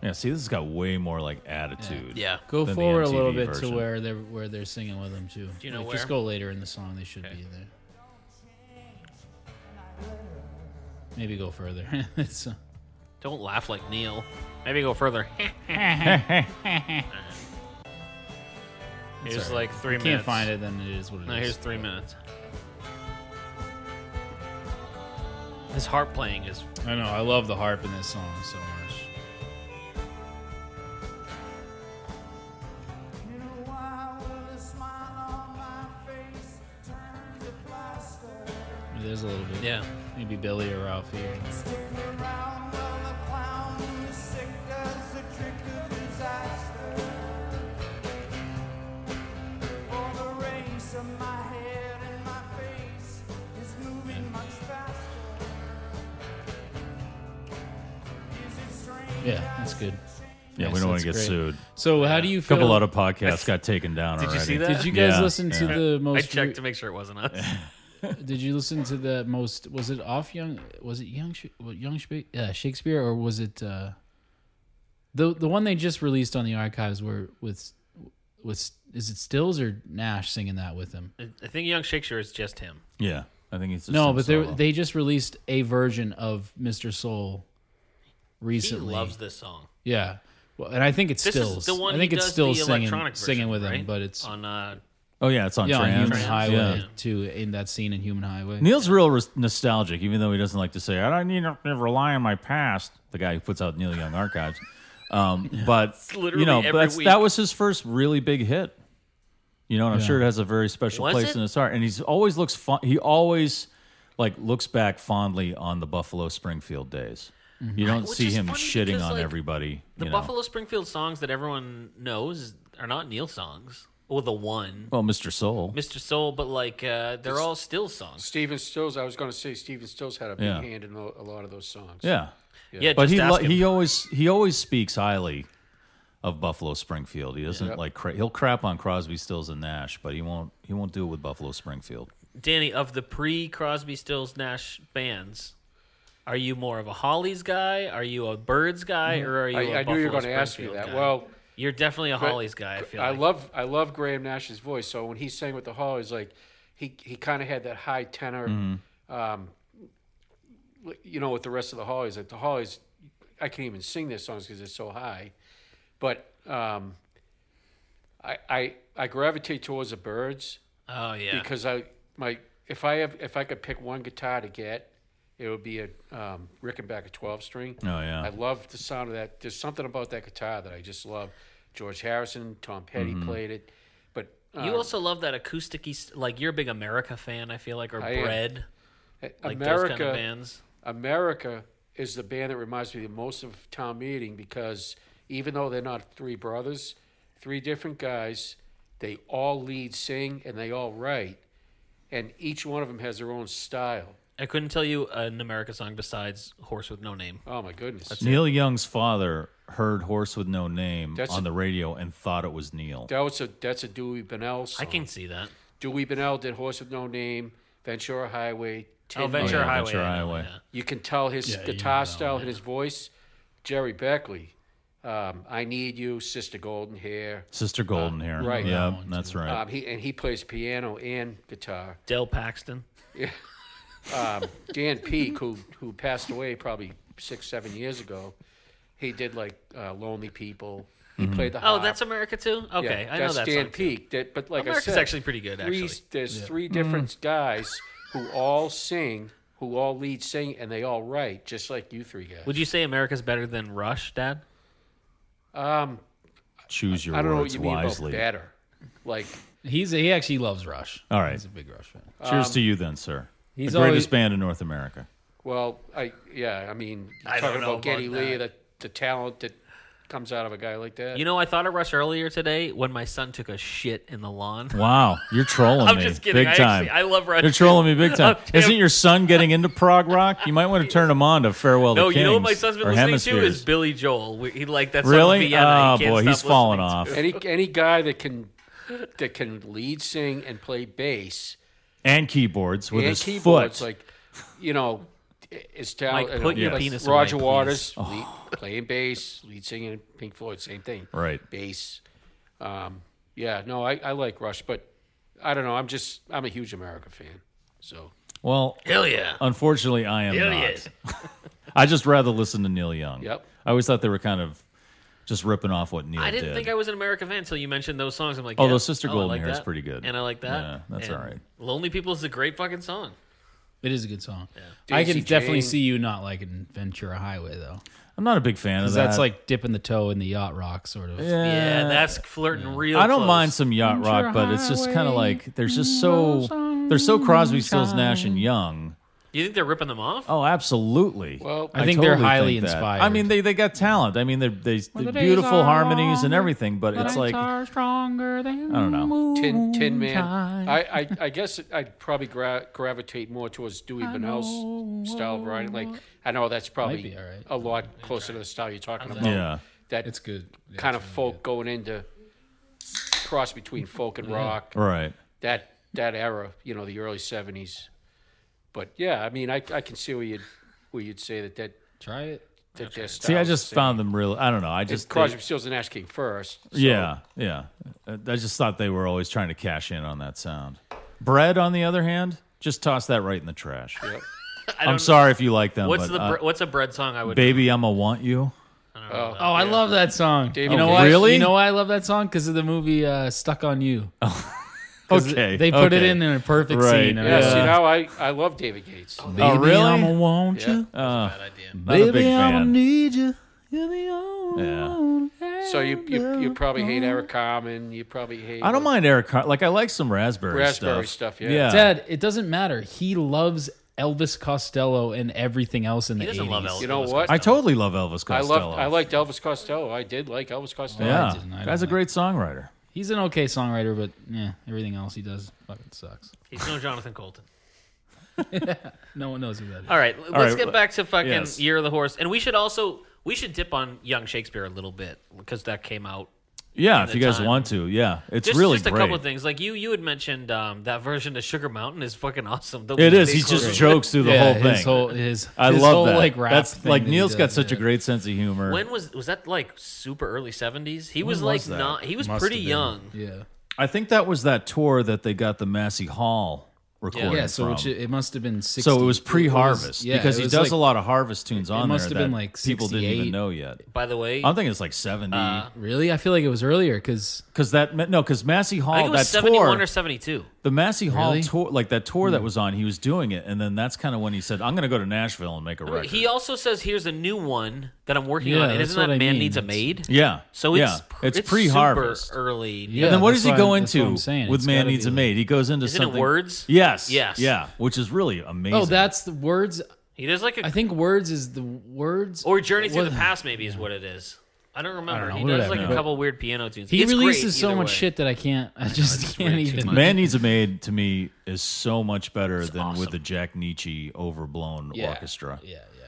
Speaker 5: Yeah, see, this has got way more like attitude.
Speaker 3: Yeah.
Speaker 7: Go
Speaker 5: Than the
Speaker 7: forward a
Speaker 5: MTV
Speaker 7: little bit
Speaker 5: version.
Speaker 7: to where they're where they're singing with them too. Do
Speaker 3: you know
Speaker 7: Just
Speaker 3: where?
Speaker 7: go later in the song. They should be there. Maybe go further. it's uh,
Speaker 3: Don't laugh like Neil. Maybe go further. here's
Speaker 7: Sorry.
Speaker 3: like three
Speaker 7: can't
Speaker 3: minutes.
Speaker 7: find it. Then it is what it is.
Speaker 3: No, here's three minutes. His harp playing is
Speaker 7: I know. I love the harp in this song so much. There's a little bit.
Speaker 3: yeah.
Speaker 7: Maybe Billy or Ralphie. Yeah, that's good.
Speaker 5: Yeah,
Speaker 7: Yes,
Speaker 5: we don't want
Speaker 7: that's
Speaker 5: to get
Speaker 7: great.
Speaker 5: sued.
Speaker 7: So, how do you
Speaker 5: A
Speaker 7: feel?
Speaker 5: couple other podcasts got taken down
Speaker 3: Did
Speaker 5: already.
Speaker 3: you see that?
Speaker 7: Did you guys
Speaker 5: Yeah,
Speaker 7: listen to
Speaker 5: yeah.
Speaker 7: the
Speaker 3: I
Speaker 7: most?
Speaker 3: checked to make sure it wasn't us.
Speaker 7: Did you listen to the most? Was it off Young? Was it Young? Sh- what, Young Shakespeare, uh, Shakespeare, or was it uh, the the one they just released on the archives? Where with with is it Stills or Nash singing that with him?
Speaker 3: I I think Young Shakespeare is just him.
Speaker 5: Yeah, I think it's just
Speaker 7: no,
Speaker 5: him
Speaker 7: but they
Speaker 5: solo.
Speaker 7: they just released a version of Mr. Soul
Speaker 3: He
Speaker 7: recently.
Speaker 3: loves this song.
Speaker 7: yeah. Well, and I think it's
Speaker 3: This
Speaker 7: Stills.
Speaker 3: is the one.
Speaker 7: I think
Speaker 3: he
Speaker 7: it's
Speaker 3: does
Speaker 7: Stills
Speaker 3: the
Speaker 7: singing
Speaker 3: electronic version,
Speaker 7: singing with him,
Speaker 3: right?
Speaker 7: but it's
Speaker 3: on. Uh,
Speaker 5: oh yeah, it's on
Speaker 7: yeah, on
Speaker 5: trans.
Speaker 7: Human Highway
Speaker 5: Yeah.
Speaker 7: too in that scene in Human Highway.
Speaker 5: Neil's real res- nostalgic, even though he doesn't like to say, "I don't need to rely on my past." The guy who puts out Neil Young Archives, Um, but
Speaker 3: literally
Speaker 5: you know,
Speaker 3: every
Speaker 5: that's,
Speaker 3: week.
Speaker 5: that was his first really big hit. You know, and I'm
Speaker 7: Yeah.
Speaker 5: sure it has a very special
Speaker 3: Was
Speaker 5: place
Speaker 3: it?
Speaker 5: in his heart. And he's always looks fun. He always like looks back fondly on the Buffalo Springfield days. You don't
Speaker 3: Mm-hmm. Which
Speaker 5: see
Speaker 3: is
Speaker 5: him
Speaker 3: funny
Speaker 5: shitting
Speaker 3: because,
Speaker 5: on
Speaker 3: like,
Speaker 5: everybody.
Speaker 3: The
Speaker 5: you know.
Speaker 3: Buffalo Springfield songs that everyone knows are not Neil songs. Or the one.
Speaker 5: Well, Mr. Soul.
Speaker 3: Mr. Soul, but like uh, they're all still songs.
Speaker 1: Steven Stills, I was going to say Steven Stills had a big
Speaker 5: Yeah.
Speaker 1: hand in a a lot of those songs.
Speaker 5: Yeah.
Speaker 3: Yeah,
Speaker 5: but
Speaker 3: just
Speaker 5: he
Speaker 3: ask
Speaker 5: lo-
Speaker 3: him.
Speaker 5: he always he always speaks highly of Buffalo Springfield. He doesn't like cra- he'll crap on Crosby, Stills, and Nash, but he won't he won't do it with Buffalo Springfield.
Speaker 3: Danny, of the pre Crosby Stills Nash bands, are you more of a Hollies guy? Are you a Birds
Speaker 7: Mm-hmm.
Speaker 3: guy? Or are you
Speaker 1: I-
Speaker 3: a
Speaker 1: I knew you were
Speaker 3: going to
Speaker 1: gonna ask me that. Well,
Speaker 3: you're definitely a
Speaker 1: But
Speaker 3: Hollies guy, I feel
Speaker 1: I
Speaker 3: like.
Speaker 1: love I love Graham Nash's voice. So when he sang with the Hollies, like he he kind of had that high tenor,
Speaker 3: Mm-hmm.
Speaker 1: um, like, you know, with the rest of the Hollies. Like the Hollies, I can't even sing their songs because it's so high. But um, I I I gravitate towards the Birds
Speaker 3: oh, yeah.
Speaker 1: because I my if I have if I could pick one guitar to get, it would be a um, Rickenbacker twelve string.
Speaker 5: Oh, yeah.
Speaker 1: I love the sound of that. There's something about that guitar that I just love. George Harrison, Tom Petty
Speaker 5: Mm-hmm.
Speaker 1: played it, but uh,
Speaker 3: you also love that acoustic like you're a big America fan, I feel like, or
Speaker 1: I am.
Speaker 3: Bread. Like
Speaker 1: America
Speaker 3: those kind of bands.
Speaker 1: America is the band that reminds me the most of town meeting because even though they're not three brothers, three different guys, they all lead, sing, and they all write, and each one of them has their own style.
Speaker 3: I couldn't tell you an America song besides Horse with No Name.
Speaker 1: Oh my goodness!
Speaker 5: Neil Young's father heard "Horse with No Name"
Speaker 1: That's
Speaker 5: on
Speaker 1: a-
Speaker 5: the radio and thought it was Neil.
Speaker 1: That was a that's a Dewey Bunnell song.
Speaker 3: I can see that.
Speaker 1: Dewey Bunnell did Horse with No Name, Ventura Highway.
Speaker 3: Oh,
Speaker 1: Tin Man.
Speaker 3: Venture
Speaker 5: yeah,
Speaker 3: Highway.
Speaker 5: Ventura
Speaker 3: I know,
Speaker 5: Highway.
Speaker 3: yeah.
Speaker 1: You can tell his
Speaker 7: you
Speaker 1: guitar style and his voice. Jerry Beckley, um, I Need You, Sister Golden Hair.
Speaker 5: Sister Golden here.
Speaker 1: right.
Speaker 5: Yeah, that's right.
Speaker 1: Um, he and he plays piano and guitar.
Speaker 3: Del Paxton.
Speaker 1: Dan Peek, who who passed away probably six seven years ago, he did like uh, Lonely People. He played the
Speaker 3: Oh,
Speaker 1: harp.
Speaker 3: that's America too.
Speaker 1: Uh, Yeah,
Speaker 3: Okay, I know
Speaker 1: that's
Speaker 3: that
Speaker 1: Dan
Speaker 3: song. too.
Speaker 1: Peek. That, but like
Speaker 3: America's
Speaker 1: I said,
Speaker 3: actually pretty good,
Speaker 1: three-
Speaker 3: actually.
Speaker 1: there's three
Speaker 5: Mm.
Speaker 1: different guys who all sing, who all lead sing, and they all write, just like you three guys.
Speaker 3: Would you say America's better than Rush, Dad?
Speaker 1: Um,
Speaker 5: Choose your
Speaker 1: I don't know what
Speaker 5: words
Speaker 1: you mean
Speaker 5: wisely.
Speaker 1: about better. Like
Speaker 7: He's he actually loves Rush.
Speaker 5: All right.
Speaker 7: he's a big Rush fan.
Speaker 5: Cheers to you, then, sir.
Speaker 7: he's
Speaker 5: the greatest
Speaker 7: always-
Speaker 5: band in North America.
Speaker 1: Well, I yeah, I mean, you're
Speaker 3: I don't
Speaker 1: talking
Speaker 3: know
Speaker 1: about Geddy
Speaker 3: about
Speaker 1: Lee, the the talent that comes out of a guy like that.
Speaker 3: You know, I thought of Rush earlier today when my son took a shit in the lawn.
Speaker 5: Wow, you're trolling
Speaker 3: I'm
Speaker 5: me
Speaker 3: just kidding. I
Speaker 5: big time.
Speaker 3: actually- I love Rush.
Speaker 5: You're trolling me big time.
Speaker 3: Oh, damn.
Speaker 5: Isn't your son getting into prog rock? You might want to turn him on to Farewell
Speaker 3: No,
Speaker 5: to Kings
Speaker 3: you know what my son's been
Speaker 5: or
Speaker 3: listening to
Speaker 5: Hemispheres.
Speaker 3: is Billy Joel. We- He like that song
Speaker 5: really?
Speaker 3: Vienna.
Speaker 5: Oh
Speaker 3: He can't
Speaker 5: boy,
Speaker 3: stop
Speaker 5: he's falling
Speaker 3: listening to
Speaker 5: off.
Speaker 1: any any guy that can that can lead sing and play bass
Speaker 5: And keyboards with
Speaker 1: and
Speaker 5: his
Speaker 1: keyboards,
Speaker 5: foot.
Speaker 1: like you know, is talent.
Speaker 3: Mike, put your
Speaker 1: like
Speaker 3: penis
Speaker 1: uh, Roger
Speaker 3: away, please.
Speaker 1: Waters lead, playing bass, lead singing, in Pink Floyd, same thing.
Speaker 5: Right.
Speaker 1: bass. Um, yeah, no, I, I like Rush, but I don't know. I'm just I'm a huge America fan, so
Speaker 5: well,
Speaker 3: Hell yeah.
Speaker 5: unfortunately, I am
Speaker 3: Hell
Speaker 5: not.
Speaker 3: yeah.
Speaker 5: I just rather listen to Neil Young.
Speaker 1: Yep.
Speaker 5: I always thought they were kind of just ripping off what Neil
Speaker 3: I didn't
Speaker 5: did.
Speaker 3: think I was an American fan until you mentioned those songs. I'm like,
Speaker 5: Although
Speaker 3: yeah,
Speaker 5: Sister
Speaker 3: oh, I
Speaker 5: Golden
Speaker 3: like
Speaker 5: Hair is
Speaker 3: that.
Speaker 5: pretty good.
Speaker 3: and I like that.
Speaker 5: Yeah, that's
Speaker 3: And
Speaker 5: all right.
Speaker 3: Lonely People is a great fucking song.
Speaker 7: It is a good song. I can
Speaker 1: Daisy
Speaker 7: definitely
Speaker 1: Jane.
Speaker 7: see you not liking Ventura Highway though,
Speaker 5: I'm not a big fan of
Speaker 7: because
Speaker 5: that.
Speaker 7: that's like dipping the toe in the yacht rock sort of.
Speaker 5: Yeah.
Speaker 3: Yeah, that's flirting real.
Speaker 5: I don't
Speaker 3: close.
Speaker 5: mind some yacht rock, but it's just kind of like there's just so they're so Crosby, Stills, Nash, and Young.
Speaker 3: You think they're ripping them off?
Speaker 5: Oh, absolutely.
Speaker 1: Well,
Speaker 7: I think they're highly
Speaker 5: that.
Speaker 7: inspired.
Speaker 5: I mean, they they got talent. I mean, they're, they they're beautiful harmonies and everything, but it's like I don't know.
Speaker 1: Tin, Tin Man. I, I, I guess I'd probably gra- gravitate more towards Dewey Bunnell's style of writing. Like I know that's probably
Speaker 7: be all right.
Speaker 1: a lot closer to the style you're talking about.
Speaker 5: Yeah,
Speaker 1: that
Speaker 7: It's good. Yeah,
Speaker 1: kind of
Speaker 7: it's
Speaker 1: folk going into cross between folk and rock.
Speaker 5: Mm-hmm. right.
Speaker 1: That that era, you know, the early '70s. But yeah, I mean, I, I can see where you'd where you'd say that that,
Speaker 7: Try it.
Speaker 1: that their
Speaker 5: See, I
Speaker 1: styles
Speaker 5: just
Speaker 1: the same.
Speaker 5: found them real. I don't know. I
Speaker 1: And
Speaker 5: just
Speaker 1: Crosby, Stills, and Nash came first. so-
Speaker 5: yeah, yeah. I I just thought they were always trying to cash in on that sound. Bread, on the other hand, just toss that right in the trash. I'm sorry if you like them.
Speaker 3: What's
Speaker 5: but,
Speaker 3: the
Speaker 5: uh,
Speaker 3: bre- what's a bread song I would
Speaker 5: baby? I'ma want you.
Speaker 1: Oh,
Speaker 7: Oh, I love that song.
Speaker 1: David
Speaker 7: you know
Speaker 1: Bowie.
Speaker 7: why?
Speaker 5: Really?
Speaker 7: You know why I love that song? Because of the movie uh, Stuck on You. 'Cause
Speaker 5: Oh, Okay,
Speaker 7: They put it
Speaker 5: okay.
Speaker 7: in in a perfect
Speaker 5: Right.
Speaker 7: scene. and
Speaker 1: Yeah,
Speaker 7: I was
Speaker 1: see
Speaker 7: like,
Speaker 1: now I, I love David Gates.
Speaker 5: oh,
Speaker 7: "Baby,
Speaker 5: really?
Speaker 7: I'ma want
Speaker 1: Yeah.
Speaker 7: you.
Speaker 5: Uh,
Speaker 3: idea.
Speaker 5: not a big fan.
Speaker 7: need you.
Speaker 5: Yeah.
Speaker 1: So you, you you probably hate Eric Carmen. You probably hate.
Speaker 5: Mm-hmm. I don't mind Eric. Car- like I like some raspberry,
Speaker 1: Raspberry stuff, yeah.
Speaker 7: Dad, it doesn't matter. He loves Elvis Costello and everything else in the
Speaker 3: doesn't
Speaker 7: 80s.
Speaker 3: love Elvis.
Speaker 1: You know what?
Speaker 5: I totally love Elvis
Speaker 1: I
Speaker 5: Costello.
Speaker 1: loved. I liked Elvis Costello. I did like Elvis Costello.
Speaker 5: Yeah,
Speaker 7: I didn't. I don't
Speaker 5: guy's a
Speaker 7: like-
Speaker 5: great songwriter.
Speaker 7: He's an okay songwriter, but yeah, everything else he does fucking sucks.
Speaker 3: He's no Jonathan Colton.
Speaker 7: No one knows who that is.
Speaker 3: All right, let's
Speaker 5: right,
Speaker 3: get back to fucking
Speaker 5: yes.
Speaker 3: Year of the Horse, and we should also we should dip on Young Shakespeare a little bit because that came out.
Speaker 5: Yeah,
Speaker 3: the
Speaker 5: if you guys
Speaker 3: time.
Speaker 5: want to, yeah, it's
Speaker 3: Just,
Speaker 5: really
Speaker 3: just a
Speaker 5: great.
Speaker 3: couple of things. Like you, you had mentioned um, that version of Sugar Mountain is fucking awesome. The
Speaker 5: It
Speaker 3: way
Speaker 5: is.
Speaker 3: they
Speaker 5: He
Speaker 3: close
Speaker 5: just
Speaker 3: it.
Speaker 5: jokes through the whole
Speaker 7: yeah, his
Speaker 5: thing.
Speaker 7: whole his
Speaker 5: I
Speaker 7: his
Speaker 5: love
Speaker 7: whole,
Speaker 5: that.
Speaker 7: Like rap
Speaker 5: That's
Speaker 7: thing
Speaker 5: like
Speaker 7: that he
Speaker 5: Neil's got
Speaker 7: does,
Speaker 5: such
Speaker 7: yeah.
Speaker 5: a great sense of humor.
Speaker 3: When was was that like super early seventies? He was
Speaker 5: When
Speaker 3: like
Speaker 5: was that?
Speaker 3: not. He was
Speaker 7: Must
Speaker 3: pretty
Speaker 7: have been.
Speaker 3: young.
Speaker 7: Yeah.
Speaker 5: I think that was that tour that they got the Massey Hall recording
Speaker 7: Yeah, so
Speaker 5: from.
Speaker 7: which it, it must have been 60.
Speaker 5: so it was pre-harvest
Speaker 7: yeah,
Speaker 5: because
Speaker 7: it
Speaker 5: he
Speaker 7: was
Speaker 5: does
Speaker 7: like-
Speaker 5: a lot of harvest tunes on
Speaker 7: must
Speaker 5: there
Speaker 7: have been
Speaker 5: that
Speaker 7: like
Speaker 5: people didn't
Speaker 7: 68.
Speaker 5: even know yet.
Speaker 3: By the way,
Speaker 5: I'm thinking it's like 70
Speaker 7: Uh, Really? I feel like it was earlier because
Speaker 5: because that meant no because Massey Hall
Speaker 3: I think it was
Speaker 5: that
Speaker 3: seventy
Speaker 5: tour
Speaker 3: one or seventy two.
Speaker 5: the Massey Hall
Speaker 7: Really? Hmm.
Speaker 5: tour like that tour that was on he was doing it and then that's kind of when he said I'm going to go to Nashville and make a record.
Speaker 3: He also says, "Here's a new one that I'm working
Speaker 7: Yeah,
Speaker 3: on." And
Speaker 7: that's
Speaker 3: isn't
Speaker 7: what
Speaker 3: that
Speaker 7: I
Speaker 3: Man
Speaker 7: mean.
Speaker 3: Needs a
Speaker 7: It's-
Speaker 3: Maid?
Speaker 5: yeah,
Speaker 3: So
Speaker 5: yeah.
Speaker 3: it's pr-
Speaker 5: it's
Speaker 3: super
Speaker 5: pre-harvest.
Speaker 3: early.
Speaker 7: Yeah,
Speaker 5: and then what
Speaker 7: that's
Speaker 5: does he
Speaker 7: why-
Speaker 5: go
Speaker 7: that's what
Speaker 5: into
Speaker 7: I'm saying.
Speaker 5: with
Speaker 7: It's
Speaker 5: Man
Speaker 7: gotta
Speaker 5: Needs
Speaker 7: be
Speaker 5: a
Speaker 7: like-
Speaker 5: Maid? He goes into
Speaker 3: Isn't it
Speaker 5: something.
Speaker 3: words?
Speaker 5: Yes.
Speaker 3: Yes.
Speaker 5: Yeah, which is really amazing.
Speaker 7: Oh, that's the words.
Speaker 3: He does like a
Speaker 7: I think words is the words
Speaker 3: or Journey Through
Speaker 7: What-
Speaker 3: the Past maybe is what it is. I don't remember.
Speaker 7: know,
Speaker 3: he
Speaker 7: whatever,
Speaker 3: does like a
Speaker 7: but-
Speaker 3: couple weird piano tunes.
Speaker 7: He
Speaker 3: It's great
Speaker 7: releases so
Speaker 3: either
Speaker 7: much
Speaker 3: way.
Speaker 7: shit that I can't. I just can't even.
Speaker 5: Man Needs a Maid to me is so much better than with
Speaker 3: awesome.
Speaker 5: the Jack Nietzsche overblown
Speaker 7: Yeah.
Speaker 5: orchestra.
Speaker 7: Yeah, yeah.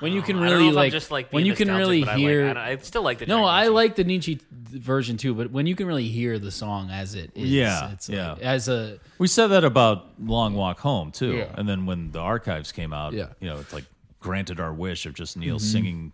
Speaker 7: When you can
Speaker 3: I don't know
Speaker 7: really
Speaker 3: if I'm
Speaker 7: like,
Speaker 3: just like
Speaker 7: when
Speaker 3: being
Speaker 7: you can
Speaker 3: nostalgic,
Speaker 7: really
Speaker 3: but I
Speaker 7: hear.
Speaker 3: Like, I, don't- I still like the.
Speaker 7: no,
Speaker 3: Jack
Speaker 7: I
Speaker 3: Nicholson.
Speaker 7: like the Nietzsche version too, but when you can really hear the song as it is,
Speaker 5: Yeah,
Speaker 7: it's
Speaker 5: yeah.
Speaker 7: like, as a
Speaker 5: We said that about Long Walk Home too.
Speaker 7: Yeah.
Speaker 5: And then when the archives came out,
Speaker 7: Yeah. Mm-hmm.
Speaker 5: you know, it's like granted our wish of just Neil singing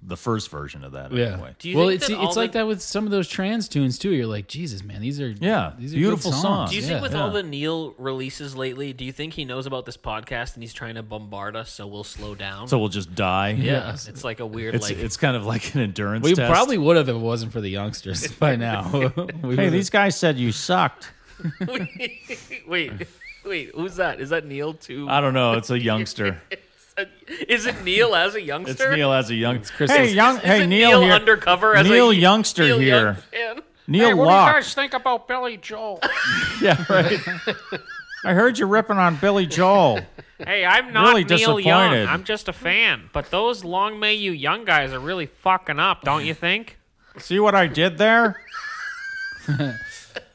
Speaker 5: the first version of that
Speaker 7: yeah.
Speaker 5: anyway.
Speaker 3: Do you
Speaker 7: well,
Speaker 3: think
Speaker 7: it's
Speaker 3: that all
Speaker 7: it's like
Speaker 3: the-
Speaker 7: that with some of those trans tunes too. You're like, Jesus, man, these are
Speaker 5: Yeah,
Speaker 7: these are
Speaker 5: beautiful
Speaker 7: good
Speaker 5: songs.
Speaker 7: songs.
Speaker 3: Do you
Speaker 7: yeah.
Speaker 3: think with
Speaker 5: yeah.
Speaker 3: all the Neil releases lately, do you think he knows about this podcast and he's trying to bombard us so we'll slow down?
Speaker 5: So we'll just die.
Speaker 3: yeah, it's like a weird
Speaker 5: It's
Speaker 3: like.
Speaker 5: it's kind of like an endurance
Speaker 7: we
Speaker 5: test.
Speaker 7: probably would have if it wasn't for the youngsters by now. We
Speaker 5: Hey,
Speaker 7: would've-
Speaker 5: these guys said you sucked.
Speaker 3: wait, wait, who's that? Is that Neil too?
Speaker 5: I don't know, it's a youngster.
Speaker 3: Is it Neil as a
Speaker 5: It's
Speaker 3: youngster?
Speaker 5: Neil as a youngster.
Speaker 7: Chris-
Speaker 5: Hey, young,
Speaker 3: Is
Speaker 5: hey,
Speaker 3: it
Speaker 5: Neil, here.
Speaker 3: undercover as
Speaker 5: Neil
Speaker 3: a
Speaker 5: Youngster
Speaker 3: Neil
Speaker 5: here.
Speaker 3: Young fan?
Speaker 5: Neil
Speaker 1: Hey, what do
Speaker 5: Locke.
Speaker 1: you guys think about Billy Joel?
Speaker 5: Yeah, right. I heard you ripping on Billy Joel.
Speaker 3: Hey, I'm
Speaker 5: not Really Neil Young. disappointed. I'm
Speaker 3: just a fan. But those Long May You Young guys are really fucking up, don't you think?
Speaker 5: See what I did there?
Speaker 7: all right,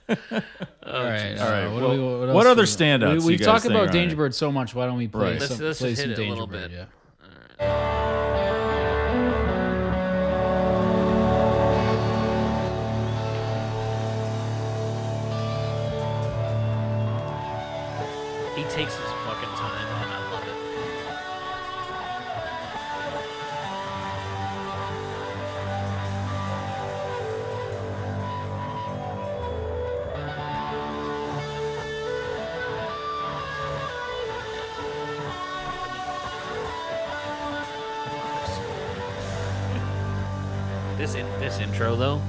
Speaker 7: all right. What, do we, what,
Speaker 5: what
Speaker 7: else
Speaker 5: other
Speaker 7: do we-
Speaker 5: standouts
Speaker 7: We, we
Speaker 5: you guys
Speaker 7: talk
Speaker 5: think
Speaker 7: about
Speaker 5: are
Speaker 7: Danger
Speaker 5: underrated?
Speaker 7: Bird so much. Why don't we play
Speaker 5: Right.
Speaker 7: some?
Speaker 3: Let's- let's
Speaker 7: play
Speaker 3: hit
Speaker 7: some
Speaker 3: it a
Speaker 7: Danger
Speaker 3: little
Speaker 7: Bird,
Speaker 3: bit.
Speaker 7: Yeah.
Speaker 3: He takes his fucking time, and I love it. This in, this intro though,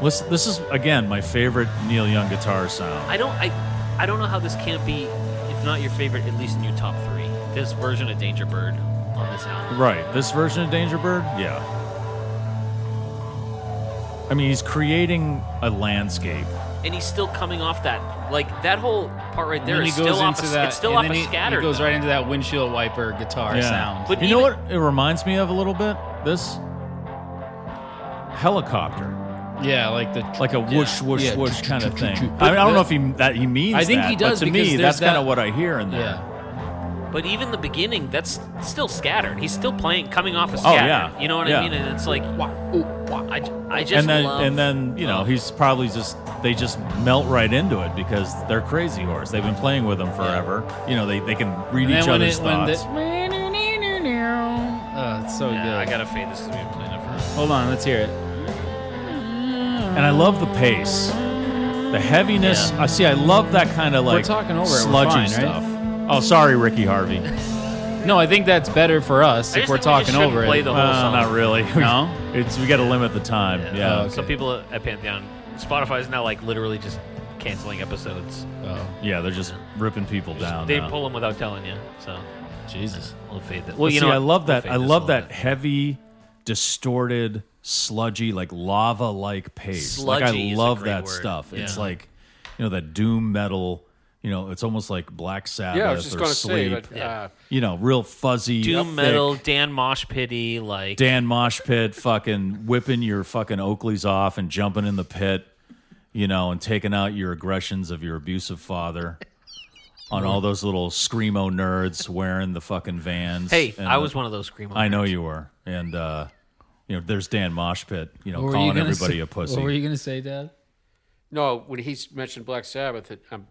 Speaker 5: Listen, this is again my favorite Neil Young guitar sound.
Speaker 3: I don't I I don't know how this can't be, if not your favorite, at least in your top three. This version of Danger Bird on this album.
Speaker 5: Right, this version of Danger Bird, yeah. I mean, he's creating a landscape.
Speaker 3: and he's still coming off that like that whole part right there
Speaker 7: and
Speaker 3: is
Speaker 7: he goes
Speaker 3: still off
Speaker 7: into
Speaker 3: a,
Speaker 7: that.
Speaker 3: it's still
Speaker 7: and
Speaker 3: off
Speaker 7: then
Speaker 3: a
Speaker 7: he,
Speaker 3: scatter
Speaker 7: He goes
Speaker 3: though.
Speaker 7: right into that windshield wiper guitar
Speaker 5: Yeah.
Speaker 7: sound.
Speaker 3: But
Speaker 5: you know
Speaker 3: even-
Speaker 5: what? It reminds me of a little bit. This helicopter,
Speaker 7: yeah, like the
Speaker 5: like a whoosh, whoosh,
Speaker 7: Yeah.
Speaker 5: whoosh kind of thing. I,
Speaker 7: But
Speaker 5: mean, I don't
Speaker 7: the-
Speaker 5: know if he that he means.
Speaker 7: I think
Speaker 5: that,
Speaker 7: he
Speaker 5: but
Speaker 7: does
Speaker 5: to me,
Speaker 7: because
Speaker 5: that's
Speaker 7: there's
Speaker 5: kind of
Speaker 7: that-
Speaker 5: what I hear in there.
Speaker 7: yeah.
Speaker 3: but even the beginning that's still scattered he's still playing coming off
Speaker 7: Oh,
Speaker 3: a scatter
Speaker 5: yeah.
Speaker 3: you know what
Speaker 5: Yeah.
Speaker 3: I mean and it's like wah, ooh, wah. I, j- I just
Speaker 5: and then
Speaker 3: love
Speaker 5: and then you know he's probably just they just melt right into it because they're crazy horse. They've been playing with them forever. You know they, they can read
Speaker 7: And
Speaker 5: each
Speaker 7: then when
Speaker 5: other's
Speaker 7: it when the
Speaker 5: thoughts.
Speaker 7: oh, it's so
Speaker 3: yeah,
Speaker 7: good.
Speaker 3: I gotta fade this because we've been playing it for
Speaker 7: Hold on, let's hear it.
Speaker 5: and I love the pace, the heaviness. I see. I love that kind of like
Speaker 7: talking over it, we're
Speaker 5: sludgy
Speaker 7: fine, right?
Speaker 5: stuff. Oh, sorry, Ricky Harvey.
Speaker 7: No, I think that's better for us
Speaker 3: I
Speaker 7: if
Speaker 3: just think
Speaker 7: we're
Speaker 3: we just
Speaker 7: talking
Speaker 3: shouldn't
Speaker 7: over
Speaker 3: play
Speaker 7: it.
Speaker 3: the whole
Speaker 5: Uh,
Speaker 3: song
Speaker 5: not really.
Speaker 7: No?
Speaker 5: it's we got to limit the time. Yeah.
Speaker 7: Oh, okay.
Speaker 3: some people at Pantheon Spotify is now like literally just canceling episodes
Speaker 7: oh,
Speaker 5: Yeah, they're just ripping people down.
Speaker 3: they
Speaker 5: now.
Speaker 3: pull them without telling you so
Speaker 7: Jesus.
Speaker 3: we'll fade that well
Speaker 5: But
Speaker 3: you
Speaker 5: see,
Speaker 3: know
Speaker 5: I
Speaker 3: what?
Speaker 5: love
Speaker 3: We'll
Speaker 5: that.
Speaker 3: fade
Speaker 5: I
Speaker 3: this a
Speaker 5: love
Speaker 3: little
Speaker 5: that
Speaker 3: bit.
Speaker 5: heavy distorted, sludgy, like lava like pace. like
Speaker 3: Sludgy
Speaker 5: I
Speaker 3: is a
Speaker 5: love
Speaker 3: great
Speaker 5: that
Speaker 3: word.
Speaker 5: stuff. It's
Speaker 3: Yeah.
Speaker 5: like you know that doom metal. You know, it's almost like Black Sabbath
Speaker 1: Yeah, I was just
Speaker 5: or
Speaker 1: gonna say,
Speaker 5: Sleep.
Speaker 1: but uh,
Speaker 5: you know, real fuzzy
Speaker 3: Doom
Speaker 5: thick.
Speaker 3: metal, Dan Mosh pity, like
Speaker 5: Dan Mosh Pit fucking whipping your fucking Oakleys off and jumping in the pit, you know, and taking out your aggressions of your abusive father on all those little screamo nerds wearing the fucking vans.
Speaker 3: Hey,
Speaker 5: and
Speaker 3: I
Speaker 5: the-
Speaker 3: was one of those screamo.
Speaker 5: I know
Speaker 3: nerds.
Speaker 5: you were. And uh you know, there's Dan Mosh Pit, you know,
Speaker 7: What were you
Speaker 5: calling
Speaker 7: gonna
Speaker 5: everybody
Speaker 7: say-
Speaker 5: a
Speaker 7: What were
Speaker 5: pussy.
Speaker 7: you gonna say, Dad?
Speaker 1: no, when he mentioned Black Sabbath, it, I'm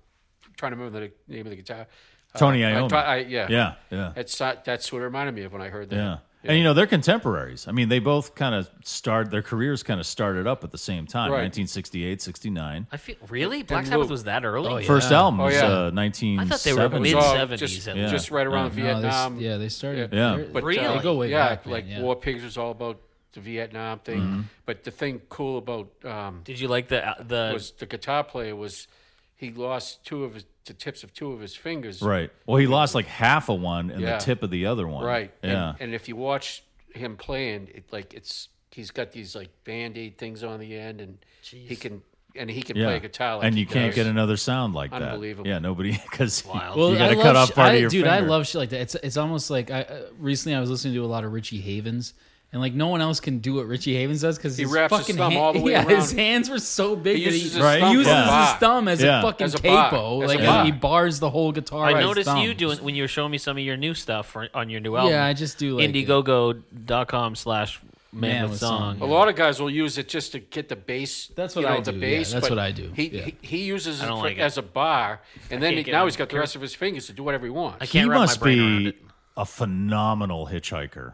Speaker 1: trying to remember the name of the guitar. Uh,
Speaker 5: Tony
Speaker 1: I
Speaker 5: Iommi.
Speaker 1: try- I- yeah,
Speaker 5: Yeah, yeah.
Speaker 1: That's not- that's what it reminded me of when I heard that.
Speaker 5: Yeah. And you know, they're contemporaries. I mean, they both kind of started their careers kind of started up at the same time,
Speaker 1: Right.
Speaker 5: 1968, 69.
Speaker 3: I feel really Black Sabbath was that early.
Speaker 5: First album
Speaker 1: Oh,
Speaker 5: was
Speaker 1: yeah.
Speaker 5: uh, 1970.
Speaker 3: I thought they were
Speaker 1: It was all
Speaker 3: mid-70s
Speaker 1: just,
Speaker 3: at least.
Speaker 1: just right around
Speaker 7: No, they s-
Speaker 1: Vietnam.
Speaker 7: yeah, they started.
Speaker 5: Yeah.
Speaker 7: they're-
Speaker 1: But
Speaker 3: Really?
Speaker 1: uh,
Speaker 3: They go
Speaker 7: way
Speaker 1: yeah,
Speaker 7: back, man,
Speaker 1: like
Speaker 7: yeah.
Speaker 1: War Pigs was all about the Vietnam thing. But the thing cool about um,
Speaker 3: Did you like the uh, the?
Speaker 1: was the guitar player was he lost two of his the tips of two of his fingers.
Speaker 5: Right. Well, he lost like half of one and
Speaker 1: Yeah.
Speaker 5: the tip of the other one.
Speaker 1: Right.
Speaker 5: Yeah.
Speaker 1: And, and if you watch him playing, it like it's he's got these like band aid things on the end, and he can and he can
Speaker 5: yeah.
Speaker 1: play a guitar. Like
Speaker 5: and
Speaker 1: he
Speaker 5: you can't
Speaker 1: does.
Speaker 5: get another sound like that.
Speaker 1: Unbelievable.
Speaker 5: Yeah, nobody because
Speaker 3: Wild.
Speaker 7: Well,
Speaker 5: you got
Speaker 7: I
Speaker 5: to
Speaker 7: love
Speaker 5: cut off
Speaker 7: sh-
Speaker 5: part
Speaker 7: I,
Speaker 5: of your
Speaker 7: dude. I
Speaker 5: finger.
Speaker 7: love shit like that. It's it's almost like I uh, recently I was listening to a lot of Richie Havens, and like no one else can do what Richie Havens does because
Speaker 1: He
Speaker 7: his
Speaker 1: wraps his
Speaker 7: fucking
Speaker 1: thumb
Speaker 7: hand-
Speaker 1: all the way
Speaker 7: yeah, his
Speaker 1: around.
Speaker 7: hands were so big
Speaker 1: He
Speaker 7: that
Speaker 1: uses
Speaker 7: he,
Speaker 1: his
Speaker 5: Right?
Speaker 1: thumb
Speaker 7: he
Speaker 1: for
Speaker 7: uses
Speaker 1: a
Speaker 5: Yeah.
Speaker 1: bar.
Speaker 7: his thumb as
Speaker 5: Yeah.
Speaker 7: a fucking
Speaker 1: As a bar.
Speaker 7: capo.
Speaker 1: As a
Speaker 7: like
Speaker 1: bar.
Speaker 7: he bars the whole guitar.
Speaker 3: I
Speaker 7: with his
Speaker 3: noticed you
Speaker 7: thumbs.
Speaker 3: doing when you were showing me some of your new stuff for, on your new album.
Speaker 7: I just do like it.
Speaker 3: Indiegogo.com slash man with
Speaker 7: with
Speaker 3: song.
Speaker 7: Song,
Speaker 1: A lot of guys will use it just to get the bass.
Speaker 7: That's
Speaker 1: you
Speaker 7: what
Speaker 1: know,
Speaker 7: I
Speaker 1: the
Speaker 7: do, yeah,
Speaker 1: bass.
Speaker 7: that's
Speaker 1: but
Speaker 7: what I do,
Speaker 1: He
Speaker 7: yeah.
Speaker 1: he, he uses it,
Speaker 3: don't
Speaker 1: for,
Speaker 3: like it.
Speaker 1: as a bar, and then
Speaker 3: can't
Speaker 1: he-
Speaker 3: get
Speaker 1: now
Speaker 3: on
Speaker 1: he's got
Speaker 3: the
Speaker 1: the rest of his fingers to do whatever he wants.
Speaker 3: I can't
Speaker 5: He
Speaker 3: wrap
Speaker 5: must
Speaker 3: my brain around
Speaker 5: be
Speaker 3: it.
Speaker 5: a phenomenal hitchhiker.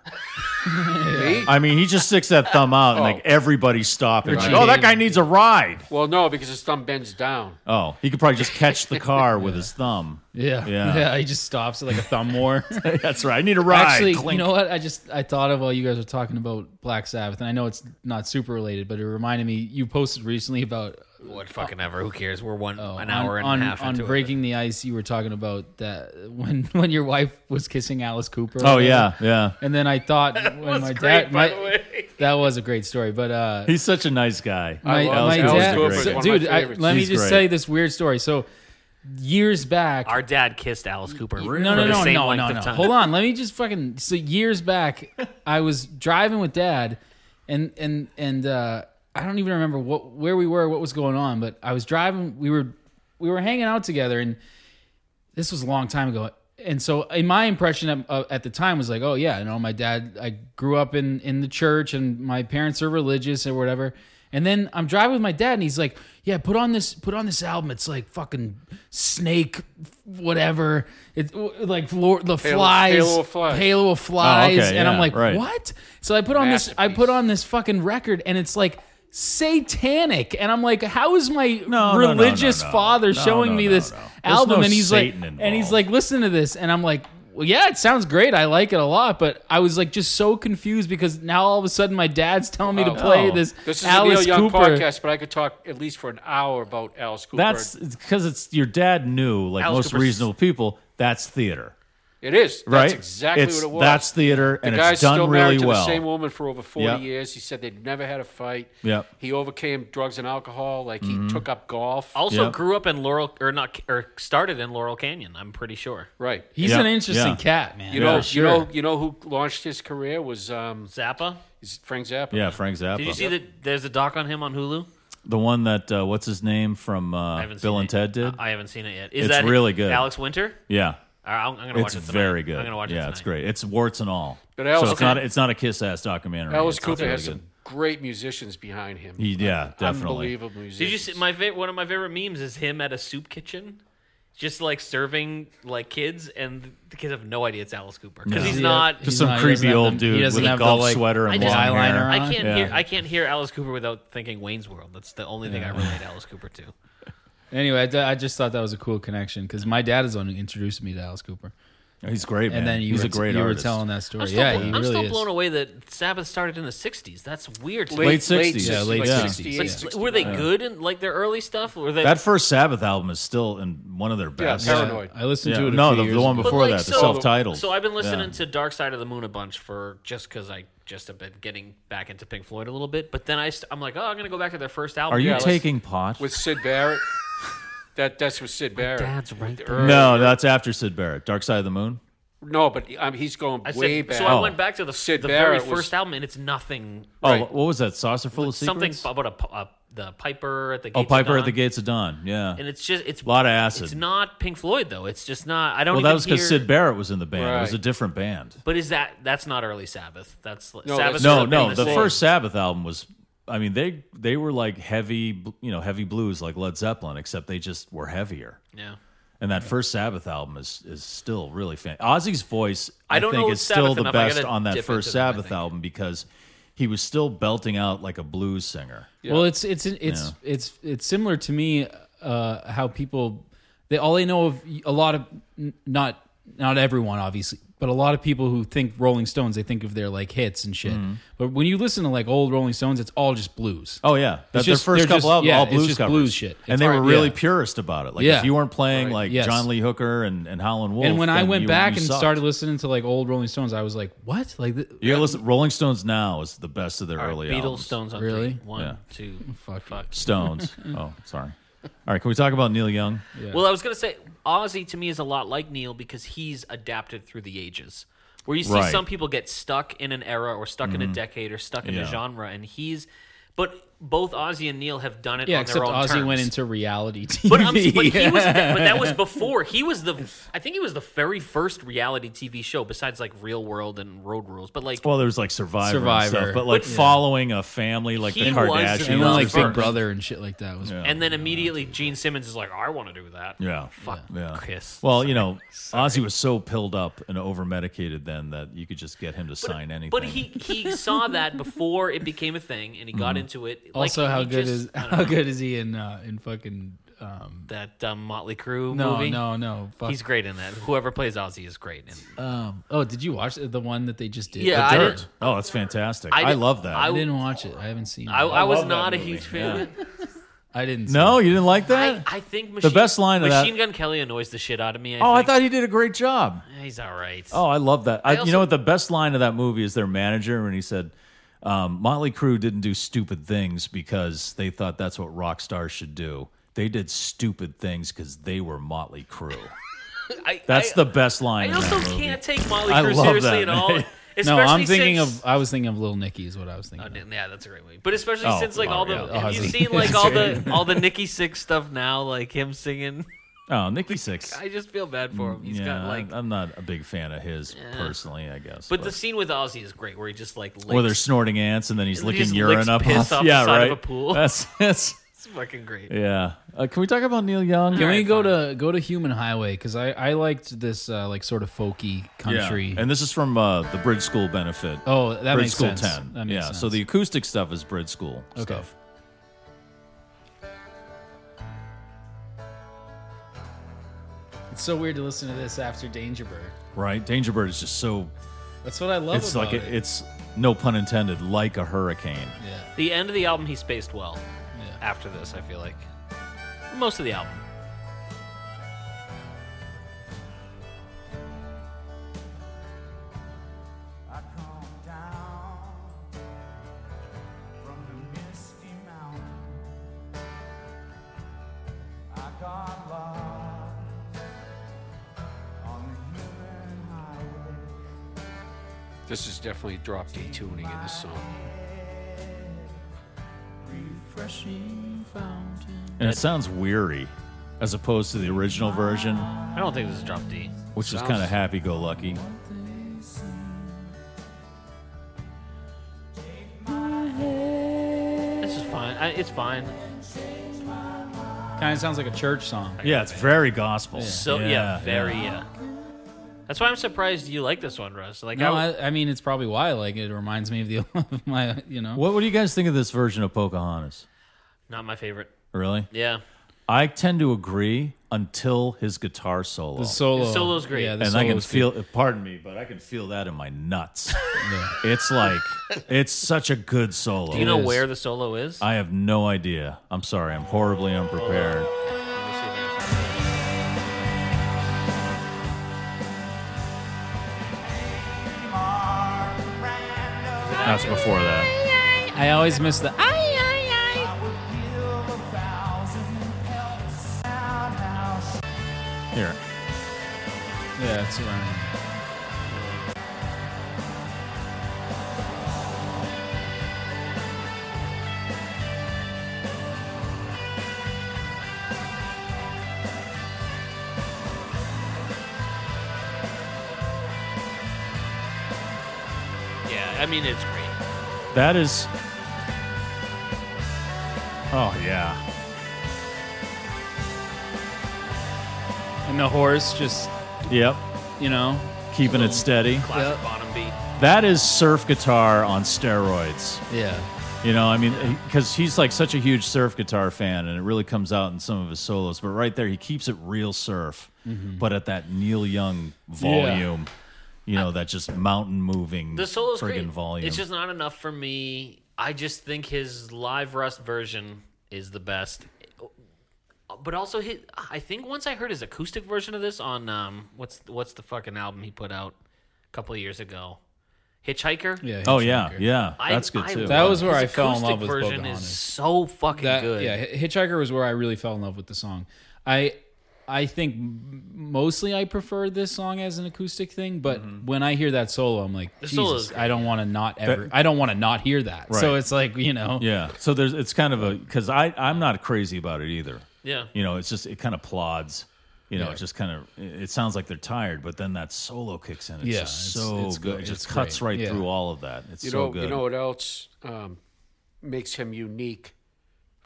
Speaker 1: Me?
Speaker 5: I mean, he just sticks that thumb out and
Speaker 1: Oh.
Speaker 5: like everybody's stopping.
Speaker 7: Richie
Speaker 5: Like, oh, that guy
Speaker 7: Havens.
Speaker 5: needs a ride.
Speaker 1: Well, no, because his thumb bends down.
Speaker 5: Oh, he could probably just catch the car with his thumb.
Speaker 7: Yeah.
Speaker 5: Yeah.
Speaker 7: yeah, He just stops at like a thumb war.
Speaker 5: That's right. I need a ride.
Speaker 7: Actually,
Speaker 5: Clink.
Speaker 7: you know what? I just I thought of while you guys were talking about Black Sabbath, and I know it's not super related, but it reminded me. You posted recently about
Speaker 3: What fucking ever? Who cares? We're one an
Speaker 7: Oh, on-
Speaker 3: hour and
Speaker 7: on,
Speaker 3: a half
Speaker 7: on
Speaker 3: into
Speaker 7: breaking the ice. You were talking about that when when your wife was kissing Alice Cooper. or
Speaker 5: Oh
Speaker 7: whatever.
Speaker 5: yeah, yeah.
Speaker 7: And then I thought when my dad, my, that was a great story, but uh,
Speaker 5: He's such a nice guy.
Speaker 7: my,
Speaker 1: love
Speaker 7: my
Speaker 1: Alice
Speaker 7: dad,
Speaker 1: Cooper. One of my
Speaker 7: dude, I,
Speaker 1: favorites.
Speaker 7: let
Speaker 5: He's
Speaker 7: me just
Speaker 5: great.
Speaker 7: tell you this weird story. So years back,
Speaker 3: it. Our dad kissed Alice Cooper. for
Speaker 7: no, no,
Speaker 3: the
Speaker 7: no,
Speaker 3: same
Speaker 7: no,
Speaker 3: length
Speaker 7: no,
Speaker 3: of
Speaker 7: no.
Speaker 3: time.
Speaker 7: Hold on. Let me just fucking. So years back, I was driving with dad, and and and uh, I don't even remember what where we were, what was going on, but I was driving. We were we were hanging out together, and this was a long time ago. And so, in my impression at, uh, at the time was like, oh yeah, you know, my dad. I grew up in in the church, and my parents are religious or whatever. And then I'm driving with my dad, and he's like, "Yeah, put on this, put on this album. It's like fucking Snake, whatever. It's w- like Lord, the
Speaker 1: Halo-
Speaker 7: flies,
Speaker 1: Halo of Flies.
Speaker 7: Halo of Flies."
Speaker 5: Oh, okay,
Speaker 7: and I'm
Speaker 5: yeah,
Speaker 7: like,
Speaker 5: right.
Speaker 7: "What?" So I put on this, I put
Speaker 1: Masterpiece.
Speaker 7: on this fucking record, and it's like satanic. And I'm like, "How is my
Speaker 5: No, no, no,
Speaker 7: religious
Speaker 5: no, no.
Speaker 7: father
Speaker 5: No,
Speaker 7: showing
Speaker 5: no,
Speaker 7: me
Speaker 5: no,
Speaker 7: this
Speaker 5: no. There's
Speaker 7: album?"
Speaker 5: no
Speaker 7: and he's
Speaker 5: Satan
Speaker 7: like,
Speaker 5: involved.
Speaker 7: and he's like, "Listen to this," and I'm like. Well, yeah, it sounds great. I like it a lot, but I was like just so confused because now all of a sudden my dad's telling me to
Speaker 1: Oh,
Speaker 7: play
Speaker 5: no.
Speaker 7: this,
Speaker 1: This is
Speaker 7: Alice
Speaker 1: a Neil Young
Speaker 7: Cooper.
Speaker 1: podcast, but I could talk at least for an hour about Alice Cooper.
Speaker 5: That's because it's your dad knew, like most
Speaker 3: Alice Cooper's-
Speaker 5: reasonable people, that's theater,
Speaker 1: it is.
Speaker 5: right?
Speaker 1: That's exactly
Speaker 5: It's-
Speaker 1: what it was.
Speaker 5: That's theater, and
Speaker 1: the guy's
Speaker 5: it's done
Speaker 1: still married
Speaker 5: really
Speaker 1: to
Speaker 5: well.
Speaker 1: the same woman for over 40
Speaker 5: Yep.
Speaker 1: years. He said they'd never had a fight.
Speaker 5: Yep. Mm-hmm.
Speaker 1: He overcame drugs and alcohol. Like, he took up golf.
Speaker 3: Also
Speaker 5: Yeah.
Speaker 3: grew up in Laurel or not or started in Laurel Canyon. I'm pretty sure.
Speaker 1: Right.
Speaker 7: He's
Speaker 5: Yeah,
Speaker 7: an interesting
Speaker 5: yeah.
Speaker 7: cat, man.
Speaker 1: You know, you know, you know who launched his career was um,
Speaker 3: Zappa.
Speaker 1: is Frank Zappa.
Speaker 5: yeah, Frank Zappa,
Speaker 3: Did you see that? There's a doc on him on Hulu.
Speaker 5: the one that uh, what's his name from
Speaker 3: I
Speaker 5: uh,
Speaker 3: haven't
Speaker 5: Bill
Speaker 3: seen
Speaker 5: and
Speaker 3: it.
Speaker 5: Ted did?
Speaker 3: I I haven't seen it yet. Is
Speaker 5: It's
Speaker 3: that
Speaker 5: really good.
Speaker 3: Alex Winter.
Speaker 5: yeah,
Speaker 3: I'm, I'm gonna
Speaker 5: it's
Speaker 3: watch it. tonight.
Speaker 5: very good.
Speaker 3: I'm gonna watch it.
Speaker 5: yeah,
Speaker 3: tonight.
Speaker 5: it's great. It's warts and all.
Speaker 1: But Alice-
Speaker 5: so it's
Speaker 1: Okay.
Speaker 5: not it's not a kiss ass documentary.
Speaker 1: Alice
Speaker 5: It's- it's
Speaker 1: Cooper
Speaker 5: really
Speaker 1: has
Speaker 5: good.
Speaker 1: some great musicians behind him.
Speaker 5: He- yeah, definitely.
Speaker 1: Unbelievable musicians.
Speaker 3: Did you see my favorite? One of my favorite memes is him at a soup kitchen, just like serving like kids, and the kids have no idea it's Alice Cooper because
Speaker 5: No.
Speaker 3: he's
Speaker 5: Yeah.
Speaker 3: not.
Speaker 5: Just
Speaker 7: He's
Speaker 5: some
Speaker 7: not- he doesn't
Speaker 5: creepy
Speaker 7: have
Speaker 5: old
Speaker 7: the- he
Speaker 5: dude
Speaker 7: doesn't
Speaker 5: with a
Speaker 7: have the,
Speaker 5: golf
Speaker 7: like,
Speaker 5: sweater
Speaker 3: I
Speaker 5: and
Speaker 3: just
Speaker 5: long hair.
Speaker 7: eyeliner
Speaker 3: I
Speaker 7: on.
Speaker 3: can't
Speaker 5: Yeah.
Speaker 3: hear I can't hear Alice Cooper without thinking Wayne's World. That's the only thing I relate Alice Cooper to.
Speaker 7: Anyway, I, I just thought that was a cool connection because my dad is the one who introduced me to Alice Cooper.
Speaker 5: He's great, man.
Speaker 7: And then you
Speaker 5: He's
Speaker 7: were
Speaker 5: a great
Speaker 7: you
Speaker 5: artist.
Speaker 7: were telling that story.
Speaker 3: I'm still,
Speaker 7: yeah,
Speaker 3: blo-
Speaker 7: he
Speaker 3: I'm
Speaker 7: really
Speaker 3: still
Speaker 7: is.
Speaker 3: blown away that Sabbath started in the '60s. That's weird. To me.
Speaker 5: Late 60s.
Speaker 7: Yeah, late
Speaker 1: like
Speaker 7: 60s.
Speaker 1: 68,
Speaker 3: But were they
Speaker 1: 69.
Speaker 3: good in like their early stuff? Were they
Speaker 5: That first Sabbath album is still in one of their best.
Speaker 1: Yeah. Paranoid.
Speaker 7: I listened
Speaker 5: Yeah,
Speaker 7: to it. a
Speaker 5: no,
Speaker 7: few
Speaker 5: the,
Speaker 7: years
Speaker 5: the one
Speaker 7: ago.
Speaker 5: before
Speaker 3: like,
Speaker 5: that, the
Speaker 3: so-
Speaker 5: self-titled.
Speaker 3: So I've been listening
Speaker 5: Yeah.
Speaker 3: to Dark Side of the Moon a bunch for just because I just have been getting back into Pink Floyd a little bit. But then I st- I'm like, oh, I'm gonna go back to their first album.
Speaker 5: Are you
Speaker 3: Yeah, let's-
Speaker 5: taking pot?
Speaker 1: with Sid Barrett. That that's with Sid Barrett. Dad's right
Speaker 5: No, that's after Sid Barrett. Dark Side of the Moon.
Speaker 1: no, but um, he's going
Speaker 3: I said,
Speaker 1: way back.
Speaker 3: So I went back to the,
Speaker 1: Sid
Speaker 3: the very
Speaker 1: Barrett was-
Speaker 3: first album, and it's nothing.
Speaker 5: Oh,
Speaker 1: Right.
Speaker 5: what was that? Saucer full of
Speaker 3: Something
Speaker 5: secrets.
Speaker 3: about a, p- uh the Piper at the Gates
Speaker 5: oh,
Speaker 3: of
Speaker 5: Piper at
Speaker 3: Dawn.
Speaker 5: the Gates of Dawn. Yeah.
Speaker 3: And it's just it's a
Speaker 5: Lot of acid.
Speaker 3: It's not Pink Floyd though. It's just not. I don't.
Speaker 5: well,
Speaker 3: even
Speaker 5: that was because
Speaker 3: hear-
Speaker 5: Sid Barrett was in the band. It was
Speaker 1: Right.
Speaker 5: a different band.
Speaker 3: But is that that's not early Sabbath? That's
Speaker 1: No,
Speaker 3: Sabbath.
Speaker 1: that's-
Speaker 3: would
Speaker 5: No,
Speaker 3: have
Speaker 5: no.
Speaker 3: been
Speaker 5: The
Speaker 3: same.
Speaker 5: first Sabbath album was. I mean, they they were like heavy, bl- you know, heavy blues like Led Zeppelin, except they just were heavier.
Speaker 3: Yeah.
Speaker 5: And that first Sabbath album is is still really fan. Ozzy's voice, I,
Speaker 3: I don't
Speaker 5: think,
Speaker 3: know
Speaker 5: is
Speaker 3: Sabbath
Speaker 5: still the
Speaker 3: enough. I
Speaker 5: best
Speaker 3: gotta
Speaker 5: on that
Speaker 3: dip
Speaker 5: first
Speaker 3: into them, I
Speaker 5: Sabbath
Speaker 3: think.
Speaker 5: album because he was still belting out like a blues singer.
Speaker 7: Well, it's it's it's it's it's similar to me uh, how people they all they know of a lot of n- not not everyone obviously, but a lot of people who think Rolling Stones they think of their like hits and shit. But when you listen to like old Rolling Stones, it's all just blues.
Speaker 5: Mm-hmm. Oh yeah, that's
Speaker 7: just-
Speaker 5: their first
Speaker 7: they're
Speaker 5: couple
Speaker 7: just-
Speaker 5: albums,
Speaker 7: yeah,
Speaker 5: all
Speaker 7: it's
Speaker 5: blues
Speaker 7: just
Speaker 5: covers.
Speaker 7: blues shit.
Speaker 5: and
Speaker 7: It's
Speaker 5: they
Speaker 7: hard-
Speaker 5: were really
Speaker 7: yeah.
Speaker 5: purist about it. Like
Speaker 7: Yeah.
Speaker 5: if you weren't playing like
Speaker 7: yes.
Speaker 5: John Lee Hooker and, and Howlin' Wolf,
Speaker 7: and when I
Speaker 5: then
Speaker 7: went
Speaker 5: you-
Speaker 7: back
Speaker 5: you
Speaker 7: and
Speaker 5: sucked.
Speaker 7: started listening to like old Rolling Stones, I was like, what? Like, th-
Speaker 5: you gotta listen. Rolling Stones now is the best of their early
Speaker 3: Beatles,
Speaker 5: albums.
Speaker 3: Stones on
Speaker 7: Really?
Speaker 3: three. One,
Speaker 5: Yeah.
Speaker 3: two,
Speaker 7: Fuck you.
Speaker 3: fuck.
Speaker 5: Stones. oh, sorry. All right, can we talk about Neil Young?
Speaker 3: Well, I was gonna say Ozzy to me is a lot like Neil because he's adapted through the ages. Where you see
Speaker 5: Right. Mm-hmm.
Speaker 3: some people get stuck in an era or stuck in a decade or stuck in
Speaker 5: Yeah.
Speaker 3: a genre, and he's, but both Ozzy and Neil have done it.
Speaker 7: yeah,
Speaker 3: on
Speaker 7: except
Speaker 3: their own
Speaker 7: Ozzy
Speaker 3: terms.
Speaker 7: went into reality TV.
Speaker 3: But, I'm, but, he was, but that was before. He was the, I think he was the very first reality TV show besides like Real World and Road Rules. But like,
Speaker 5: Well, there was like Survivor, and
Speaker 7: Survivor.
Speaker 5: stuff, but like
Speaker 3: But-
Speaker 5: following a family like the
Speaker 3: He was
Speaker 5: Kardashians,
Speaker 7: and then
Speaker 5: or
Speaker 7: like
Speaker 5: something.
Speaker 7: Big Brother and shit like that was
Speaker 3: and then immediately Gene Simmons is like, I want to do that.
Speaker 5: Yeah.
Speaker 3: Fuck.
Speaker 5: Yeah.
Speaker 3: Kiss.
Speaker 5: Well, you know, Ozzy was so pilled up and over medicated then that you could just get him to sign anything.
Speaker 3: But he he saw that before it became a thing, and he got into it. Like,
Speaker 7: Also, how
Speaker 3: he
Speaker 7: good
Speaker 3: just-
Speaker 7: is
Speaker 3: I don't
Speaker 7: how
Speaker 3: know,
Speaker 7: good is he in uh, in fucking um,
Speaker 3: that um, Motley Crue
Speaker 7: no
Speaker 3: movie?
Speaker 7: no no fuck.
Speaker 3: he's great in that. Whoever plays Ozzy is great. In
Speaker 7: um oh did you watch the one that they just did
Speaker 3: Yeah,
Speaker 7: the
Speaker 3: I
Speaker 7: dirt
Speaker 3: didn't-
Speaker 5: oh, that's fantastic.
Speaker 3: I
Speaker 5: I,
Speaker 3: didn't-
Speaker 5: love that.
Speaker 7: I,
Speaker 3: I-
Speaker 7: didn't watch it I haven't seen it
Speaker 3: I, I was
Speaker 2: love that
Speaker 3: not a
Speaker 2: movie.
Speaker 3: huge fan. of it.
Speaker 7: I didn't see
Speaker 5: no,
Speaker 7: it.
Speaker 5: you didn't like that?
Speaker 3: I, I think machine,
Speaker 5: best line of that-
Speaker 3: Machine Gun Kelly annoys the shit out of me. I
Speaker 5: oh, I
Speaker 3: think.
Speaker 5: thought he did a great job.
Speaker 3: he's all right.
Speaker 5: Oh, I love that. I, you
Speaker 3: also-
Speaker 5: know what? The best line of that movie is their manager when he said, um, Motley Crue didn't do stupid things because they thought that's what rock stars should do. They did stupid things because they were Motley Crue.
Speaker 3: I,
Speaker 5: That's
Speaker 3: I,
Speaker 5: the best line.
Speaker 3: I
Speaker 5: in
Speaker 3: also
Speaker 5: that movie.
Speaker 3: can't take Molly
Speaker 5: I
Speaker 3: Crew
Speaker 5: love
Speaker 3: seriously
Speaker 5: that.
Speaker 3: at all.
Speaker 7: no I'm
Speaker 3: especially
Speaker 7: thinking
Speaker 3: since-
Speaker 7: of I was thinking of Little Nicky is what I was thinking of.
Speaker 3: Yeah, that's a great movie. But especially
Speaker 5: Oh,
Speaker 3: since like all the
Speaker 5: well,
Speaker 7: yeah,
Speaker 3: have you
Speaker 7: Ozzy.
Speaker 3: seen like all the all the Nikki Six stuff now, like him singing.
Speaker 5: Oh, Nikki Six.
Speaker 3: I just feel bad for him. He's
Speaker 5: yeah,
Speaker 3: got like.
Speaker 5: I- I'm not a big fan of his personally. I guess,
Speaker 3: but the scene with Ozzy is great, where he just like licks.
Speaker 5: or they're snorting ants and then he's
Speaker 3: And he
Speaker 5: licking
Speaker 3: just
Speaker 5: urine
Speaker 3: licks
Speaker 5: up
Speaker 3: piss off the
Speaker 5: yeah,
Speaker 3: side
Speaker 5: right.
Speaker 3: of a pool.
Speaker 5: That's, that's
Speaker 3: it's fucking great.
Speaker 5: yeah. Uh, can we talk about Neil Young?
Speaker 7: Can we go to go to Human Highway because I I liked this uh, like sort of folky country.
Speaker 5: And this is from uh, the Bridge School benefit.
Speaker 7: oh, that
Speaker 5: Bridge
Speaker 7: makes
Speaker 5: School
Speaker 7: sense.
Speaker 5: 10.
Speaker 7: That makes
Speaker 5: yeah.
Speaker 7: sense.
Speaker 5: So the acoustic stuff is Bridge School
Speaker 7: okay.
Speaker 5: stuff.
Speaker 7: It's so weird to listen to this after Danger Bird.
Speaker 5: Right? Danger Bird is just so
Speaker 7: That's what I love.
Speaker 5: it's like
Speaker 7: about
Speaker 5: it- it's no pun intended like a hurricane.
Speaker 7: yeah.
Speaker 3: The end of the album, he spaced well.
Speaker 7: Yeah.
Speaker 3: After this, I feel like most of the album.
Speaker 10: I come down from the misty mountain. I got lost on the human highway.
Speaker 1: This is definitely drop D tuning in this song.
Speaker 10: Refreshing fountain.
Speaker 5: And it sounds weary as opposed to the original version,
Speaker 3: I don't think this is drop D.
Speaker 5: which is
Speaker 1: Sounds-
Speaker 5: kind of happy go lucky.
Speaker 3: This is fine. I, it's fine.
Speaker 7: Kind of sounds like a church song.
Speaker 5: Yeah, it's very gospel.
Speaker 3: So yeah, very yeah. That's why I'm surprised you like this one, Russ. Like
Speaker 7: No,
Speaker 3: I,
Speaker 7: I, I mean it's probably why I like it. It reminds me of the of my you know.
Speaker 5: What, what do you guys think of this version of Pocahontas?
Speaker 3: not my favorite.
Speaker 5: Really?
Speaker 3: Yeah.
Speaker 5: I tend to agree until his guitar solo.
Speaker 7: The solo. His solo's great. Yeah, the
Speaker 5: and I can
Speaker 7: solo's
Speaker 5: feel. Pardon me, but I can feel that in my nuts. It's like it's such a good solo.
Speaker 3: Do you know where the solo is?
Speaker 5: I have no idea. I'm sorry. I'm horribly unprepared. That's before that.
Speaker 11: I always miss the.
Speaker 7: ah!
Speaker 5: Here.
Speaker 7: Yeah, that's what I
Speaker 3: Yeah, I mean it's great.
Speaker 5: That is. Oh yeah.
Speaker 7: And the horse just,
Speaker 5: Yep.
Speaker 7: you know,
Speaker 5: Keeping it steady.
Speaker 3: Classic bottom beat.
Speaker 5: That is surf guitar on steroids.
Speaker 11: Yeah.
Speaker 5: You know, I mean, because he's like such a huge surf guitar fan, and it really comes out in some of his solos. But right there, he keeps it real surf, but at that Neil Young volume. You know, that just mountain moving
Speaker 3: The solo's
Speaker 5: friggin'
Speaker 3: great.
Speaker 5: volume.
Speaker 3: It's just not enough for me. I just think his live Rust version is the best. But also, his, I think once I heard his acoustic version of this on um, what's what's the fucking album he put out a couple of years ago, Hitchhiker.
Speaker 7: yeah.
Speaker 5: oh yeah, yeah,
Speaker 3: I-
Speaker 5: that's good
Speaker 3: I
Speaker 5: too.
Speaker 3: love
Speaker 7: That was where
Speaker 3: his
Speaker 7: I fell in
Speaker 3: acoustic
Speaker 7: love with
Speaker 3: version
Speaker 7: Pocahontas.
Speaker 3: is so fucking
Speaker 7: That,
Speaker 3: good.
Speaker 7: Yeah, Hi- Hitchhiker was where I really fell in love with the song. I I think m- mostly I prefer this song as an acoustic thing, but when I hear that solo, I'm like,
Speaker 3: The
Speaker 7: Jesus,
Speaker 3: solo is great,
Speaker 7: I don't want to not ever, I don't want to not hear that. So
Speaker 5: Right.
Speaker 7: it's like you know,
Speaker 5: yeah. So there's it's kind of a because I I'm not crazy about it either.
Speaker 3: Yeah.
Speaker 5: You know, it's just it kind of plods. You know, it just kind of it sounds like they're tired, but then that solo kicks in. It's
Speaker 7: Yeah,
Speaker 5: just
Speaker 7: it's-
Speaker 5: so
Speaker 7: it's
Speaker 5: good.
Speaker 7: good.
Speaker 5: It just
Speaker 7: It's
Speaker 5: cuts
Speaker 7: great.
Speaker 5: right
Speaker 7: Yeah.
Speaker 5: through all of that. It's
Speaker 1: You
Speaker 5: so
Speaker 1: know,
Speaker 5: good.
Speaker 1: you know what else um, makes him unique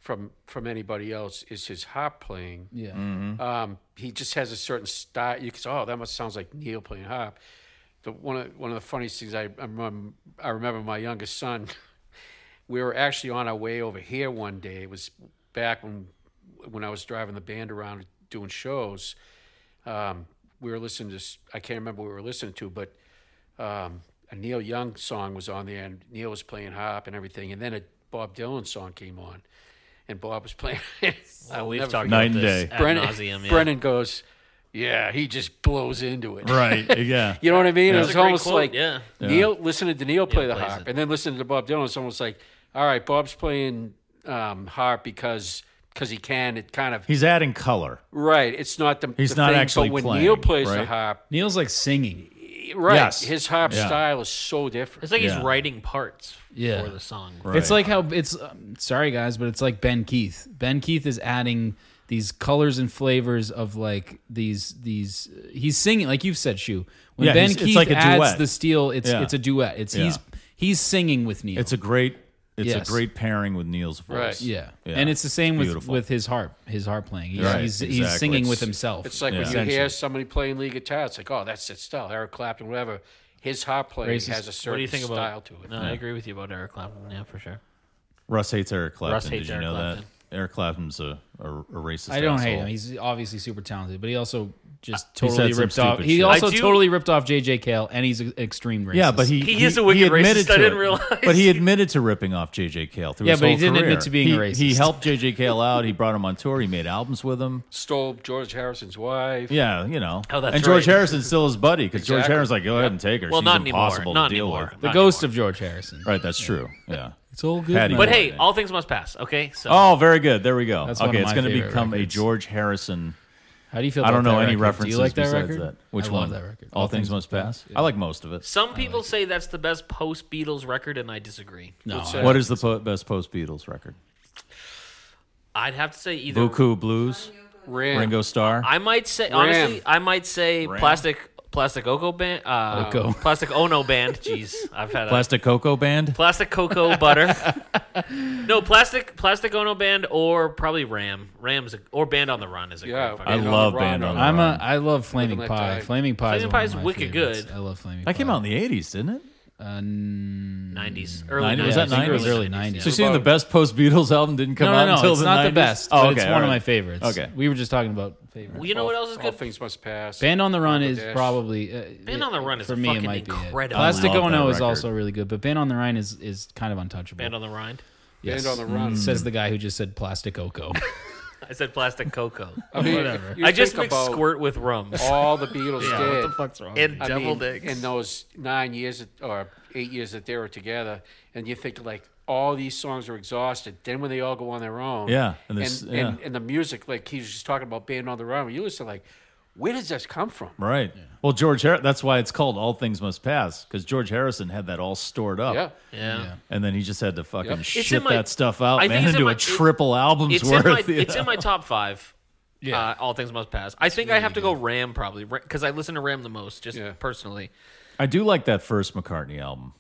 Speaker 1: from from anybody else is his harp playing.
Speaker 7: yeah,
Speaker 5: Mm-hmm.
Speaker 1: Um, he just has a certain style. You can say, "Oh, that must sounds like Neil playing harp." The one of one of the funniest things I I remember, I remember my youngest son. we were actually on our way over here one day. It was back when when I was driving the band around doing shows. Um, we were listening to s- I can't remember what we were listening to, but um, a Neil Young song was on there, and Neil was playing harp and everything, and then a Bob Dylan song came on, and Bob was playing.
Speaker 3: Uh,
Speaker 1: I'll
Speaker 3: we've
Speaker 1: never
Speaker 3: talked
Speaker 1: forget
Speaker 5: Night
Speaker 3: about
Speaker 5: and
Speaker 3: this
Speaker 5: day.
Speaker 3: ad
Speaker 1: Brennan,
Speaker 3: nauseam. Yeah.
Speaker 1: Brennan goes, "Yeah, he just blows into it."
Speaker 5: right? Yeah.
Speaker 1: You know what I mean? It
Speaker 3: That's
Speaker 1: was
Speaker 3: a great
Speaker 1: almost
Speaker 3: quote,
Speaker 1: like
Speaker 3: yeah.
Speaker 1: Neil listening to Neil play the
Speaker 3: plays
Speaker 1: harp,
Speaker 3: it.
Speaker 1: and then listening to Bob Dylan. It's almost like, all right, Bob's playing um, harp because because he can. It kind of
Speaker 5: He's adding color.
Speaker 1: right. It's not the
Speaker 5: He's
Speaker 1: the
Speaker 5: not
Speaker 1: thing,
Speaker 5: actually
Speaker 1: But when
Speaker 5: playing,
Speaker 1: Neil plays the
Speaker 5: right?
Speaker 1: harp,
Speaker 7: Neil's like singing.
Speaker 1: right?
Speaker 5: Yes.
Speaker 1: His harp
Speaker 5: Yeah.
Speaker 1: style is so different.
Speaker 3: It's like
Speaker 5: Yeah.
Speaker 3: he's writing parts
Speaker 7: Yeah.
Speaker 3: for the song.
Speaker 7: It's like how it's um, sorry guys, but it's like Ben Keith. Ben Keith is adding these colors and flavors of like these these he's singing like you've said Shu. When
Speaker 5: Yeah,
Speaker 7: Ben
Speaker 5: he's- it's
Speaker 7: Keith
Speaker 5: like a
Speaker 7: adds
Speaker 5: duet.
Speaker 7: the steel, it's
Speaker 5: Yeah.
Speaker 7: it's a duet. It's he's he's singing with Neil.
Speaker 5: It's a great. It's
Speaker 7: Yes.
Speaker 5: a great pairing with Neil's voice.
Speaker 1: Right.
Speaker 7: yeah.
Speaker 5: Yeah.
Speaker 7: And it's the same with
Speaker 5: Beautiful.
Speaker 7: with his harp, his harp playing. He's
Speaker 5: Right,
Speaker 7: he's, he's
Speaker 5: exactly.
Speaker 7: singing with
Speaker 5: It's-
Speaker 7: himself.
Speaker 1: It's like
Speaker 5: Yeah.
Speaker 1: when you hear somebody playing lead guitar, it's like, oh, that's its style. Eric Clapton, whatever. His harp playing
Speaker 7: Racist.
Speaker 1: has a certain
Speaker 3: What do you think
Speaker 1: style
Speaker 3: about?
Speaker 1: to it.
Speaker 3: No, I agree with you about Eric Clapton. Yeah, for sure.
Speaker 5: Russ hates Eric Clapton.
Speaker 3: Russ
Speaker 5: Did
Speaker 3: hates
Speaker 5: you
Speaker 3: Eric
Speaker 5: know that?
Speaker 3: Clapton.
Speaker 5: Eric Clapton's a, a, a racist.
Speaker 7: I don't hate
Speaker 5: asshole.
Speaker 7: him. He's obviously super talented, but he also just
Speaker 5: He's
Speaker 7: totally
Speaker 5: had some
Speaker 7: ripped off.
Speaker 5: stupid
Speaker 7: He
Speaker 5: shit.
Speaker 7: also
Speaker 3: I do-
Speaker 7: totally ripped off JJ Cale, and he's an extreme racist.
Speaker 5: yeah, but he
Speaker 3: He is a wicked
Speaker 5: admitted
Speaker 3: racist. I
Speaker 5: to
Speaker 3: didn't
Speaker 5: it.
Speaker 3: realize.
Speaker 5: But he admitted to ripping off JJ Cale through
Speaker 7: Yeah,
Speaker 5: his
Speaker 7: but he
Speaker 5: whole
Speaker 7: didn't admit
Speaker 5: career.
Speaker 7: to being
Speaker 5: he,
Speaker 7: a
Speaker 5: He
Speaker 7: racist.
Speaker 5: helped JJ Cale out. He brought him on tour. He made albums with him.
Speaker 1: Stole George Harrison's wife.
Speaker 5: Yeah, you know.
Speaker 3: Oh, that's
Speaker 5: and George
Speaker 3: right.
Speaker 5: Harrison's still his buddy because George
Speaker 1: Exactly.
Speaker 5: Harrison's like, go ahead and take her.
Speaker 3: Well,
Speaker 5: She's
Speaker 3: not anymore.
Speaker 5: impossible
Speaker 3: Not
Speaker 5: to deal
Speaker 3: anymore.
Speaker 5: with.
Speaker 7: the
Speaker 3: Not
Speaker 7: ghost of George Harrison.
Speaker 5: Right, that's true. Yeah.
Speaker 7: It's all good.
Speaker 5: Patty
Speaker 7: man.
Speaker 3: But
Speaker 5: Moore.
Speaker 3: hey, all things must pass. Okay, so
Speaker 5: Oh, very good. There we go.
Speaker 7: That's one
Speaker 5: okay,
Speaker 7: of
Speaker 5: it's
Speaker 7: my
Speaker 5: going to
Speaker 7: favorite
Speaker 5: become
Speaker 7: records.
Speaker 5: a George Harrison.
Speaker 7: How do you feel?
Speaker 5: I
Speaker 7: About
Speaker 5: don't know
Speaker 7: that
Speaker 5: any
Speaker 7: record?
Speaker 5: references
Speaker 7: Do you like that
Speaker 5: besides
Speaker 7: record?
Speaker 5: that. Which
Speaker 7: I
Speaker 5: one?
Speaker 7: Love that record.
Speaker 5: All, things, must pass. I like most of it.
Speaker 3: some people say that's the best post Beatles record, and I disagree.
Speaker 7: No,
Speaker 1: What's
Speaker 7: I-
Speaker 1: that?
Speaker 5: What is the po- best post Beatles record?
Speaker 3: I'd have to say either.
Speaker 5: Buku Blues,
Speaker 1: Ram.
Speaker 5: Ringo Starr.
Speaker 3: I might say honestly, I might say plastic plastic Oko band, uh,
Speaker 7: Oko.
Speaker 3: plastic Ono band. Jeez, I've had a,
Speaker 5: Plastic Cocoa Band.
Speaker 3: plastic cocoa butter. no, plastic plastic Ono band or probably Ram. Ram's a, or Band on the Run is a
Speaker 1: Yeah,
Speaker 3: great
Speaker 5: I
Speaker 1: Band
Speaker 3: fucking.
Speaker 1: on
Speaker 5: love
Speaker 1: the
Speaker 5: Band
Speaker 1: Run.
Speaker 5: on the
Speaker 7: I'm
Speaker 5: Run.
Speaker 7: a. I love Flaming
Speaker 1: Let
Speaker 7: Pie.
Speaker 1: Die.
Speaker 7: Flaming Pie.
Speaker 3: Flaming
Speaker 7: one
Speaker 3: Pie
Speaker 7: of
Speaker 3: is
Speaker 7: my
Speaker 3: wicked
Speaker 7: favorites.
Speaker 3: good.
Speaker 7: I love Flaming.
Speaker 5: That came
Speaker 7: Pie.
Speaker 5: out in the 80s, didn't it?
Speaker 7: Uh, n-
Speaker 3: 90s. Early
Speaker 5: 90s?
Speaker 3: 90s.
Speaker 5: Was that
Speaker 7: I think it
Speaker 5: 90s?
Speaker 7: was early 90s.
Speaker 5: So you're saying the best post Beatles album didn't come
Speaker 7: no,
Speaker 5: out
Speaker 7: no, no,
Speaker 5: until
Speaker 7: it's
Speaker 5: the
Speaker 7: not
Speaker 5: 90s?
Speaker 7: the best.
Speaker 5: Oh,
Speaker 7: but
Speaker 5: okay,
Speaker 7: it's one
Speaker 5: all
Speaker 7: of my
Speaker 5: right.
Speaker 7: favorites.
Speaker 5: Okay.
Speaker 7: We were just talking about favorites.
Speaker 3: You know what else is
Speaker 1: All
Speaker 3: good?
Speaker 1: Things Must Pass.
Speaker 7: Band on the Run is
Speaker 1: Bangladesh.
Speaker 7: probably uh,
Speaker 3: Band on the Run is
Speaker 7: for me. It
Speaker 3: fucking
Speaker 7: might be it.
Speaker 3: incredible. I
Speaker 7: Plastic
Speaker 5: love
Speaker 7: Ono
Speaker 5: that
Speaker 7: is
Speaker 5: record.
Speaker 7: also really good, but Band on the Run is is kind of untouchable.
Speaker 3: Band on the Rhine.
Speaker 7: Yes. Mm.
Speaker 1: Band on the Run.
Speaker 7: says the guy who just said Plastic Oko.
Speaker 3: I said plastic cocoa.
Speaker 1: I mean,
Speaker 7: Whatever.
Speaker 1: you
Speaker 3: I just
Speaker 1: think
Speaker 3: mixed
Speaker 1: about
Speaker 3: squirt with rum.
Speaker 1: All the Beatles did.
Speaker 7: wrong?
Speaker 3: and
Speaker 1: I
Speaker 3: devil
Speaker 1: mean,
Speaker 3: dicks.
Speaker 1: in those nine years that- or eight years that they were together, and you think like all these songs are exhausted. Then when they all go on their own,
Speaker 5: Yeah,
Speaker 1: and
Speaker 5: and this-
Speaker 1: and,
Speaker 5: yeah.
Speaker 1: and, the music, like he was just talking about being on the run. You listen like, where does this come from?
Speaker 5: Right. Well, George Harrison, that's why it's called All Things Must Pass, because George Harrison had that all stored up.
Speaker 1: Yeah,
Speaker 3: yeah.
Speaker 5: And then he just had to fucking
Speaker 1: Yep. It's
Speaker 5: shit
Speaker 3: in my-
Speaker 5: that stuff out,
Speaker 3: I think
Speaker 5: man,
Speaker 3: it's in
Speaker 5: into
Speaker 3: my-
Speaker 5: a
Speaker 3: it-
Speaker 5: triple album's
Speaker 3: It's
Speaker 5: worth.
Speaker 3: in my
Speaker 5: you
Speaker 3: it's
Speaker 5: know?
Speaker 3: in my top five. Yeah, uh, all things must pass. I think I have to go Ram probably because I listen to Ram the most, just
Speaker 1: Yeah.
Speaker 3: personally.
Speaker 5: I do like that first McCartney album.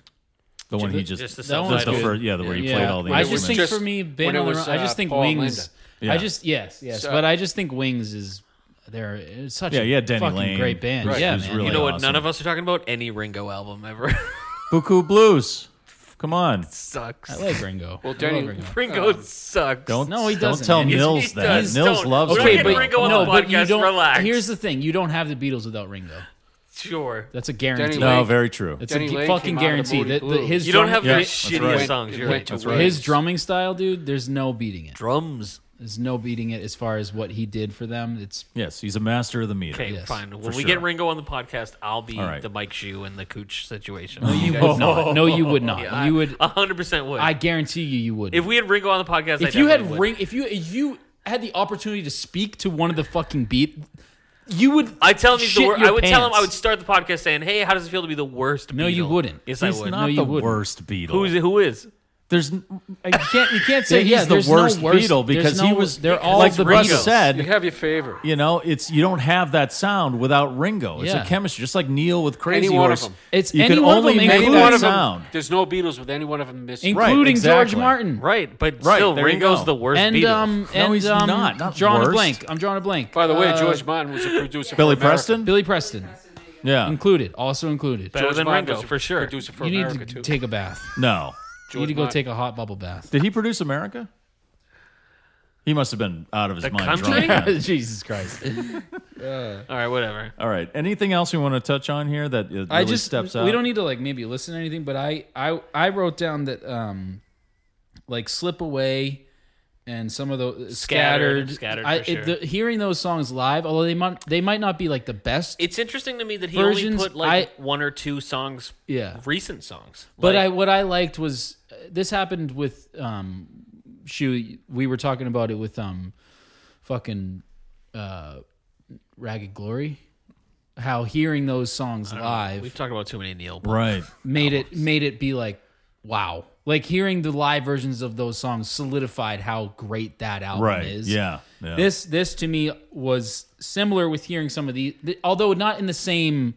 Speaker 5: The one he just
Speaker 3: just the
Speaker 5: the,
Speaker 3: self-titled.
Speaker 5: the first, yeah, the where he played all the
Speaker 7: I
Speaker 5: instruments.
Speaker 7: just think
Speaker 1: Just
Speaker 7: for me,
Speaker 1: when
Speaker 7: Band
Speaker 1: it
Speaker 7: on the
Speaker 1: was,
Speaker 7: Run. I
Speaker 1: uh,
Speaker 7: just think
Speaker 1: Paul and
Speaker 7: Wings.
Speaker 5: Linda.
Speaker 7: I
Speaker 5: Yeah.
Speaker 7: just yes, yes,
Speaker 1: So-
Speaker 7: but I just think Wings is they're it's such
Speaker 5: Yeah,
Speaker 7: a
Speaker 5: yeah, Denny
Speaker 7: fucking
Speaker 5: Lane,
Speaker 7: great band.
Speaker 5: who's-
Speaker 7: Yeah,
Speaker 5: who's
Speaker 7: man.
Speaker 5: really
Speaker 3: You know what?
Speaker 5: awesome.
Speaker 3: None of us are talking about any Ringo album ever.
Speaker 5: Buku Blues. Come on.
Speaker 3: Sucks.
Speaker 7: I like Ringo.
Speaker 1: Well,
Speaker 7: I
Speaker 1: Denny-
Speaker 7: love Ringo.
Speaker 3: Ringo sucks.
Speaker 5: Don't
Speaker 7: No, he
Speaker 5: Don't
Speaker 7: doesn't,
Speaker 5: tell
Speaker 7: man. He's-
Speaker 5: Nils
Speaker 3: he's-
Speaker 5: that.
Speaker 3: he's
Speaker 5: Nils
Speaker 3: don't.
Speaker 5: loves
Speaker 3: We're not
Speaker 5: Ringo.
Speaker 3: getting Ringo on
Speaker 7: no,
Speaker 3: the
Speaker 7: but you
Speaker 3: podcast.
Speaker 7: don't.
Speaker 3: Relax.
Speaker 7: Here's the thing: you don't have the Beatles without Ringo.
Speaker 3: sure.
Speaker 7: That's a guarantee.
Speaker 1: Lane-
Speaker 5: No, very true.
Speaker 7: it's
Speaker 1: Denny
Speaker 7: a gu-
Speaker 1: Lane
Speaker 7: fucking
Speaker 1: came out of the
Speaker 7: guarantee.
Speaker 1: Moody
Speaker 7: That that
Speaker 1: Blues.
Speaker 7: his
Speaker 3: You don't
Speaker 7: drum-
Speaker 3: have
Speaker 5: Yeah,
Speaker 3: the
Speaker 5: that's
Speaker 3: shittiest
Speaker 5: right.
Speaker 3: songs.
Speaker 1: It
Speaker 3: You're
Speaker 1: went
Speaker 3: right.
Speaker 1: to
Speaker 5: That's right.
Speaker 1: Waves.
Speaker 7: his drumming style, dude. There's no beating it.
Speaker 3: Drums.
Speaker 7: There's no beating it as far as what he did for them. It's
Speaker 5: Yes, he's a master of the meter.
Speaker 3: Okay,
Speaker 7: Yes,
Speaker 3: fine. When we
Speaker 5: sure.
Speaker 3: get Ringo on the podcast, I'll be
Speaker 5: All right.
Speaker 3: the Mike Shoe and the Cooch situation.
Speaker 7: no, no, you would
Speaker 1: Oh,
Speaker 7: not.
Speaker 3: Yeah, I-
Speaker 7: you would.
Speaker 3: a hundred percent would.
Speaker 7: I guarantee you, you would.
Speaker 3: if we had Ringo on the podcast, I
Speaker 7: if you had
Speaker 3: definitely would.
Speaker 7: ring, if you if you had the opportunity to speak to one of the fucking beat, you would.
Speaker 3: I tell him he's the
Speaker 7: shit
Speaker 3: worst.
Speaker 7: your
Speaker 3: I would tell him I would
Speaker 7: pants.
Speaker 3: start the podcast saying, "Hey, how does it feel to be the worst?"
Speaker 7: No, you
Speaker 3: Beatle?"
Speaker 7: wouldn't.
Speaker 3: Yes, I
Speaker 5: He's
Speaker 3: would.
Speaker 5: not
Speaker 7: you
Speaker 5: the
Speaker 7: wouldn't.
Speaker 5: worst Beatle.
Speaker 3: Who is it? Who is?
Speaker 5: There's n- you can't you can't say
Speaker 7: There- yeah,
Speaker 5: he's the
Speaker 7: there's no
Speaker 5: worst
Speaker 7: worst-
Speaker 5: Beatle
Speaker 7: there's
Speaker 5: because he
Speaker 7: no-
Speaker 5: was
Speaker 7: they're all
Speaker 5: like
Speaker 7: the
Speaker 5: Russ
Speaker 7: Beatles.
Speaker 1: You
Speaker 5: said.
Speaker 1: have your favorite.
Speaker 5: You know, it's you don't have that sound without Ringo. It's
Speaker 7: Yeah.
Speaker 5: a chemistry, just like Neil with Crazy
Speaker 1: Any one of
Speaker 5: Horse.
Speaker 1: them.
Speaker 7: It's
Speaker 5: you
Speaker 7: any
Speaker 5: can
Speaker 7: one of
Speaker 5: only
Speaker 7: them,
Speaker 5: make
Speaker 7: any
Speaker 5: that
Speaker 7: one of them.
Speaker 5: sound.
Speaker 1: There's no Beatles with any one of them missing.
Speaker 5: Right,
Speaker 7: including George
Speaker 5: exactly.
Speaker 7: Martin.
Speaker 3: Right, but
Speaker 5: Right,
Speaker 3: still,
Speaker 5: there you
Speaker 3: Ringo's
Speaker 5: go.
Speaker 3: the worst.
Speaker 7: And
Speaker 3: Beatle.
Speaker 7: um
Speaker 5: No,
Speaker 7: and
Speaker 5: he's
Speaker 7: um,
Speaker 5: not. Not
Speaker 7: drawing
Speaker 5: worst.
Speaker 7: a blank. I'm drawing a blank.
Speaker 1: By the way,
Speaker 7: Uh,
Speaker 1: George Martin was a producer.
Speaker 5: Billy
Speaker 1: for America.
Speaker 5: Preston.
Speaker 7: Billy Preston
Speaker 5: yeah.
Speaker 7: included, also included.
Speaker 3: better
Speaker 1: George
Speaker 3: than
Speaker 1: Martin
Speaker 3: Ringo
Speaker 1: was a
Speaker 3: for sure.
Speaker 1: Producer for
Speaker 7: you need
Speaker 1: America
Speaker 7: to
Speaker 1: too.
Speaker 7: take a bath.
Speaker 5: no.
Speaker 7: you need to
Speaker 1: George
Speaker 7: go
Speaker 1: Martin.
Speaker 7: take a hot bubble bath.
Speaker 5: Did he produce America? He must have been out of his
Speaker 3: The
Speaker 5: mind.
Speaker 3: country?
Speaker 5: drunk. Yeah.
Speaker 7: Jesus Christ!
Speaker 3: All right, whatever.
Speaker 5: All right. Anything else we want to touch on here that uh, really
Speaker 7: I just
Speaker 5: steps
Speaker 7: we
Speaker 5: out?
Speaker 7: don't need to like maybe listen to anything, but I I I wrote down that um like slip away and some of those
Speaker 3: Scattered,
Speaker 7: scattered
Speaker 3: Scattered
Speaker 7: I,
Speaker 3: for
Speaker 7: it- the-
Speaker 3: sure.
Speaker 7: hearing those songs live, although they might they might not be like the best.
Speaker 3: It's interesting to me that he
Speaker 7: Versions,
Speaker 3: only put like
Speaker 7: I-
Speaker 3: one or two songs,
Speaker 7: Yeah.
Speaker 3: recent songs.
Speaker 7: But
Speaker 3: Like,
Speaker 7: I what I liked was uh, this happened with um shoe we were talking about it with um fucking uh Ragged Glory how hearing those songs
Speaker 3: we've
Speaker 7: live
Speaker 3: talked about too many Neil. But
Speaker 5: Right.
Speaker 7: made it made it be like wow like hearing the live versions of those songs solidified how great that album
Speaker 5: Right.
Speaker 7: is
Speaker 5: Yeah. yeah.
Speaker 7: this this to me was similar with hearing some of the, the- although not in the same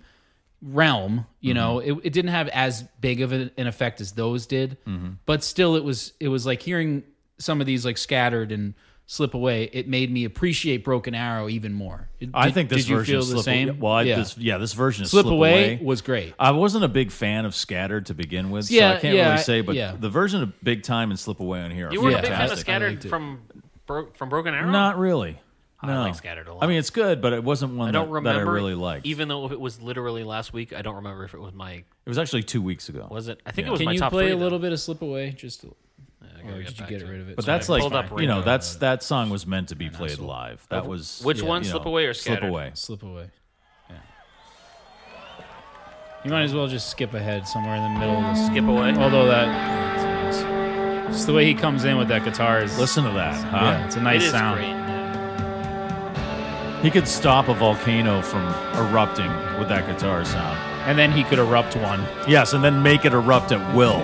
Speaker 7: realm you
Speaker 5: Mm-hmm.
Speaker 7: know it, it didn't have as big of an an effect as those did
Speaker 5: Mm-hmm.
Speaker 7: but still it was it was like hearing some of these like scattered and slip away it made me appreciate broken arrow even more It-
Speaker 5: I
Speaker 7: did-
Speaker 5: think this
Speaker 7: did you
Speaker 5: version
Speaker 7: feel
Speaker 5: of
Speaker 7: the
Speaker 5: slip,
Speaker 7: same
Speaker 5: Well, I,
Speaker 7: yeah.
Speaker 5: This, yeah, this version of
Speaker 7: slip, away,
Speaker 5: away
Speaker 7: was great
Speaker 5: I wasn't a big fan of Scattered to begin with, so I
Speaker 7: Yeah,
Speaker 5: can't
Speaker 7: yeah,
Speaker 5: really say. But
Speaker 7: yeah.
Speaker 5: the version of Big Time and Slip Away on here, are
Speaker 3: you weren't a big fan of
Speaker 5: fantastic.
Speaker 3: Scattered
Speaker 7: liked it.
Speaker 3: from Bro- from Broken Arrow.
Speaker 5: Not really. No.
Speaker 3: like Scattered a lot.
Speaker 5: I mean, it's good, but it wasn't one
Speaker 3: I don't
Speaker 5: that,
Speaker 3: remember.
Speaker 5: that I really liked.
Speaker 3: even though it was literally last week. I don't remember if it was my
Speaker 5: it was actually two weeks ago.
Speaker 3: was it. I think
Speaker 5: Yeah.
Speaker 3: it was
Speaker 7: Can
Speaker 3: my
Speaker 7: you
Speaker 3: top
Speaker 7: play
Speaker 3: three,
Speaker 7: a
Speaker 3: though.
Speaker 7: little bit of Slip Away? Just to,
Speaker 3: I gotta
Speaker 7: or
Speaker 3: get
Speaker 7: did you
Speaker 3: back
Speaker 7: get
Speaker 3: to
Speaker 7: rid of it?
Speaker 5: But
Speaker 7: Sorry.
Speaker 5: that's like
Speaker 3: pulled up
Speaker 5: you know
Speaker 3: Ringo.
Speaker 5: that's that song was meant to be played live. That was
Speaker 3: Which
Speaker 5: yeah,
Speaker 3: one,
Speaker 5: you know,
Speaker 3: Slip Away or Scattered?
Speaker 5: Slip Away?
Speaker 7: Slip Away. Yeah. You might as well just skip ahead somewhere in the middle of the
Speaker 3: Skip away.
Speaker 7: Although that, it's nice. just the way he comes in with that guitar is
Speaker 5: Listen to that,
Speaker 7: yeah,
Speaker 5: huh?
Speaker 7: it's a
Speaker 3: it
Speaker 7: nice
Speaker 3: is
Speaker 7: sound.
Speaker 3: great.
Speaker 5: He could stop a volcano from erupting with that guitar sound.
Speaker 7: And then he could erupt one.
Speaker 5: Yes, and then make it erupt at will.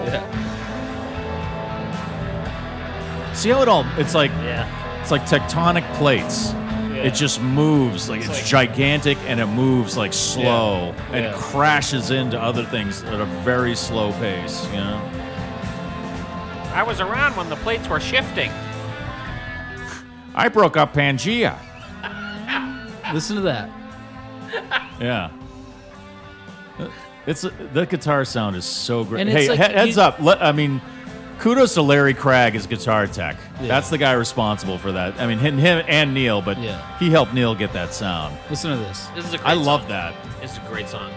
Speaker 5: See how it all? It's like
Speaker 3: Yeah.
Speaker 5: it's like tectonic plates. It just moves like it's, gigantic and it moves like slow and
Speaker 7: Yeah.
Speaker 5: crashes into other things at a very slow pace. You know.
Speaker 3: I was around when the plates were shifting.
Speaker 5: I broke up Pangea.
Speaker 7: Listen to that.
Speaker 5: Yeah. It's the guitar sound is so great.
Speaker 7: And it's
Speaker 5: hey,
Speaker 7: like
Speaker 5: he- heads
Speaker 7: you-
Speaker 5: up. Let, I mean, kudos to Larry Cragg as guitar tech. That's the guy responsible for that. I mean, him, him and Neil, but
Speaker 7: Yeah.
Speaker 5: he helped Neil get that sound.
Speaker 7: Listen to this.
Speaker 3: This is a great
Speaker 5: I love
Speaker 3: song.
Speaker 5: that.
Speaker 3: This is a great song.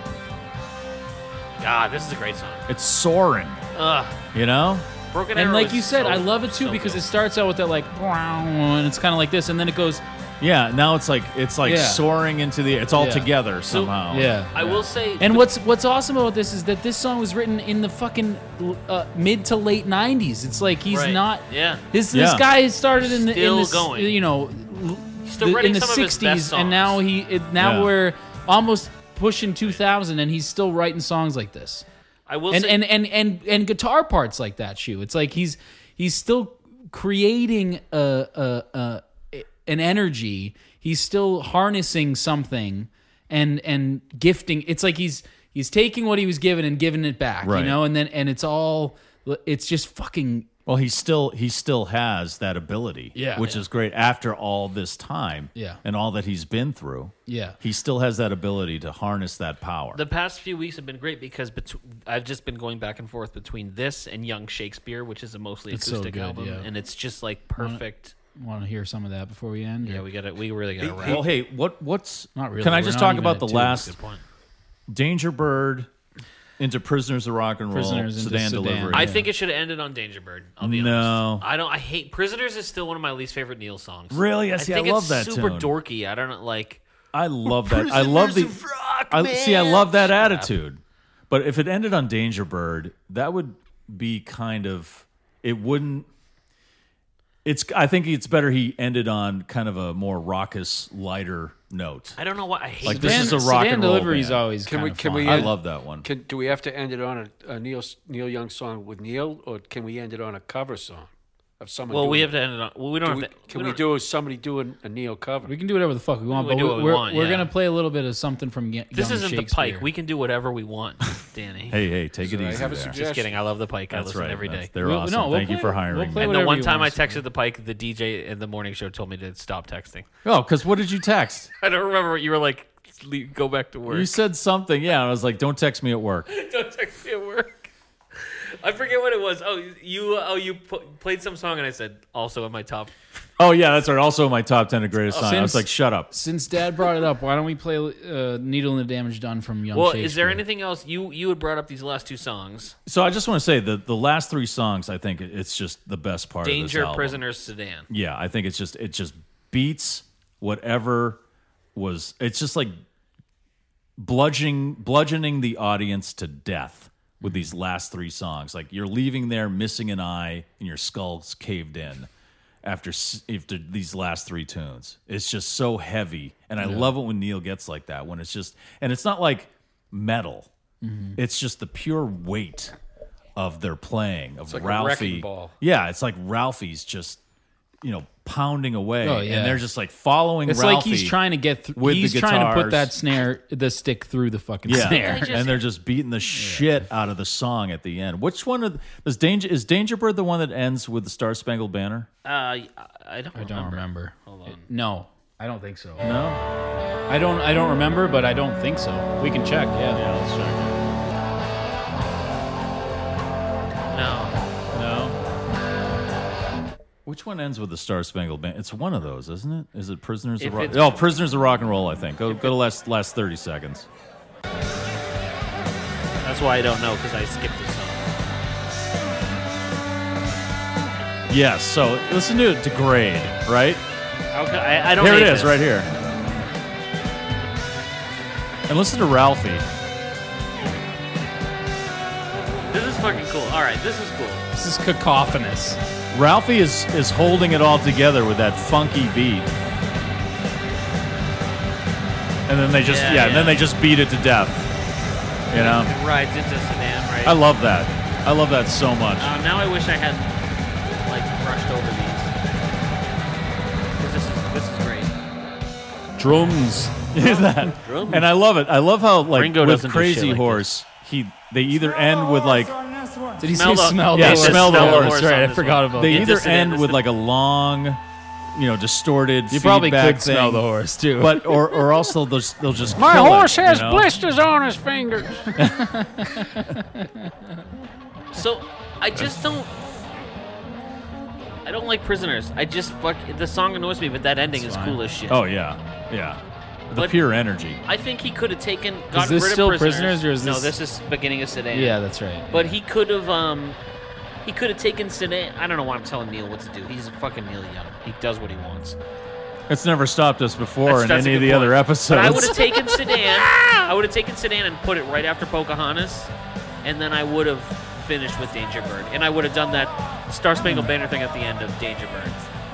Speaker 3: God, this is a great song.
Speaker 5: It's soaring.
Speaker 3: Ugh.
Speaker 5: You know,
Speaker 3: Broken
Speaker 7: And
Speaker 3: Arrow
Speaker 7: like
Speaker 3: is
Speaker 7: you said,
Speaker 3: so-
Speaker 7: I love it too
Speaker 3: so
Speaker 7: because
Speaker 3: good.
Speaker 7: it starts out with that like, and it's kind of like this, and then it goes,
Speaker 5: yeah. Now it's like it's like
Speaker 7: Yeah.
Speaker 5: soaring into the. It's all
Speaker 7: Yeah.
Speaker 5: together somehow.
Speaker 7: yeah.
Speaker 3: Oh. I will say,
Speaker 7: And what's what's awesome about this is that this song was written in the fucking uh, mid to late '90s. It's like he's
Speaker 3: Right.
Speaker 7: not.
Speaker 3: Yeah.
Speaker 7: This
Speaker 5: Yeah.
Speaker 7: this guy started in the
Speaker 3: Still
Speaker 7: in this,
Speaker 3: going.
Speaker 7: you know
Speaker 3: still
Speaker 7: the- in
Speaker 3: writing
Speaker 7: the
Speaker 3: some of his
Speaker 7: '60s,
Speaker 3: best
Speaker 7: and now he it, now
Speaker 5: Yeah.
Speaker 7: we're almost pushing 2000, and he's still writing songs like this,
Speaker 3: I will
Speaker 7: and
Speaker 3: say,
Speaker 7: and, and and and guitar parts like that. Shoe. It's like he's he's still creating a, a, a an energy. He's still harnessing something and and gifting. It's like he's he's taking what he was given and giving it back,
Speaker 5: Right.
Speaker 7: you know. And then and it's all it's just fucking
Speaker 5: Well, he still he still has that ability.
Speaker 7: Yeah.
Speaker 5: Which is great after all this time.
Speaker 7: Yeah.
Speaker 5: And all that he's been through.
Speaker 7: yeah.
Speaker 5: He still has that ability to harness that power.
Speaker 3: the past few weeks have been great because bet- I've just been going back and forth between this and Young Shakespeare, which is a mostly
Speaker 7: It's so
Speaker 3: acoustic
Speaker 7: good,
Speaker 3: album,
Speaker 7: yeah.
Speaker 3: and it's just like perfect.
Speaker 7: Want to hear some of that before we end? or-
Speaker 3: Yeah, we got to We really got to wrap.
Speaker 5: well, hey, what what's
Speaker 7: Not really.
Speaker 5: Can I
Speaker 7: We're
Speaker 5: just
Speaker 7: not
Speaker 5: talk
Speaker 7: even at
Speaker 5: about the
Speaker 7: two.
Speaker 5: last
Speaker 3: Good point.
Speaker 5: Danger Bird into Prisoners of Rock and Roll
Speaker 7: Prisoners into
Speaker 5: sedan,
Speaker 7: Sedan.
Speaker 5: delivery?
Speaker 3: I think it should have ended on Danger Bird. I'll be
Speaker 5: No.
Speaker 3: honest. I don't. I hate Prisoners. Is still one of my least favorite Neil songs.
Speaker 5: Really? I see, I
Speaker 3: think
Speaker 5: love
Speaker 3: it's
Speaker 5: that
Speaker 3: Super
Speaker 5: tune.
Speaker 3: dorky. I don't know, like.
Speaker 5: I love that. I love the
Speaker 3: Prisoners of Rock,
Speaker 5: I see I
Speaker 3: man.
Speaker 5: love that attitude. But if it ended on Danger Bird, that would be kind of it wouldn't it's I think it's better he ended on kind of a more raucous, lighter note.
Speaker 3: I don't know why I hate.
Speaker 5: Like
Speaker 3: that.
Speaker 5: this
Speaker 7: Sedan-
Speaker 5: is a rock
Speaker 7: sedan
Speaker 5: and roll
Speaker 7: delivery is
Speaker 5: band.
Speaker 7: always
Speaker 1: Can we-
Speaker 7: kinda
Speaker 1: can we- uh,
Speaker 7: fun.
Speaker 5: I
Speaker 1: Yeah.
Speaker 5: love that one.
Speaker 1: Can, do we have to end it on a, a Neil Neil Young song with Neil, or can we end it on a cover song of someone?
Speaker 3: Well,
Speaker 1: doing
Speaker 3: we
Speaker 1: it?
Speaker 3: have to end it on. Well, we don't
Speaker 1: Do we,
Speaker 3: have to.
Speaker 1: can
Speaker 3: we
Speaker 1: we
Speaker 3: don't-
Speaker 1: do somebody doing a Neil cover?
Speaker 7: We can do whatever the fuck we want,
Speaker 3: We
Speaker 7: but
Speaker 3: do
Speaker 7: we,
Speaker 3: what we
Speaker 7: are
Speaker 3: want,
Speaker 7: we're
Speaker 3: yeah.
Speaker 7: gonna play a little bit of something from Ye-
Speaker 3: This
Speaker 7: Young
Speaker 3: isn't the
Speaker 7: Shakespeare.
Speaker 3: Pike. We can do whatever we want, Danny.
Speaker 5: Hey, hey, take it
Speaker 1: I
Speaker 5: easy.
Speaker 1: have a
Speaker 5: there.
Speaker 1: suggestion.
Speaker 3: Just kidding. I love the Pike. I
Speaker 5: That's
Speaker 3: listen
Speaker 5: right.
Speaker 3: every
Speaker 5: That's-
Speaker 3: day.
Speaker 5: They're
Speaker 7: We'll-
Speaker 5: awesome.
Speaker 7: no, we'll
Speaker 5: Thank you
Speaker 7: play-
Speaker 5: for
Speaker 7: we'll
Speaker 5: hiring
Speaker 7: play
Speaker 5: me.
Speaker 3: And the
Speaker 7: Whatever
Speaker 3: one
Speaker 7: you
Speaker 3: time I
Speaker 7: want,
Speaker 3: texted the Pike, the DJ in the morning show told me to stop texting.
Speaker 5: Oh, because what did you text?
Speaker 3: I don't remember what you were like. "Le- Go back to work.
Speaker 5: You said something, yeah. And I was like, "Don't text me at work."
Speaker 3: don't text me at work. I forget what it was. Oh, you. Oh, you pu- played some song, and I said also in my top.
Speaker 5: Oh yeah, that's right. Also, my top ten of greatest songs. I was
Speaker 7: Since-
Speaker 5: like, "Shut up."
Speaker 7: Since Dad brought it up, why don't we play uh, "Needle and the Damage Done" from Young
Speaker 3: Well,
Speaker 7: Shakespeare?
Speaker 3: is there anything else you you had brought up these last two songs?
Speaker 5: So I just want to say that the last three songs, I think it- it's just the best part. of this
Speaker 3: Danger,
Speaker 5: album.
Speaker 3: prisoners, sedan.
Speaker 5: Yeah, I think it's just it just beats whatever was. It's just like bludgeoning bludgeoning the audience to death with these last three songs. Like you're leaving there missing an eye and your skull's caved in after s- after these last three tunes. It's just so heavy, and I love it when Neil gets like that. When it's just and it's not like metal.
Speaker 1: Mm-hmm.
Speaker 5: It's just the pure weight of their playing of
Speaker 1: like a
Speaker 5: Ralphie.
Speaker 1: wrecking ball.
Speaker 5: Yeah, it's like Ralphie's just you know pounding away,
Speaker 7: Oh,
Speaker 5: and
Speaker 7: yeah.
Speaker 5: they're just like following.
Speaker 7: It's
Speaker 5: Ralphie
Speaker 7: like he's trying to get through.
Speaker 5: with the
Speaker 7: he's trying to put
Speaker 5: guitars.
Speaker 7: that snare, the stick through the fucking
Speaker 5: yeah,
Speaker 7: snare.
Speaker 5: and they're just beating the shit out of the song at the end. Which one of is Danger? Is Danger Bird the one that ends with the Star Spangled Banner?
Speaker 3: Uh, I I don't.
Speaker 7: I
Speaker 3: remember.
Speaker 7: don't remember.
Speaker 3: Hold on.
Speaker 7: No, I don't think so.
Speaker 5: No,
Speaker 7: I don't. I don't remember, but I don't think so. We can check. Yeah.
Speaker 3: No.
Speaker 5: no. Which one ends with the Star Spangled Banner? It's one of those, isn't it? Is it Prisoners
Speaker 3: If
Speaker 5: of Rock?
Speaker 3: it's-
Speaker 5: Oh, Prisoners of Rock and Roll. I think. Go go to last last thirty seconds.
Speaker 3: That's why I don't know because I skipped the song.
Speaker 5: Yes. So listen to it degrade, right?
Speaker 3: How co- I, I don't.
Speaker 5: Here it
Speaker 3: hate
Speaker 5: is,
Speaker 3: this.
Speaker 5: right here. And listen to Ralphie.
Speaker 3: This is fucking cool. All right, this is cool.
Speaker 7: This is cacophonous.
Speaker 5: Ralphie is is holding it all together with that funky beat. And then they just yeah,
Speaker 3: Yeah,
Speaker 5: and then
Speaker 3: yeah.
Speaker 5: they just beat it to death. You know?
Speaker 3: It rides into sedan, right?
Speaker 5: I love that. I love that so much.
Speaker 3: Uh, now I wish I had like brushed over these. 'Cause This is this is great.
Speaker 7: Drums.
Speaker 5: Is that?
Speaker 3: Drums.
Speaker 5: And I love it. I love how like
Speaker 3: Ringo
Speaker 5: with
Speaker 3: doesn't do
Speaker 5: Crazy
Speaker 3: shit like
Speaker 5: Horse, he they either end with like
Speaker 7: Did he
Speaker 3: Smell
Speaker 7: say
Speaker 3: the-
Speaker 7: smell?
Speaker 5: Yeah,
Speaker 7: the
Speaker 5: smell the
Speaker 7: horse.
Speaker 5: horse
Speaker 7: Right,
Speaker 3: on
Speaker 7: I
Speaker 3: this
Speaker 7: forgot
Speaker 3: one.
Speaker 7: about
Speaker 5: they
Speaker 3: Yeah,
Speaker 7: that.
Speaker 5: either
Speaker 3: this it is,
Speaker 5: end
Speaker 3: this
Speaker 5: with
Speaker 3: it-
Speaker 5: like a long you know, distorted.
Speaker 7: You probably
Speaker 5: feedback
Speaker 7: could
Speaker 5: thing.
Speaker 7: smell the horse, too.
Speaker 5: but or or also they'll, just- they'll just
Speaker 1: My
Speaker 5: kill it,
Speaker 1: horse
Speaker 5: you
Speaker 1: has
Speaker 5: know?
Speaker 1: blisters on his fingers.
Speaker 3: So I just don't. I don't like prisoners. I just fuck the song annoys me, but that ending is cool as shit.
Speaker 5: Oh yeah, yeah, the
Speaker 3: But-
Speaker 5: pure energy.
Speaker 3: I think he could have taken gotten
Speaker 7: this
Speaker 3: rid
Speaker 7: still
Speaker 3: of prisoners.
Speaker 7: Prisoners, or is
Speaker 3: no,
Speaker 7: this-
Speaker 3: this is beginning of Sedan.
Speaker 7: Yeah, that's right.
Speaker 3: But he could have um he could have taken Sedan. I don't know why I'm telling Neil what to do. He's a fucking Neil Young. He does what he wants.
Speaker 5: It's never stopped us before
Speaker 3: That's-
Speaker 5: in
Speaker 3: that's a
Speaker 5: any of
Speaker 3: good
Speaker 5: the
Speaker 3: point.
Speaker 5: other episodes.
Speaker 3: But I would have taken Sedan. I would have taken Sedan and put it right after Pocahontas, and then I would have finished with Danger Bird, and I would have done that Star Spangled
Speaker 5: Hmm.
Speaker 3: Banner thing at the end of Danger Bird.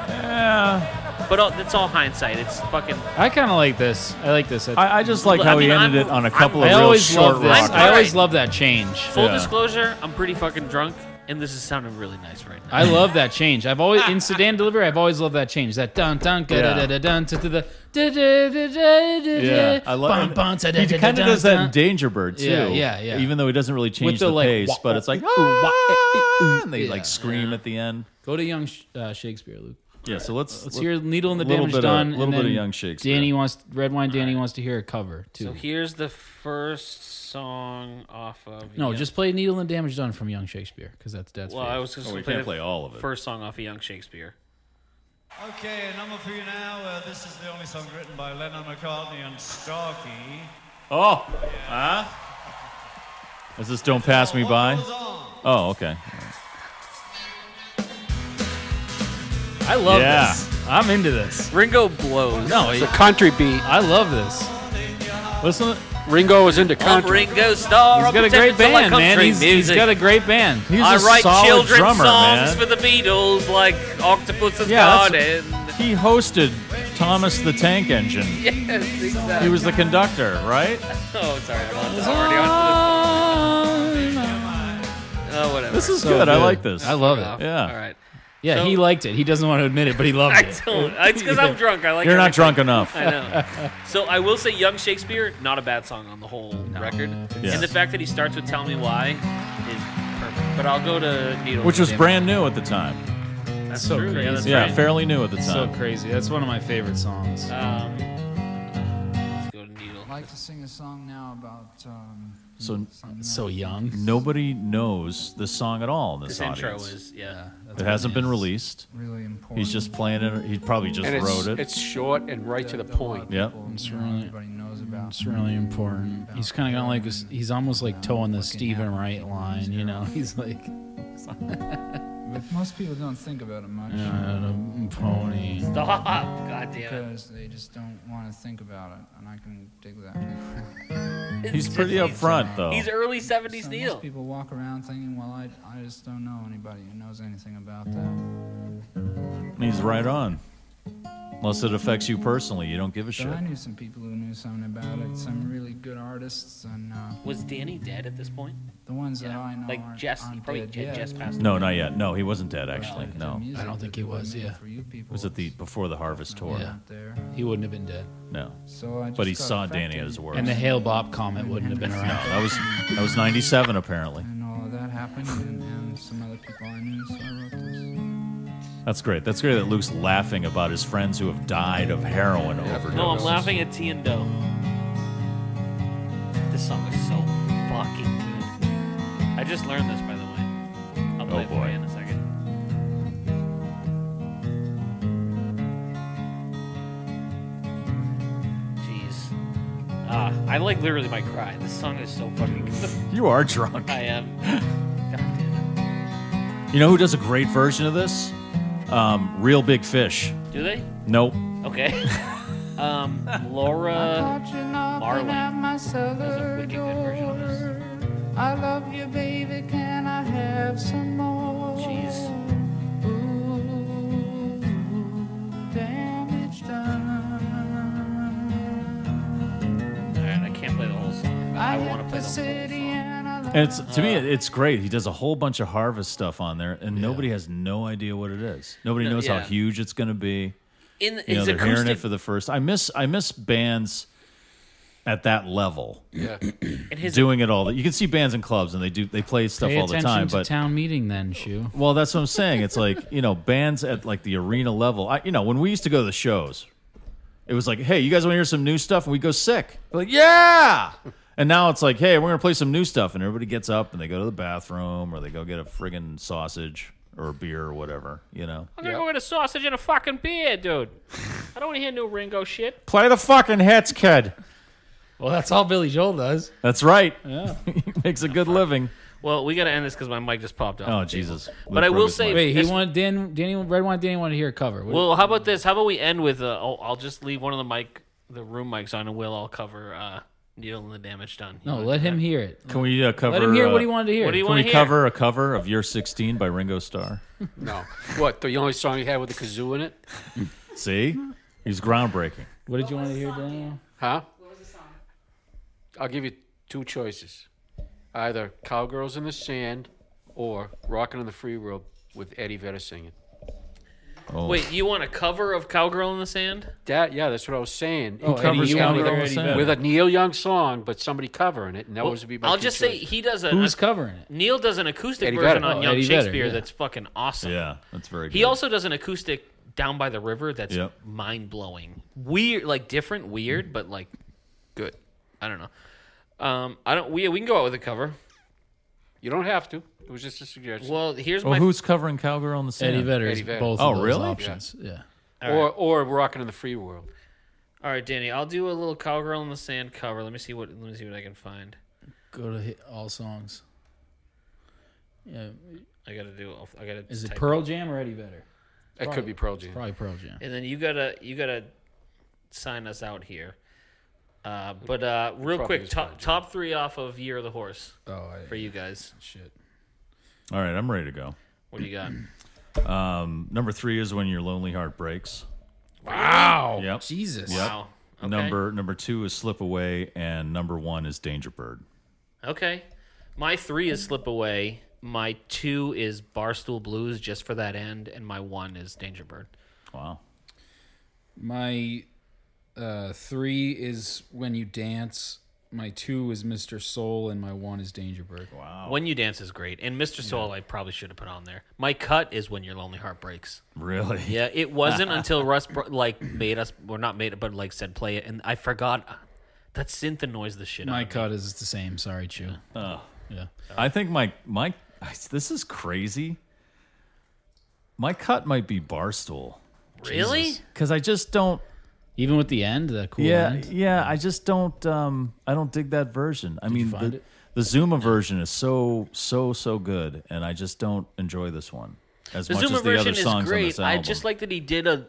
Speaker 5: yeah,
Speaker 3: But all, it's all hindsight. It's fucking.
Speaker 7: I kind of like this. I like this. I,
Speaker 5: I, I just like
Speaker 3: Well, I
Speaker 5: how he
Speaker 3: mean,
Speaker 5: ended
Speaker 3: I'm-
Speaker 5: it on a couple
Speaker 3: I'm-
Speaker 5: of
Speaker 3: I
Speaker 5: real
Speaker 7: always
Speaker 5: short
Speaker 7: love this.
Speaker 5: rock.
Speaker 3: rockers.
Speaker 7: I always
Speaker 3: Alright.
Speaker 7: love that change.
Speaker 3: Full
Speaker 5: Yeah.
Speaker 3: disclosure, I'm pretty fucking drunk, and this is sounding really nice right now.
Speaker 7: I love that change. I've always in sedan delivery. I've always loved that change. That dun dun da da da dun to the
Speaker 5: Yeah,
Speaker 7: yeah.
Speaker 5: I love. it. He kind of does that in Danger Bird too.
Speaker 7: Yeah, yeah, yeah.
Speaker 5: Even though he doesn't really change
Speaker 7: the,
Speaker 5: the,
Speaker 7: like,
Speaker 5: pace,
Speaker 7: wah,
Speaker 5: but
Speaker 7: wah,
Speaker 5: it's like
Speaker 7: ooh, wah,
Speaker 5: "Ah," and they
Speaker 7: Yeah.
Speaker 5: like scream at the end.
Speaker 7: Go to young Sh- uh, Shakespeare, Luke.
Speaker 5: Yeah, so let's Oh,
Speaker 7: Let's hear "Needle in the
Speaker 5: little
Speaker 7: Damage
Speaker 5: bit of-
Speaker 7: Done."
Speaker 5: little
Speaker 7: and
Speaker 5: bit of
Speaker 7: then
Speaker 5: young Shakespeare.
Speaker 7: Danny wants red wine. Danny wants to hear a cover too.
Speaker 3: So here's the first song off of.
Speaker 7: no,
Speaker 3: Young-
Speaker 7: just play "Needle and Damage Done" from Young Shakespeare because that's that's.
Speaker 3: Well, I was just
Speaker 5: Oh,
Speaker 3: gonna
Speaker 5: we
Speaker 3: play,
Speaker 5: can't
Speaker 3: the
Speaker 5: play all of it.
Speaker 3: First song off of Young Shakespeare.
Speaker 10: Okay, a number for you now. Uh, this is the only song written by Lennon McCartney and Starkey.
Speaker 5: Oh, huh? Is this "Don't Pass Me By"? Oh, okay.
Speaker 7: I love
Speaker 5: Yeah.
Speaker 7: this. I'm into this.
Speaker 3: Ringo blows.
Speaker 7: No,
Speaker 1: It's a country beat.
Speaker 7: I love this.
Speaker 5: Listen,
Speaker 1: Ringo is into
Speaker 3: I'm
Speaker 1: country.
Speaker 3: Ringo Starr.
Speaker 7: He's
Speaker 3: I'm
Speaker 7: got a
Speaker 3: pretending
Speaker 7: great
Speaker 3: to like
Speaker 7: band, man.
Speaker 3: country
Speaker 7: He's, he's
Speaker 3: music.
Speaker 7: got a great band.
Speaker 5: he's
Speaker 3: I
Speaker 5: a
Speaker 3: write
Speaker 5: solid
Speaker 3: children's
Speaker 5: drummer, man.
Speaker 3: songs for the Beatles, like Octopus's
Speaker 5: Yeah, that's-
Speaker 3: Garden.
Speaker 5: He hosted Thomas the Tank Engine.
Speaker 3: Yes, exactly.
Speaker 5: He was the conductor, right?
Speaker 3: Oh, sorry, I'm on- I'm already on to this. Oh, whatever.
Speaker 5: This is
Speaker 7: So
Speaker 5: good. I like this.
Speaker 7: I love it.
Speaker 5: Yeah.
Speaker 3: All right.
Speaker 7: Yeah,
Speaker 3: So-
Speaker 7: he liked it. He doesn't want to admit it, but he loved
Speaker 3: I
Speaker 7: it.
Speaker 3: don't. It's because I'm drunk. I like.
Speaker 5: You're not
Speaker 3: everything.
Speaker 5: drunk enough.
Speaker 3: I know. So I will say, Young Shakespeare, not a bad song on the whole record,
Speaker 5: Yeah.
Speaker 3: and the fact that he starts with "Tell Me Why" is perfect. But I'll go to Needle,
Speaker 5: Which
Speaker 3: in
Speaker 5: was
Speaker 3: the
Speaker 5: brand new at the time.
Speaker 3: Dam- That's
Speaker 7: so
Speaker 3: true.
Speaker 7: crazy.
Speaker 3: Yeah, that's
Speaker 5: Yeah,
Speaker 3: right.
Speaker 5: fairly new at the
Speaker 7: So
Speaker 5: time.
Speaker 7: crazy. That's one of my favorite songs.
Speaker 3: Um, let's go to Needle.
Speaker 10: I'd like to sing a song now about. Um,
Speaker 5: So
Speaker 7: So young.
Speaker 5: nobody knows this song at all in this,
Speaker 3: This intro
Speaker 5: audience.
Speaker 3: is yeah.
Speaker 5: it hasn't been released.
Speaker 10: really important.
Speaker 5: He's just playing it. He probably just
Speaker 1: And it's,
Speaker 5: wrote it.
Speaker 1: it's short and right to the point.
Speaker 5: Yep.
Speaker 10: It's
Speaker 7: really-
Speaker 10: Everybody knows about.
Speaker 7: It's really important. He's kind of got like this, he's almost like toeing the Stephen Wright line, you know. He's like
Speaker 10: But most people don't think about it much
Speaker 7: "Not a pony.
Speaker 3: Stop! God damn
Speaker 10: because they just don't want to think about it, and I can dig that.
Speaker 3: it.
Speaker 5: He's pretty upfront, though.
Speaker 3: He's early '70s
Speaker 10: So
Speaker 3: Neil.
Speaker 10: most people walk around thinking, "Well, I, I just don't know anybody who knows anything about that."
Speaker 5: He's right on. Unless it affects you personally, you don't give a
Speaker 10: But
Speaker 5: shit.
Speaker 10: I knew some people who knew something about it. Some really good artists, and uh,
Speaker 3: Was Danny dead at this point?
Speaker 10: the ones that
Speaker 3: Yeah.
Speaker 10: I know
Speaker 3: Like
Speaker 10: aren't,
Speaker 3: Jess,
Speaker 10: aren't
Speaker 3: probably
Speaker 10: dead
Speaker 3: Jess
Speaker 10: yet.
Speaker 3: Jess passed.
Speaker 5: No, not yet. No, he wasn't dead actually. No,
Speaker 10: Music
Speaker 7: I don't
Speaker 10: that
Speaker 7: think he
Speaker 10: they
Speaker 7: was,
Speaker 10: made
Speaker 7: yeah.
Speaker 10: For you people,
Speaker 5: was it the before the Harvest tour?
Speaker 7: Yeah.
Speaker 10: out there.
Speaker 7: He wouldn't have been dead.
Speaker 5: No,
Speaker 10: So I just
Speaker 5: but he
Speaker 10: got
Speaker 5: saw Danny
Speaker 10: affected,
Speaker 5: at his worst.
Speaker 7: And the Hale Bob comment wouldn't have been
Speaker 5: No,
Speaker 7: around.
Speaker 5: that was that was '97 apparently.
Speaker 10: And all of that happened, and, and some other people I knew, so I wrote this.
Speaker 5: That's great. That's great that Luke's laughing about his friends who have died of heroin overdoses.
Speaker 3: No, I'm laughing at T and Doe. This song is so fucking good. I just learned this, by the way. I'll play
Speaker 5: Oh,
Speaker 3: it for
Speaker 5: boy.
Speaker 3: you in a second. Jeez. Ah, I like literally might cry. This song is so fucking good.
Speaker 5: You are drunk.
Speaker 3: I am. God damn
Speaker 5: You know who does a great version of this? Um, Real Big Fish.
Speaker 3: it. Do they?
Speaker 5: Nope.
Speaker 3: Okay. um, Laura Marling does a wicked good version of this.
Speaker 10: I love you, baby. Can I have some more?
Speaker 3: Jeez.
Speaker 10: Ooh, damage done.
Speaker 3: Alright, I can't play the whole song. I, want to play the whole song.
Speaker 10: and I love
Speaker 5: And it's to me, it- it's great. He does a whole bunch of harvest stuff on there, and nobody has no idea what it is. Nobody
Speaker 3: No,
Speaker 5: knows
Speaker 3: yeah.
Speaker 5: how huge it's going to be.
Speaker 3: In
Speaker 5: You know,
Speaker 3: his
Speaker 5: they're hearing
Speaker 3: acoustic,
Speaker 5: it for the first. I miss I miss bands at that level.
Speaker 1: Yeah.
Speaker 3: And his-
Speaker 5: doing it all. You can see bands and clubs, and they do they play stuff
Speaker 7: Pay
Speaker 5: all the
Speaker 7: attention
Speaker 5: time.
Speaker 7: to
Speaker 5: But
Speaker 7: town meeting then, Shu.
Speaker 5: well, that's what I'm saying. It's like you know, bands at like the arena level. I, you know, when we used to go to the shows, it was like, hey, you guys want to hear some new stuff? And we go sick. We're like, yeah. And now it's like, hey, we're gonna play some new stuff, and everybody gets up and they go to the bathroom or they go get a friggin' sausage or a beer or whatever. You know,
Speaker 3: I'm gonna go get a sausage and a fucking beer, dude. I don't want to hear no Ringo shit.
Speaker 5: play the fucking hits, kid.
Speaker 7: Well, that's all Billy Joel does.
Speaker 5: That's right. he makes a good living.
Speaker 3: Well, we gotta end this because my mic just popped off.
Speaker 5: Oh Jesus!
Speaker 3: But I
Speaker 5: Luke
Speaker 3: will
Speaker 5: broke his
Speaker 3: say,
Speaker 5: mic.
Speaker 7: Wait, he
Speaker 3: as-
Speaker 7: wanted Dan, Danny Red wanted Danny wanted to hear a cover. What-
Speaker 3: Well, how about this? How about we end with? Uh, oh, I'll just leave one of the mic, the room mics on, and we'll all cover uh, needle and the damage done.
Speaker 7: no, let him hear it.
Speaker 5: can we uh, cover?
Speaker 7: Let him hear
Speaker 5: uh,
Speaker 7: what he wanted to hear.
Speaker 3: What do you
Speaker 5: Can
Speaker 3: want
Speaker 5: we
Speaker 3: to hear?
Speaker 5: cover a cover of "You're 16" by Ringo Starr?
Speaker 1: No. What? The only song he had with the kazoo in it?
Speaker 5: See, he's groundbreaking.
Speaker 7: what did you want to hear, Danny?
Speaker 1: Huh?
Speaker 9: What was the song?
Speaker 1: I'll give you two choices either Cowgirls in the Sand or Rockin' on the Free World with Eddie Vedder singing.
Speaker 5: Oh,
Speaker 3: Wait, you want a cover of Cowgirl in the Sand?
Speaker 1: That, yeah, that's what I was saying.
Speaker 7: Oh, Eddie,
Speaker 5: covers
Speaker 7: you want to hear
Speaker 5: Cowgirls
Speaker 7: Eddie
Speaker 5: and-
Speaker 7: Vedder.
Speaker 1: With a Neil Young song, but somebody covering it, and that was would be my
Speaker 3: I'll
Speaker 1: two
Speaker 3: just say
Speaker 1: choices.
Speaker 3: he does
Speaker 5: Uh,
Speaker 3: a,
Speaker 7: Who's
Speaker 3: a-
Speaker 7: covering it?
Speaker 3: Neil does an acoustic
Speaker 1: Eddie
Speaker 3: version
Speaker 1: Vedder.
Speaker 3: on
Speaker 1: Oh,
Speaker 3: Young
Speaker 7: Eddie Vedder,
Speaker 3: Shakespeare
Speaker 7: yeah.
Speaker 3: that's fucking awesome.
Speaker 5: yeah, that's very. good.
Speaker 3: He also does an acoustic down by the river that's
Speaker 5: Yep.
Speaker 3: mind blowing, weird, like different, weird, but like good. I don't know. Um, I don't. We we can go out with a cover.
Speaker 1: You don't have to. It was just a suggestion.
Speaker 3: Well, here's
Speaker 5: Well,
Speaker 3: my
Speaker 5: who's covering Cowgirl on the Sand?
Speaker 7: Eddie Vedder is
Speaker 1: Eddie Vedder.
Speaker 7: both
Speaker 5: Oh,
Speaker 7: of those
Speaker 5: really?
Speaker 7: options. Yeah.
Speaker 1: or or Rockin' in the Free World.
Speaker 3: All right, Danny, I'll do a little cowgirl in the sand cover. Let me see what let me see what I can find.
Speaker 7: Go to hit all songs. Yeah.
Speaker 3: I gotta do. I gotta.
Speaker 7: Is it
Speaker 3: type-
Speaker 7: Pearl Jam or Eddie Vedder?
Speaker 1: It could be Pearl Jam.
Speaker 7: Probably Pearl Jam.
Speaker 3: And then you gotta you gotta sign us out here. Uh, but uh, real
Speaker 1: Probably
Speaker 3: quick,
Speaker 1: is
Speaker 3: top top three off of Year of the Horse
Speaker 7: Oh, I,
Speaker 3: for you guys.
Speaker 7: shit.
Speaker 5: All right, I'm ready to go.
Speaker 3: What do you got?
Speaker 5: Um, number three is when your lonely heart breaks.
Speaker 7: Wow.
Speaker 5: Yep.
Speaker 7: Jesus.
Speaker 5: Yep.
Speaker 3: Wow. Okay.
Speaker 5: Number number two is Slip Away, and number one is Danger Bird.
Speaker 3: Okay. My three is Slip Away. My two is Barstool Blues, just for that end, and my one is Danger Bird.
Speaker 5: Wow.
Speaker 7: My uh, three is When You Dance. My two is Mr. Soul, and my one is Danger Bird.
Speaker 3: When You Dance is great, and Mr. Soul I probably should have put on there. My cut is When Your Lonely Heart Breaks.
Speaker 5: Really?
Speaker 3: Yeah, it wasn't until Russ br- like made us, or not made it, but like said play it, and I forgot that synth annoys the shit out
Speaker 7: My
Speaker 3: of me.
Speaker 7: cut is the same. Sorry, Chew.
Speaker 5: I think my my this is crazy. My cut might be Barstool
Speaker 3: Really?
Speaker 5: because I just don't.
Speaker 7: Even with the end, the cool
Speaker 5: Yeah,
Speaker 7: end.
Speaker 5: yeah. I just don't. Um, I don't dig that version. I mean,
Speaker 7: find
Speaker 5: the,
Speaker 7: it?
Speaker 5: the Zuma version is so so so good, and I just don't enjoy this one as
Speaker 3: The
Speaker 5: much
Speaker 3: Zuma
Speaker 5: as the
Speaker 3: version
Speaker 5: other
Speaker 3: is
Speaker 5: songs on
Speaker 3: great.
Speaker 5: this
Speaker 3: I
Speaker 5: album.
Speaker 3: just like that he did a.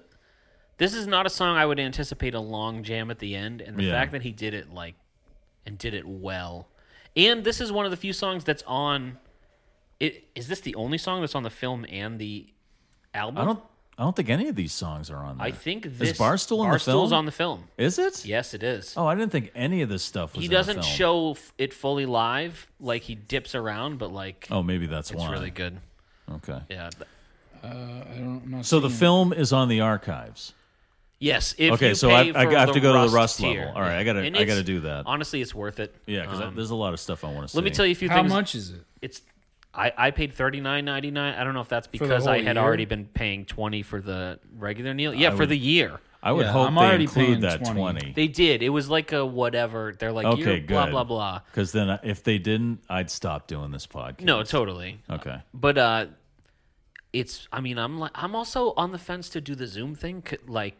Speaker 3: This is not a song I would anticipate a long jam at the end, and the
Speaker 5: Yeah.
Speaker 3: fact that he did it like, and did it well, and this is one of the few songs that's on. It is this the only song that's on the film and the album?
Speaker 5: I don't. I don't think any of these songs are on there.
Speaker 3: I think this
Speaker 5: Barstool in the
Speaker 3: Barstool's
Speaker 5: film?
Speaker 3: on the film.
Speaker 5: is it?
Speaker 3: Yes, it is.
Speaker 5: Oh, I didn't think any of this stuff was.
Speaker 3: he
Speaker 5: in the
Speaker 3: doesn't
Speaker 5: film.
Speaker 3: show f- it fully live like he dips around but like
Speaker 5: Oh, maybe that's
Speaker 3: it's
Speaker 5: why.
Speaker 3: really good
Speaker 5: Okay.
Speaker 3: yeah th-
Speaker 5: So the film is on the archives.
Speaker 3: yes if
Speaker 5: Okay,
Speaker 3: you
Speaker 5: so
Speaker 3: pay
Speaker 5: I- I
Speaker 3: for
Speaker 5: have to go to the
Speaker 3: rust
Speaker 5: Rust
Speaker 3: tier.
Speaker 5: level. All right, I gotta-
Speaker 3: And
Speaker 5: I
Speaker 3: it's-
Speaker 5: gotta do that.
Speaker 3: honestly it's worth it
Speaker 5: Yeah, because
Speaker 3: Um,
Speaker 5: there's a lot of stuff I want to see.
Speaker 3: let me tell you a few
Speaker 7: How
Speaker 3: things
Speaker 7: much is it?
Speaker 3: it's I, I paid thirty nine ninety nine. I don't know if that's
Speaker 7: the
Speaker 3: because I
Speaker 7: whole
Speaker 3: had
Speaker 7: year?
Speaker 3: already been paying twenty for the regular Neil. Yeah, for
Speaker 5: would-
Speaker 3: the year
Speaker 5: I would
Speaker 7: Yeah,
Speaker 5: hope
Speaker 7: I'm
Speaker 5: they
Speaker 7: already paying
Speaker 5: include that
Speaker 7: 20.
Speaker 3: they did. It was like a whatever. They're like,
Speaker 5: Okay,
Speaker 3: you're blah
Speaker 5: good.
Speaker 3: blah blah.
Speaker 5: Because then, I- if they didn't, I'd stop doing this podcast.
Speaker 3: No, totally.
Speaker 5: Okay.
Speaker 3: But uh it's I mean I'm like I'm also on the fence to do the Zoom thing c- like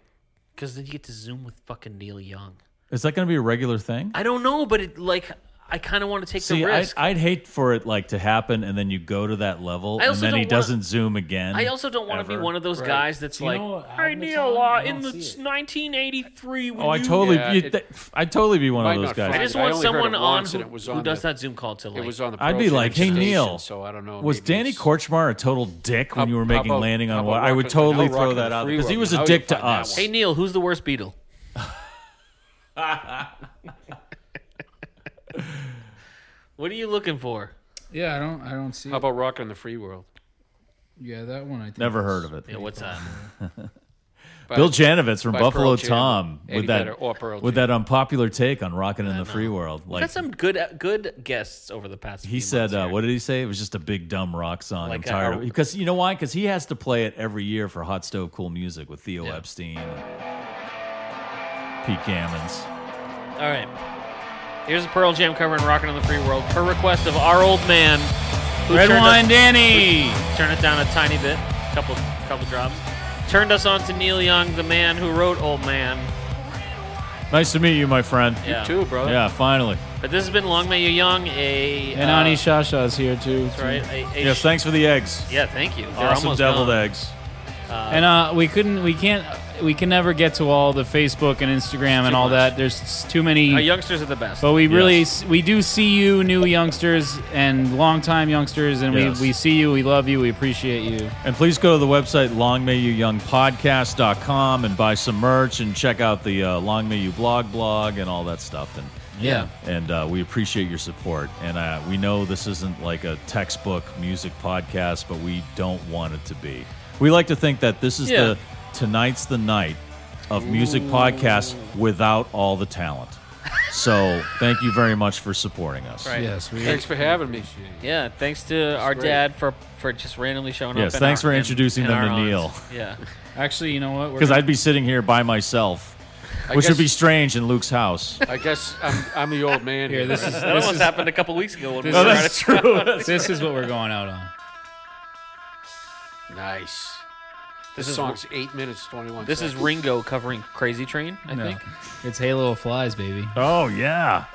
Speaker 3: cuz then you get to Zoom with fucking Neil Young.
Speaker 5: Is that going to be a regular thing?
Speaker 3: I don't know, but it like I kind of want to take
Speaker 5: See,
Speaker 3: the
Speaker 5: I'd,
Speaker 3: risk. I,
Speaker 5: I'd hate for it like to happen, and then you go to that level,
Speaker 3: I
Speaker 5: and
Speaker 3: also
Speaker 5: then he
Speaker 3: don't wanna-
Speaker 5: doesn't zoom again.
Speaker 3: also don't want to be
Speaker 5: ever.
Speaker 3: one of those guys that's
Speaker 7: you
Speaker 3: like,
Speaker 7: know what
Speaker 3: "Hi
Speaker 7: album it's
Speaker 3: Neil,
Speaker 7: on?
Speaker 3: uh,
Speaker 7: I
Speaker 3: in
Speaker 7: don't
Speaker 3: the
Speaker 7: see it."
Speaker 3: 1983."
Speaker 5: Oh, I totally,
Speaker 1: Yeah,
Speaker 5: you,
Speaker 1: it-
Speaker 5: th- I'd totally be one
Speaker 1: Might
Speaker 5: of those
Speaker 1: not
Speaker 5: guys.
Speaker 3: I
Speaker 1: find
Speaker 3: just
Speaker 1: I
Speaker 3: want
Speaker 1: only heard
Speaker 3: someone
Speaker 1: it
Speaker 3: on
Speaker 1: once
Speaker 3: who,
Speaker 1: and it was
Speaker 3: who
Speaker 1: on
Speaker 3: does
Speaker 1: the-
Speaker 3: that Zoom call to like.
Speaker 1: It was on the
Speaker 5: I'd
Speaker 1: Pearl
Speaker 5: be
Speaker 1: Jam
Speaker 5: like, "Hey,
Speaker 1: station,
Speaker 5: Neil,
Speaker 1: so I don't know.
Speaker 5: Was
Speaker 1: maybe
Speaker 5: Danny
Speaker 1: it's-
Speaker 5: Korchmar a total dick when
Speaker 1: How-
Speaker 5: you were
Speaker 1: how
Speaker 5: making
Speaker 1: about-
Speaker 5: landing
Speaker 1: how
Speaker 5: on
Speaker 1: about
Speaker 5: water? I
Speaker 1: Rockin'
Speaker 5: would
Speaker 1: the-
Speaker 5: totally
Speaker 1: how
Speaker 5: throw
Speaker 1: Rockin'
Speaker 5: that
Speaker 1: the
Speaker 5: out
Speaker 1: Free
Speaker 5: because he
Speaker 1: World?
Speaker 5: was
Speaker 1: How
Speaker 5: a
Speaker 1: do you
Speaker 5: dick to
Speaker 1: find that
Speaker 5: us.
Speaker 1: one?
Speaker 3: Hey Neil, who's the worst Beatle? what are you looking for?
Speaker 7: Yeah, I don't. I don't see.
Speaker 1: How
Speaker 7: It.
Speaker 1: about Rockin' the Free World?
Speaker 7: Yeah, that one. I think
Speaker 5: Never
Speaker 7: is-
Speaker 5: heard of it.
Speaker 3: Yeah, what's that?
Speaker 1: By-
Speaker 5: Bill Janovitz from
Speaker 1: by
Speaker 5: Buffalo
Speaker 1: Pearl Jam.
Speaker 5: Tom
Speaker 1: Any
Speaker 5: with that
Speaker 1: better, or Pearl
Speaker 5: with
Speaker 1: Jam.
Speaker 5: that unpopular take on rocking in the free world.
Speaker 3: We've
Speaker 5: Like
Speaker 3: had some good uh, good guests over the past.
Speaker 5: he
Speaker 3: few
Speaker 5: said,
Speaker 3: months
Speaker 5: uh,
Speaker 3: here.
Speaker 5: what did he say? It was just a big dumb rock song.
Speaker 3: Like
Speaker 5: I'm
Speaker 3: a-
Speaker 5: tired
Speaker 3: a-
Speaker 5: of because you know why? Because he has to play it every year for Hot Stove Cool Music with Theo Epstein, and Pete Gammons.
Speaker 3: All right. Here's a Pearl Jam cover in Rockin' on the Free World per request of our old man. Who
Speaker 5: Red
Speaker 3: turned
Speaker 5: Wine
Speaker 3: us-
Speaker 5: Danny!
Speaker 3: who Turned it down a tiny bit, couple couple drops. Turned us on to Neil Young, the man who wrote Old Man.
Speaker 5: Nice to meet you, my friend.
Speaker 3: Yeah.
Speaker 1: Too, brother.
Speaker 5: Yeah, finally.
Speaker 3: But this has been Long May You Young, a
Speaker 7: And
Speaker 3: uh,
Speaker 7: Ani Shasha is here too.
Speaker 3: that's right. A, a
Speaker 5: Yes,
Speaker 3: sh-
Speaker 5: thanks for the eggs.
Speaker 3: Yeah, thank you. They're
Speaker 5: Awesome
Speaker 3: almost
Speaker 5: deviled
Speaker 3: gone.
Speaker 5: eggs.
Speaker 7: And uh, we couldn't, we can't, we can never get to all the Facebook and Instagram and all
Speaker 3: much. Uh,
Speaker 7: that. There's too many.
Speaker 3: Our youngsters are the best.
Speaker 7: But we
Speaker 5: Yes.
Speaker 7: really we do see you, new youngsters and longtime youngsters, and
Speaker 5: Yes.
Speaker 7: we, we see you, we love you, we appreciate you.
Speaker 5: And please go to the website longmayyouyoungpodcast.com and buy some merch and check out the uh, Long May You blog blog and all that stuff. And
Speaker 7: Yeah.
Speaker 5: and uh, we appreciate your support. And uh, we know this isn't like a textbook music podcast, but we don't want it to be. We like to think that this is
Speaker 3: Yeah.
Speaker 5: the tonight's the night of music podcasts without all the talent. So thank you very much for supporting us.
Speaker 3: Right.
Speaker 7: Yes, we
Speaker 1: Thanks for having me.
Speaker 3: Yeah, thanks to our
Speaker 1: great.
Speaker 3: dad for for just randomly showing
Speaker 5: Yes,
Speaker 3: up. and
Speaker 5: thanks
Speaker 3: our-
Speaker 5: for
Speaker 3: and-
Speaker 5: introducing
Speaker 3: and
Speaker 5: them
Speaker 3: our
Speaker 5: to
Speaker 3: aunts.
Speaker 5: Neil.
Speaker 3: Yeah.
Speaker 7: actually, you know what? We're
Speaker 5: Because I'd be sitting here by myself, which
Speaker 1: guess-
Speaker 5: would be strange in Luke's house.
Speaker 1: I guess I'm, I'm the old man here.
Speaker 7: here. This is
Speaker 3: That
Speaker 7: this
Speaker 3: almost
Speaker 7: is,
Speaker 3: happened a couple weeks ago when we
Speaker 7: Oh,
Speaker 3: were at
Speaker 7: that's
Speaker 3: a
Speaker 5: true.
Speaker 7: this is what we're going out on.
Speaker 1: nice. This, song's eight minutes twenty one.
Speaker 3: This is Ringo covering Crazy Train, I
Speaker 7: No.
Speaker 3: think.
Speaker 7: It's Halo of Flies, baby.
Speaker 5: oh yeah.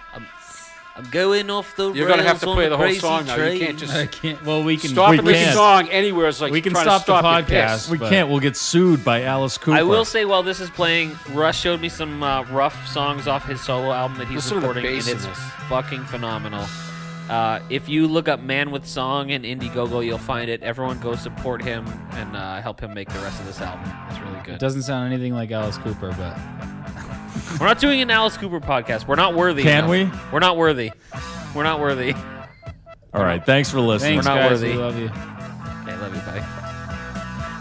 Speaker 3: I'm going off the
Speaker 1: You're gonna have to play the whole song now. You can't
Speaker 7: I
Speaker 1: just
Speaker 7: can't. Well, we can.
Speaker 1: stop
Speaker 5: we
Speaker 1: it with the
Speaker 5: can't.
Speaker 1: song anywhere. It's like
Speaker 7: We can
Speaker 1: trying to
Speaker 7: stop the
Speaker 1: stop your piss.
Speaker 7: podcast.
Speaker 5: We
Speaker 7: but-
Speaker 5: can't. We'll get sued by Alice Cooper.
Speaker 3: I will say while this is playing, Russ showed me some uh, rough songs off his solo album that he's
Speaker 1: Listen to the
Speaker 3: recording, and
Speaker 1: bass in
Speaker 3: it's
Speaker 1: this.
Speaker 3: fucking phenomenal. Uh, if you look up "Man with Song" and Indiegogo, you'll find it. Everyone go support him and uh, help him make the rest of this album. It's really
Speaker 7: It
Speaker 3: good.
Speaker 7: doesn't sound anything like Alice Cooper, but
Speaker 3: We're not doing an Alice Cooper podcast. We're not worthy.
Speaker 5: Can
Speaker 3: enough.
Speaker 5: we?
Speaker 3: We're not worthy. We're not worthy.
Speaker 5: All right. Thanks for listening.
Speaker 7: thanks,
Speaker 3: not
Speaker 7: guys.
Speaker 3: worthy.
Speaker 7: We love you.
Speaker 3: Okay, love you. Bye.